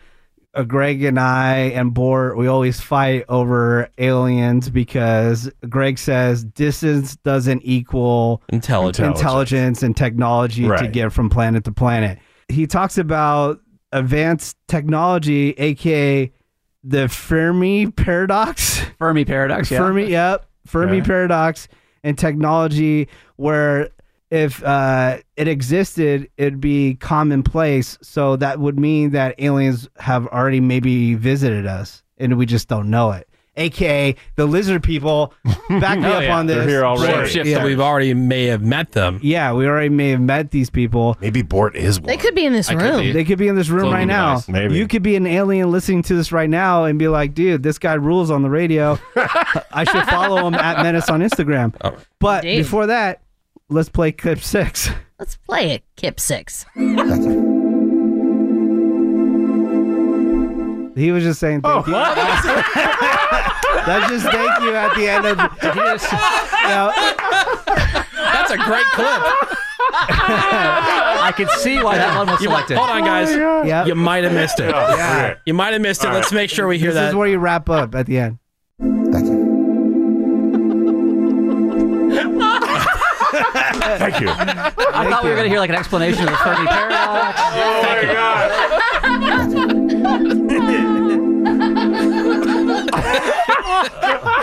G: uh, Greg and I and Bort we always fight over aliens because Greg says distance doesn't equal
D: Intelligence.
G: intelligence and technology to
D: Right.
G: get from planet to planet. He talks about advanced technology, aka the Fermi paradox.
L: Fermi paradox. Yeah.
G: Fermi, yep. Fermi
L: Okay.
G: paradox and technology, where if uh, it existed, it'd be commonplace. So that would mean that aliens have already maybe visited us, and we just don't know it. AKA the lizard people. Back me
L: Oh,
D: Hell
G: up
D: yeah.
G: on this.
D: Shapeshifters. We've already may have met them.
G: Yeah, we already may have met these people.
F: Maybe Bort is
P: They could be in this room.
G: They could be in this room
P: Floating
G: right now.
P: device. Maybe.
G: You could be an alien listening to this right now and be like, dude, this guy rules on the radio. I should follow him at Menace on Instagram. But
P: Indeed.
G: before that, let's play clip six.
P: Let's play it, Kip Six.
G: He was just saying thank you. That's just thank you at the end of
D: That's a great clip.
L: I can see why that one was
D: You might-
L: selected.
D: Hold on, guys.
G: Oh Yep.
D: You might have missed it.
G: Yeah. Yeah.
D: You might have missed it.
G: All
D: Let's
G: right.
D: make sure we hear
G: this
D: that.
G: is where you wrap up at the end.
F: Thank you.
L: I thought we were going to hear like an explanation of the Fermi paradox.
F: Oh my god.
C: God.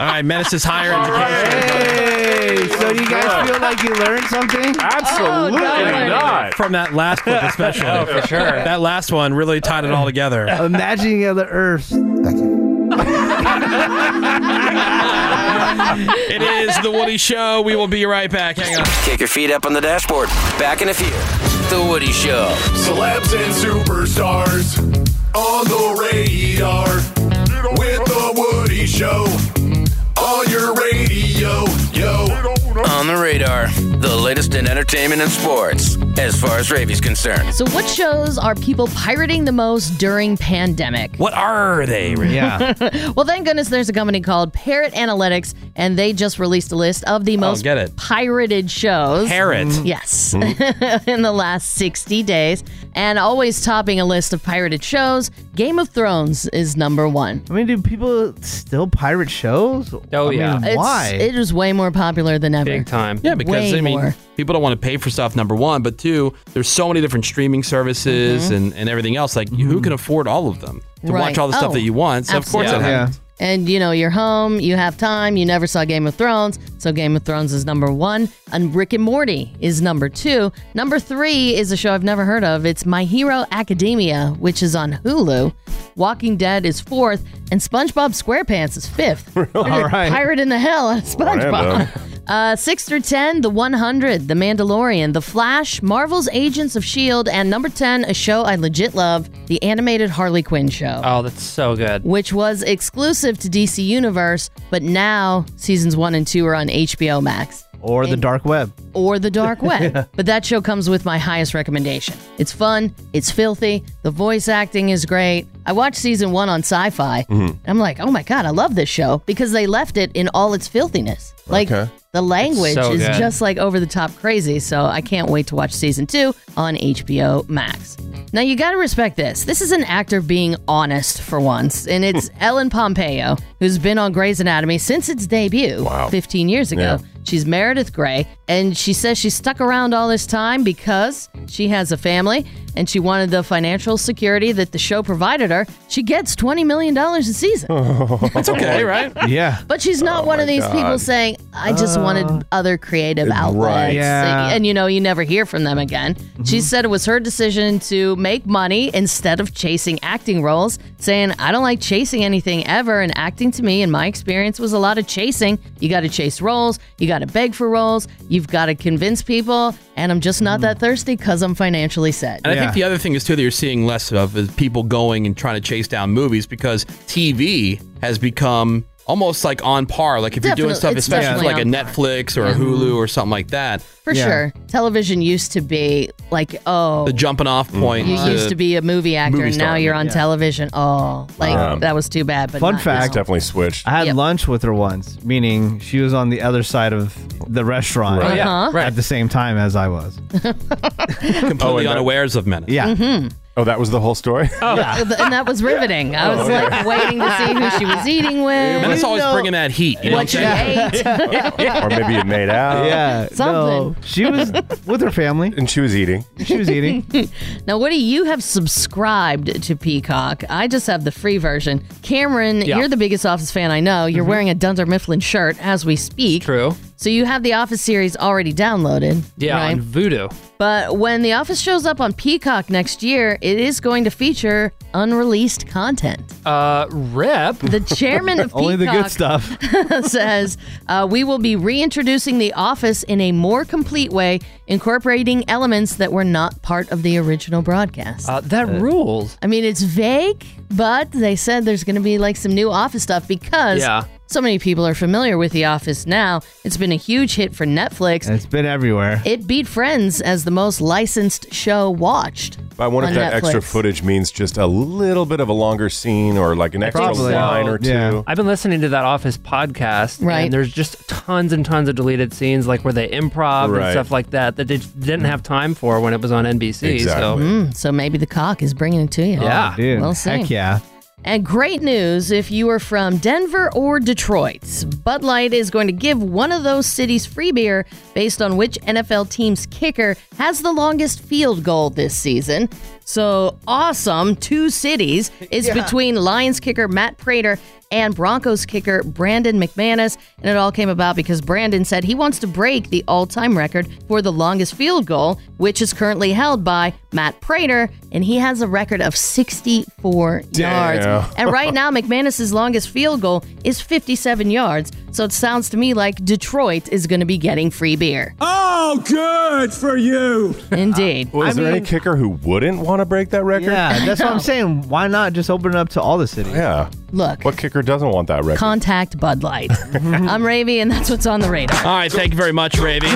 D: All right, Menace is higher
G: education. Hey, so do you guys feel like you learned something?
F: Absolutely
P: Oh,
D: From that last clip, especially.
G: Oh, for sure.
D: That last one really tied it all together.
G: Imagining other Earths.
D: it is The Woody Show. We will be right back. Hang on.
J: Kick your feet up on the dashboard. Back in a few. The Woody Show.
I: Celebs and superstars on the radar with the Woody Show on your radio. Yo,
J: On the radar. The latest in entertainment and sports, as far as Ravi's concerned.
P: So, what shows are people pirating the most during pandemic?
D: What are they, Ravi?
P: well, thank goodness there's a company called Parrot Analytics, and they just released a list of the most
D: get it.
P: pirated shows. Mm-hmm.
D: Parrot. Mm.
P: Yes. In the last 60 days. And always topping a list of pirated shows, Game of Thrones is number one.
G: I mean, do people still pirate shows?
Q: Oh,
G: I mean,
Q: yeah.
G: why?
P: It's, it is way more popular than ever.
Q: Big time.
D: Yeah, because
P: Way
D: I mean,
P: more.
D: people don't want to pay for stuff. Number one, but two, there's so many different streaming services
P: Mhm.
D: and, and everything else. Like, who can afford all of them to
P: Mm-hmm. Right.
D: watch all the
P: Oh,
D: stuff that you want? So of course,
P: absolutely.
D: that happens.
P: And you know, you're home, you have time, you never saw Game of Thrones, so Game of Thrones is number one, and Rick and Morty is number two. Number three is a show I've never heard of. It's My Hero Academia, which is on Hulu. Walking Dead is fourth, and SpongeBob SquarePants is fifth. All
G: right.
P: Pirate in the hell out of
G: Random.
P: SpongeBob. Uh, six through ten, The 100, The Mandalorian, The Flash, Marvel's Agents of S.H.I.E.L.D., E and number 10, a show I legit love, The Animated Harley Quinn Show
Q: Oh, that's so good.
P: which was exclusive to DC Universe, but now seasons one and two are on HBO Max
G: Or the dark web.
P: or the dark web.
G: Yeah.
P: But that show comes with my highest recommendation. It's fun, it's filthy, the voice acting is great. I watched season one on sci fi.
G: Mm-hmm.
I: Mhm.
P: I'm like, oh my God, I love this show because they left it in all its filthiness. Like,
I: Okay.
P: the language
I: so
P: is
I: good.
P: just like over the top crazy. So I can't wait to watch season two on HBO Max. Now, you got to respect this. This is an actor being honest for once. And it's Ellen Pompeo, who's been on Grey's Anatomy since its debut 15 years ago.
I: Yeah.
P: She's Meredith Grey, and she says she stuck around all this time because she has a family and she wanted the financial security that the show provided her. She gets $20 million a season.
D: That's okay, right?
G: Yeah.
P: But she's not one of these
G: God.
P: people saying, I just
D: Oh.
P: wanted other creative outlets.
G: Yeah.
P: And you know, you never hear from them again. She said it was her decision to make money instead of chasing acting roles, saying, I don't like chasing anything ever. And acting to me, in my experience, was a lot of chasing. You got to chase roles, you got to beg for roles, you've got to convince people. And I'm just not that thirsty because I'm financially set.
D: And I think the other thing is too that you're seeing less of is people going and trying to chase down movies because TV has become almost like on par. Like if you're doing
P: Definitely-
D: stuff,
P: it's
D: especially
P: definitely
D: like a
P: on par. Mm-hmm.
D: Netflix or a Hulu or something like that.
P: For sure. Television used to be like, oh,
D: The jumping off point.
P: You used to be a movie actor,
D: movie
P: and now
D: star,
P: you're on
D: yeah.
P: television. Oh, like
G: Um,
P: that was too bad. But
G: Fun
P: not
G: fact.
P: now.
G: definitely
F: switched.
G: I had lunch with her once, meaning she was on the other side of the restaurant
D: Right. Yeah, Uh-huh. right.
G: at the same time as I was.
D: completely unawares of menace.
G: Yeah.
P: Mhm.
F: Oh, that was the whole story?
P: Yeah, th- and that was riveting. I was like waiting to see who she was eating with.
D: Menace always bringing that heat. You know
P: what
D: what
P: you
D: I'm saying?
P: ate.
F: or maybe you made out.
G: Yeah, no. Something. she was with her family.
F: And she was eating.
G: She was eating.
P: now, Woody, you have subscribed to Peacock. I just have the free version. Cameron,
Q: Yeah.
P: you're the biggest Office fan I know. You're wearing a Dunder Mifflin shirt as we speak.
Q: True.
P: So you have the Office series already downloaded.
Q: Yeah,
P: right?
Q: on Voodoo.
P: But when The Office shows up on Peacock next year, it is going to feature unreleased content.
Q: Uh, rep.
P: The chairman of
Q: Only the
P: Peacock
Q: good stuff.
P: says uh, we will be reintroducing The Office in a more complete way, incorporating elements that were not part of the original broadcast.
Q: Uh, that rules.
P: I mean, it's vague, but they said there's going to be like some new Office stuff because
Q: Yeah.
P: so many people are familiar with The Office now. It's been a huge hit for Netflix.
G: And it's been everywhere.
P: It beat Friends as the most licensed show watched.
F: But I wonder
P: on
F: if that extra
P: Netflix.
F: footage means just a little bit of a longer scene or like an extra line or two.
Q: I've been listening to that Office podcast,
P: Right.
Q: And there's just tons and tons of deleted scenes, like where they improv
F: Right.
Q: and stuff like that, that they didn't have time for when it was on NBC. So
P: Mm, so maybe the cock is bringing it to you.
Q: Yeah. Mm-hmm. Oh, dude.
P: We'll see.
Q: Heck yeah.
P: And great news if you are from Denver or Detroit. Bud Light is going to give one of those cities free beer based on which NFL team's kicker has the longest field goal this season. So awesome. Two cities is
K: Yeah.
P: between Lions kicker Matt Prater and Broncos kicker Brandon McManus. And it all came about because Brandon said he wants to break the all time record for the longest field goal, which is currently held by Matt Prater. And he has a record of 64
W: Damn.
P: yards. And right now, McManus's longest field goal is 57 yards. So it sounds to me like Detroit is going to be getting free beer.
X: Oh, good for you.
P: Indeed.
F: Well, is Uh, there any kicker who wouldn't want to break that record?
R: Yeah, that's what I'm saying. Why not just open it up to all the cities?
F: Yeah.
P: Look.
F: What kicker doesn't want that record?
P: Contact Bud Light. I'm Ravy, and that's what's on the radar.
D: All right, thank you very much, Ravy.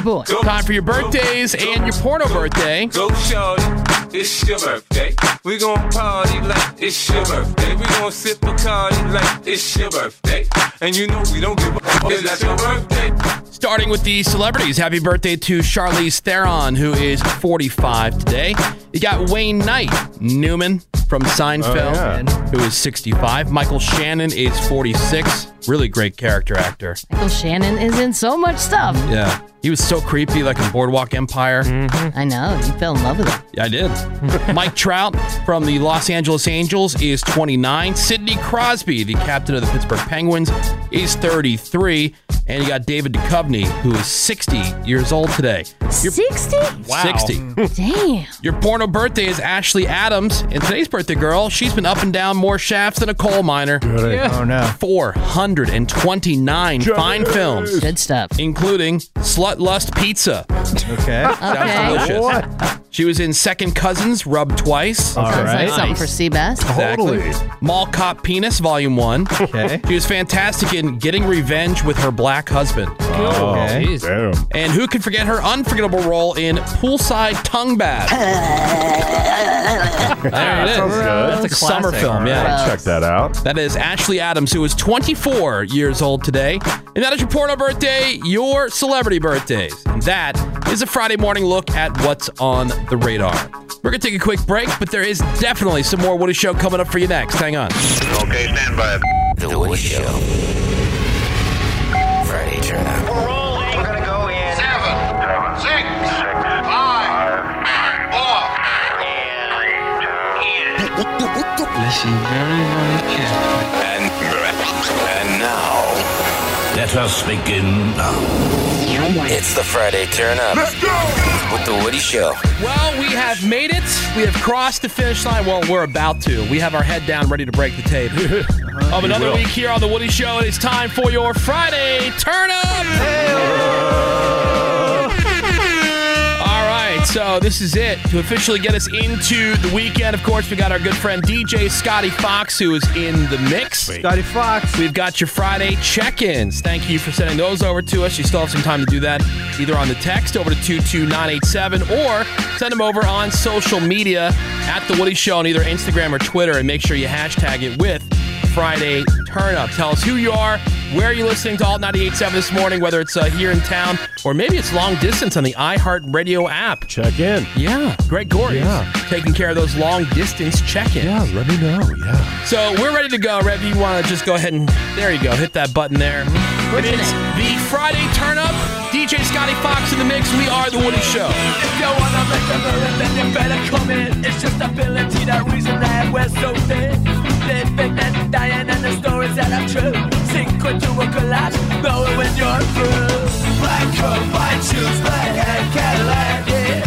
D: Time for your birthdays and your porno birthday.
Y: Go, Charlie. It's your birthday. We gon' party like it's your birthday. We gon' sip a card like it's your birthday. And you know we don't give a fuck. It's not your birthday.
D: Starting with the celebrities, happy birthday to Charlize Theron, who is 45 today. You got Wayne Knight Newman from Seinfeld,
F: Oh,
D: who is 65. Michael Shannon is 46. Really great character actor.
P: Michael Shannon is in so much stuff.
D: Yeah. He was so creepy, like in Boardwalk Empire.
P: Mm-hmm. I know. You fell in love with him.
D: Yeah, I did. Mike Trout from the Los Angeles Angels is 29. Sidney Crosby, the captain of the Pittsburgh Penguins, is 33. And you got David Duchovny, who is 60 years old today. Your-
P: 60?
D: Wow. 60.
P: Damn.
D: Your porno birthday is Ashley Adams, and today's birthday girl, she's been up and down more shafts than a coal miner.
R: Really? Yeah. Oh, no.
D: 429 fine films.
P: Good stuff.
D: Including Slut Lust Pizza.
R: Okay.
D: Sounds delicious. She was in Second Cousins, Rubbed Twice.
P: Sounds like something for Seabass.
D: Exactly. Mall Cop Penis, Volume 1. Okay. She was fantastic in Getting Revenge with her black husband.
F: Oh, Okay. jeez.
D: And who can forget her unforgettable role in Poolside Tongue Bath? there it is.
F: Sounds good.
D: That's a summer film, yeah.
F: Check that out.
D: That is Ashley Adams, who is 24 years old today. And that is your porno birthday, your celebrity birthdays. And that is a Friday morning look at what's on the radar. We're going to take a quick break, but there is definitely some more Woody Show coming up for you next. Hang on.
J: Okay, stand by. The Woody Show. Friday turn up. We're
B: rolling. We're gonna go in. Seven. Six. Five. Four.
J: Listen very, very carefully.
B: And, and now, let us begin.
J: It's the Friday turn up. Let's go! With the Woody Show.
D: Well, we have made it. We have crossed the finish line. Well, we're about to. We have our head down, ready to break the tape of
F: You
D: another
F: will.
D: week here on The Woody Show. And it's time for your Friday Turn Up. All right, so this is it to officially get us into the weekend. Of course, we got our good friend DJ Scotty Fox, who is in the mix. Scotty
R: Fox.
D: We've got your Friday check-ins. Thank you for sending those over to us. You still have some time to do that, either on the text over to two two nine eight seven, or send them over on social media at the Woody Show on either Instagram or Twitter, and make sure you hashtag it with Friday Turn Up. Tell us who you are, where you're listening to Alt 98.7 this morning, whether it's uh, here in town or maybe it's long distance on the iHeartRadio app.
F: Check in.
D: Yeah. Greg Gorey
F: Yeah.
D: taking care of those long distance check ins.
F: Yeah, let me know. Yeah.
D: So we're ready to go. Rev, you want to just go ahead and there you go. Hit that button there. It is the Friday Turn Up. DJ Scotty Fox in the mix. We are the Woody Show.
B: If you wanna make a lyric, then you better come in. It's just ability, the reason that we're so thin. They think that I'm dying and the stories that are true. Sink into a collapse, know it when you're through. Black coat, white shoes, black hat, Cadillac, yeah.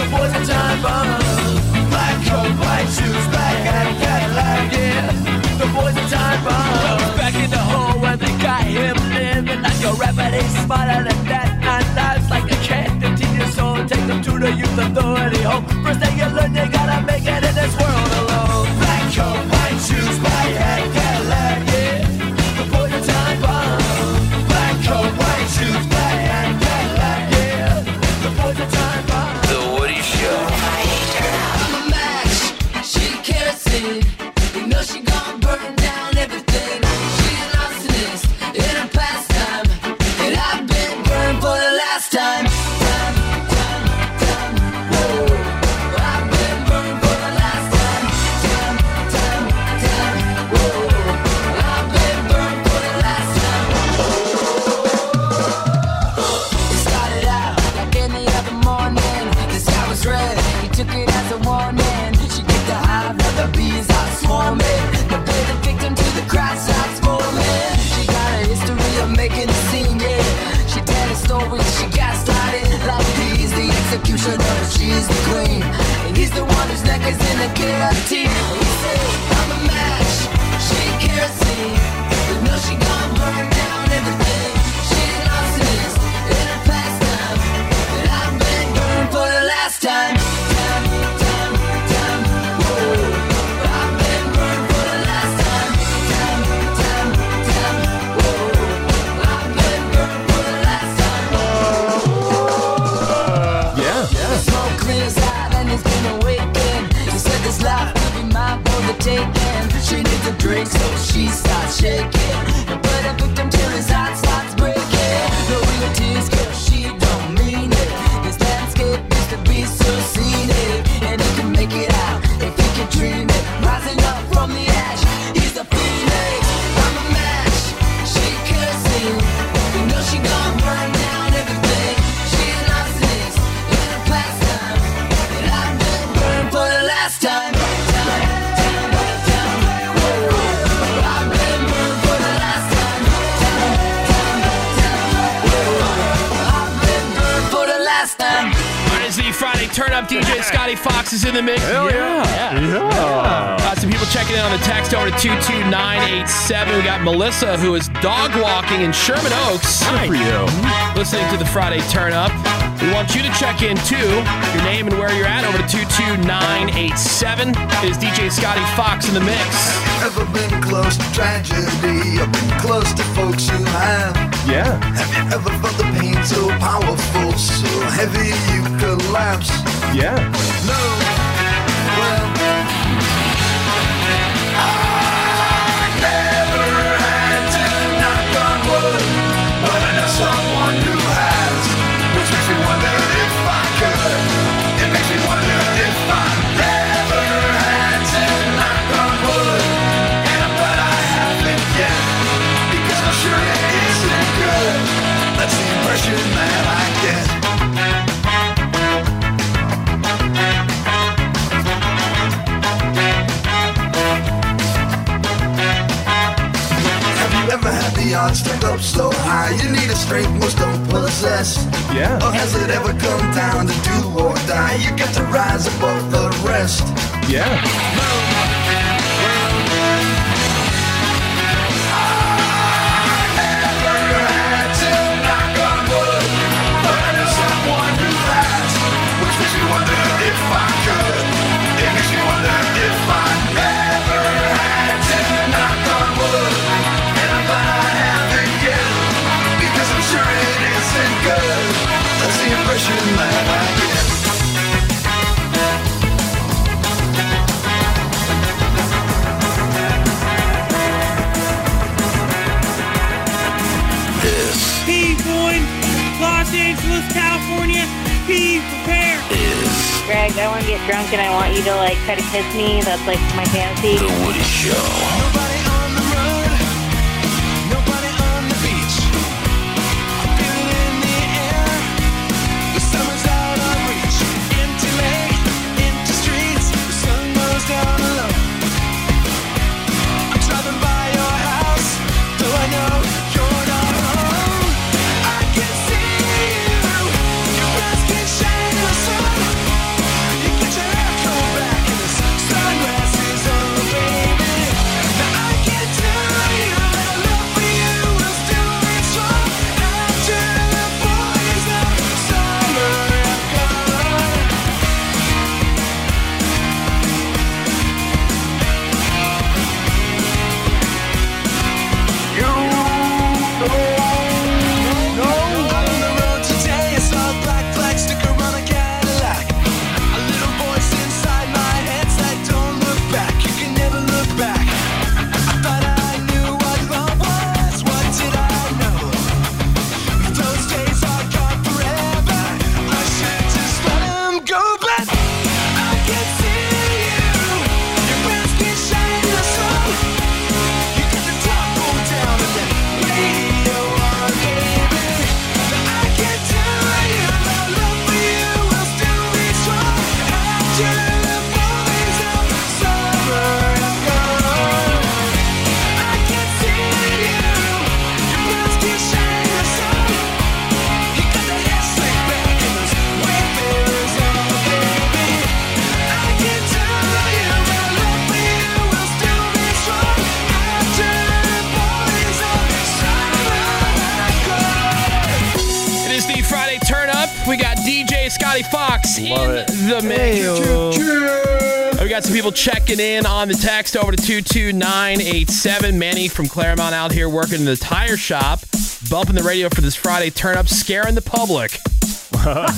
B: The boys are time bombs. Black coat, white shoes, black hat, Cadillac, yeah. The boys are time bombs. Back in the hole where they got him living like a rapper, they smarter than that. Nine lives like a cat, 15 years old. Take them to the youth authority home. First thing you learn, you gotta make it in this world alone. Black coat, white shoes, black hat, Cadillac, yeah. The boys are time bomb. Black coat, white shoes, black hat, Cadillac, yeah. The boys are time bomb.
J: The Woody Show.
B: I'm a match, she kerosene. You know she gonna burn down everything. She an arsonist in her pastime, and I've been burned for the last time. Time, time, time, whoa. I've been burned for the last time. Time, time, time, whoa. I've been burned for the last time. It started out like any other morning. The sky was red, he took it as a warning. She kicked the hive, now the bees are swarming. The play the victim to the crowd starts forming. should know that she is the queen. And he's the one whose neck is in a guillotine. And he said, I'm a match, she ain't kerosene. But no, she gon' burn down everything. She lost it in her past time. But I've been burned for the last time. Time, time, time, whoa. I've been burned for the last time. Time, time, time, whoa. I've been burned for the last time.
I: Yeah.
B: The smoke clears out and it's been awakened. She said this life could be mine for the taking. She needs a drink, so she starts shaking. But a victim till his heart starts breaking. No real tears, girl, she don't mean it. This landscape used to be so scenic. And he can make it out if he can dream it. Rising up from the ash, he's a phoenix. I'm a match, she kerosene. You know she gonna burn down everything. She loves this in her past time. And I've been burned for the last time. Time, time, time, whoa. I've been burned for the last time. Time, time, time, whoa. I've been burned for the last time.
D: RNZ Friday Turn Up DJ Scotty Fox is in the mix.
F: Hell yeah. Yeah.
D: Uh, some people checking in on the text over to 22987. We got Melissa, who is dog walking in Sherman Oaks. Good for you. Listening to the Friday Turn Up. We want you to check in too. Your name and where you're at over to 22987. It is DJ Scotty Fox in the mix.
B: Ever been close to tragedy? I've been close to folks who have.
F: Yeah.
B: Have you ever felt the pain so powerful, so heavy you collapse?
F: Yeah.
B: No. Well, I never had to knock on wood, but I know someone who has, which makes me wonder if I could. It makes me wonder if I never had to knock on wood, and I bet I haven't yet, because I'm sure it isn't good. That's the impression that I get. Have you ever had the odds stacked up so high you need a strength most don't possess?
F: Yeah.
B: Or has it ever come down to do or die? You got to rise above the rest.
F: Yeah.
B: Impression that I get.
I: This
E: P. Boyd, Los Angeles, California. P. Prepare.
I: is
E: Greg, I want to get drunk and I want you to like try to kiss me. That's like my fancy.
I: The Woody Show.
B: Wayfarers
D: Scotty Fox in the mix. We got some people checking in on the text over to 22987. Manny from Claremont out here working in the tire shop, bumping the radio for this Friday turn up, scaring the public.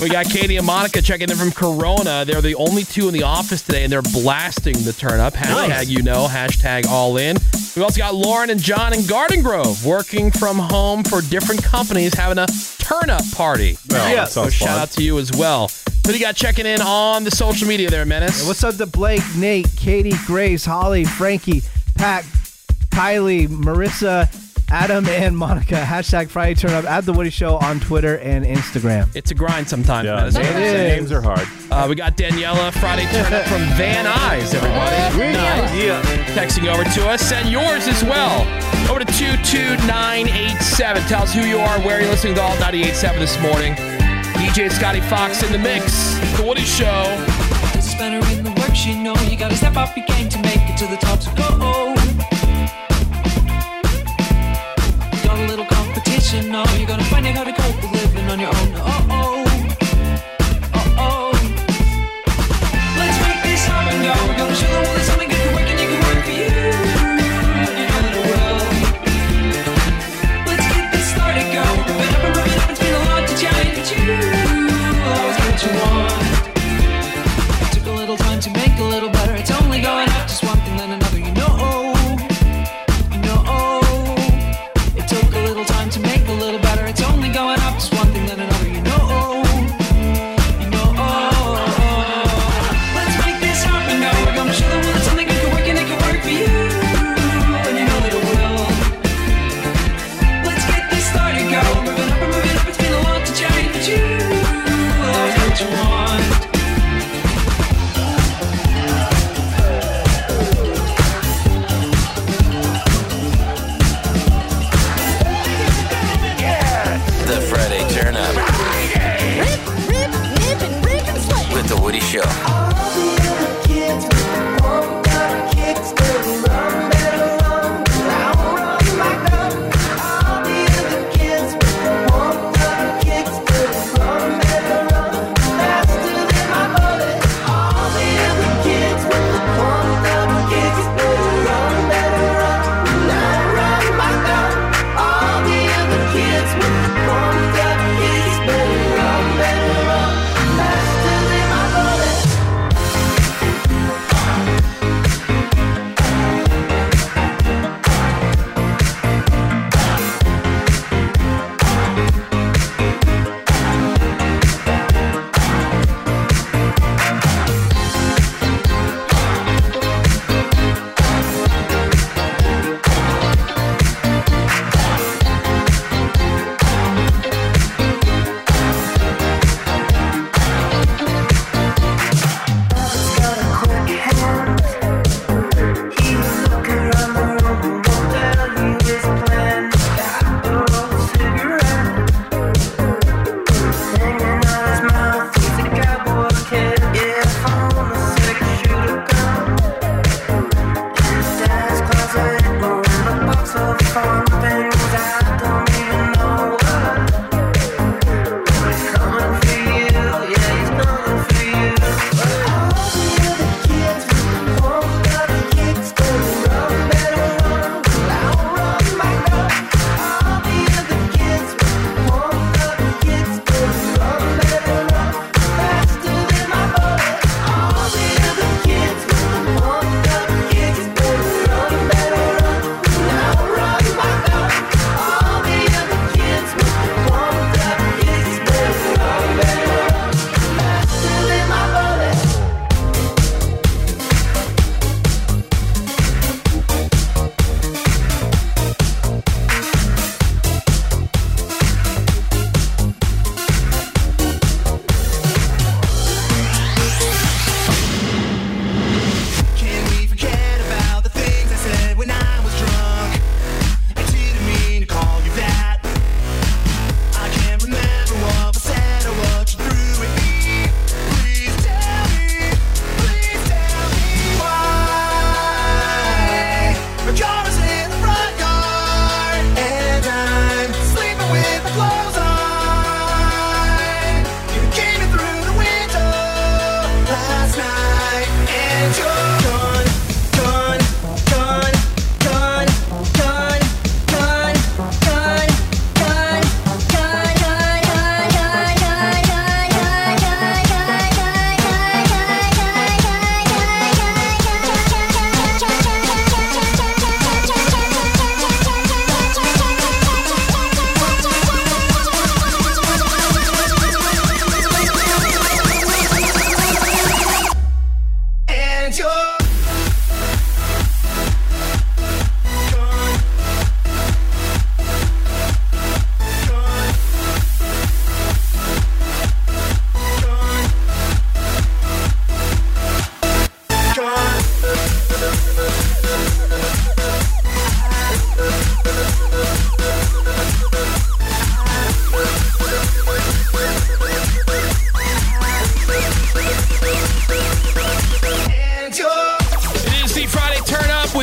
D: we got Katie and Monica checking in from Corona. They're the only two in the office today, and they're blasting the turn up. Hashtag
I: Nice.
D: you know, hashtag all in. We've also got Lauren and John in Garden Grove working from home for different companies having a turn up party.
S: Well, Yeah. that
D: So
S: sounds
D: shout
S: fun.
D: out to you as well. Who do you got checking in on the social media there, Menace?
G: What's up to Blake, Nate, Katie, Grace, Holly, Frankie, Pat, Kylie, Marissa, Adam, and Monica? Hashtag Friday Turn Up at The Woody Show on Twitter and Instagram.
D: It's a grind sometimes.
S: Yeah,
D: Menace.
S: names-
G: It
S: names are hard.
D: Uh, we got Daniela Friday turn up from Van Eyes, everybody. Yeah. Texting over to us. Send yours as well. Over to 22987. Tell us who you are, where you're listening to all 987 this morning. DJ Scotty Fox in the mix. The Woody Show.
B: There's a spanner in the works, you know. You gotta step up your game to make it to the top to go. Got a little competition, no. You gotta find out how to cope with living on your own. Oh oh, oh oh. Let's make this happen, yo. Gonna show the world that something good can work and it can work for you. And you know that it will. Let's get this started, go. Rub it up and rub it up. It's been a lot to challenge you. Always get what you want. Took a little time to make a little better. It's only going up just one thing, then another. You know, you know. It took a little time to make a little better. It's only going up just one thing, then another. You know, you know. Let's make this happen now. We're gonna show the world that something good can work and it can work for you. And you know that it will. Let's get this started, go. Move it up and move it up. It's been a lot to change, but you always know what you want.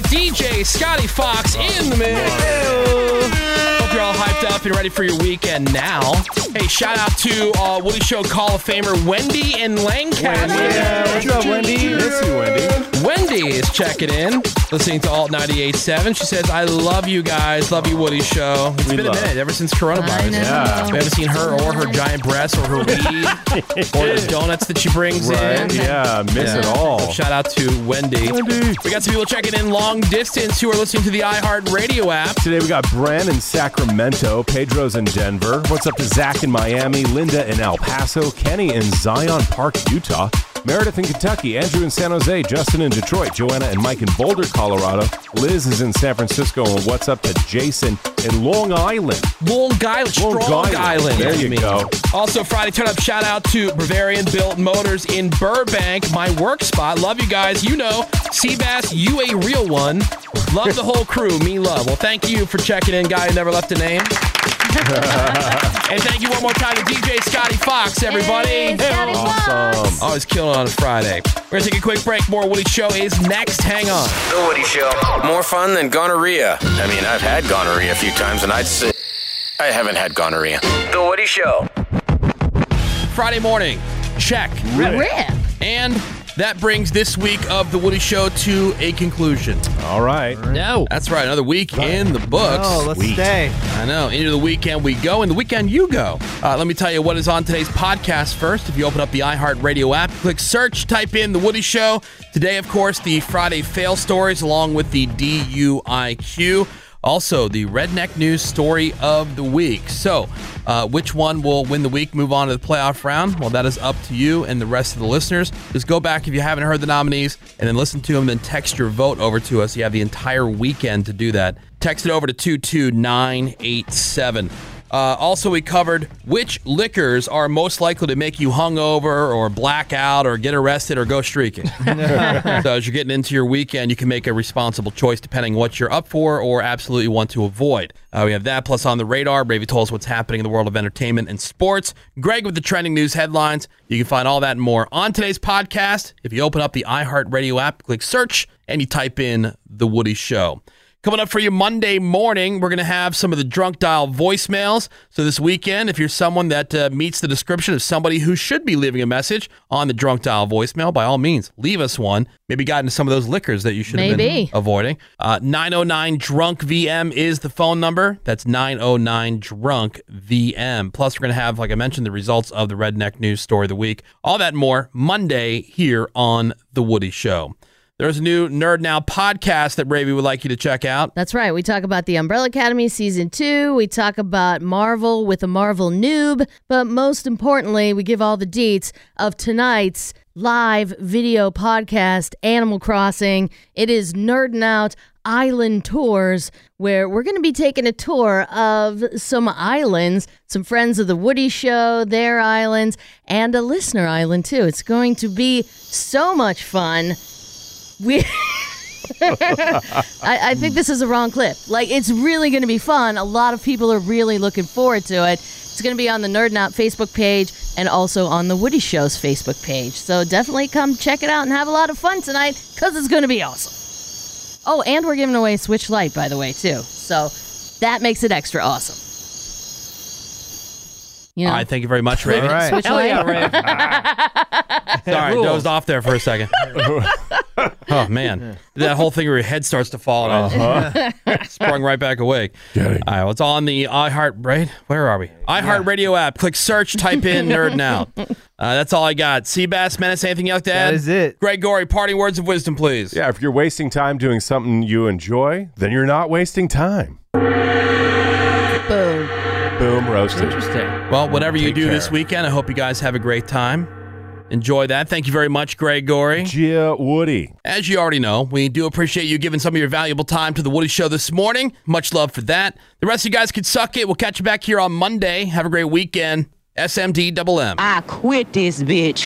D: DJ Scotty Fox in the mix. Hope you're all hyped up and ready for your weekend now. Hey, shout out to uh, Woody Show Call of Famer Wendy in Lancaster.
F: What's up, Wendy? Miss you, Wendy.
D: Wendy is checking in, listening to Alt 98.7. She says, I love you guys. Love you, Woody Show. It's
F: We
D: been a
F: love
D: minute
F: it.
D: ever since coronavirus.
F: know. Yeah.
D: We haven't seen her or her giant breasts or her weed or the donuts that she brings in.
F: Right, yeah, miss it all.
D: So shout out to Wendy. We got some people checking in long distance who are listening to the iHeartRadio app.
F: Today we got Bren in Sacramento, Pedro's in Denver. What's up to Zach in Miami, Linda in El Paso, Kenny in Zion Park, Utah, Meredith in Kentucky, Andrew in San Jose, Justin in Detroit, Joanna and Mike in Boulder, Colorado. Liz is in San Francisco, and what's up to Jason in Long Island?
D: Long Island,
F: Long
D: Strong Island.
F: There
D: I
F: you
D: mean.
F: go.
D: Also, Friday turn up shout out to Bavarian Built Motors in Burbank, my work spot. Love you guys. You know, Seabass, you a real one. Love the whole crew. Me love. Well, thank you for checking in, guy who never left a name. and thank you one more time to DJ Scotty Fox, everybody. awesome. Always killing oh, on a Friday. We're going to take a quick break. More Woody Show is next. Hang on.
J: The Woody Show. More fun than gonorrhea. I mean, I've had gonorrhea a few times, and I'd say I haven't had gonorrhea. The Woody Show.
D: Friday morning. Check.
P: Rip. Rip.
D: And that brings this week of The Woody Show to a conclusion.
F: All right.
D: No. That's right. Another week in the books.
G: No, Oh, let's Sweet. stay.
D: I know. Into the weekend we go, and the weekend you go. Uh, let me tell you what is on today's podcast first. If you open up the iHeartRadio app, click search, type in The Woody Show. Today, of course, the Friday fail stories along with the DUIQ. Also, the redneck news story of the week. So, uh, which one will win the week, move on to the playoff round? Well, that is up to you and the rest of the listeners. Just go back if you haven't heard the nominees and then listen to them, then text your vote over to us. You have the entire weekend to do that. Text it over to 22987. Uh, also, we covered which liquors are most likely to make you hungover or blackout or get arrested or go streaking. so as you're getting into your weekend, you can make a responsible choice depending what you're up for or absolutely want to avoid. Uh, we have that plus on the radar. Bravey told us what's happening in the world of entertainment and sports. Greg with the trending news headlines. You can find all that and more on today's podcast. If you open up the iHeartRadio app, click search, and you type in The Woody Show. Coming up for you Monday morning, we're going to have some of the drunk dial voicemails. So this weekend, if you're someone that uh, meets the description of somebody who should be leaving a message on the drunk dial voicemail, by all means, leave us one. Maybe got into some of those liquors that you should have been
P: Maybe.
D: avoiding. Uh, 909 drunk VM is the phone number. That's 909 drunk VM. Plus, we're going to have, like I mentioned, the results of the Redneck News Story of the Week. All that and more Monday here on The Woody Show. There's a new Nerd Now podcast that Ravy would like you to check out.
P: That's right. We talk about the Umbrella Academy season two. We talk about Marvel with a Marvel noob. But most importantly, we give all the deets of tonight's live video podcast, Animal Crossing. It is Nerdin' Out Island Tours, where we're going to be taking a tour of some islands, some friends of the Woody Show, their islands, and a listener island, too. It's going to be so much fun. We. I, I think this is the wrong clip. Like, it's really going to be fun. A lot of people are really looking forward to it. It's going to be on the Nerd Out Facebook page and also on the Woody Show's Facebook page. So definitely come check it out and have a lot of fun tonight because it's going to be awesome. Oh, and we're giving away a Switch Lite, by the way, too. So that makes it extra awesome. You know.
D: All right, thank you very much, Ravy.
P: All right. Switch Hell yeah, lane.
D: Sorry,
P: Rules.
D: dozed off there for a second. oh man, that whole thing where your head starts to fall and
F: Uh-huh.
D: I sprung right back awake. All right, well, it's on the iHeart. Right, where are we? iHeart Radio app. Click search, type in nerd now. Uh, that's all I got. Seabass menace. Anything else to add?
F: That is it.
D: Greg Gory, parting words of wisdom, please.
F: Yeah, if you're wasting time doing something you enjoy, then you're not wasting time.
P: Boom.
F: Boom, roasted.
D: Well, whatever you
F: Take
D: do
F: care.
D: this weekend, I hope you guys have a great time. Enjoy that. Thank you very much, Greg Gory.
F: Gia Woody.
D: As you already know, we do appreciate you giving some of your valuable time to the Woody Show this morning. Much love for that. The rest of you guys can suck it. We'll catch you back here on Monday. Have a great weekend. SMD double M.
N: I quit this bitch.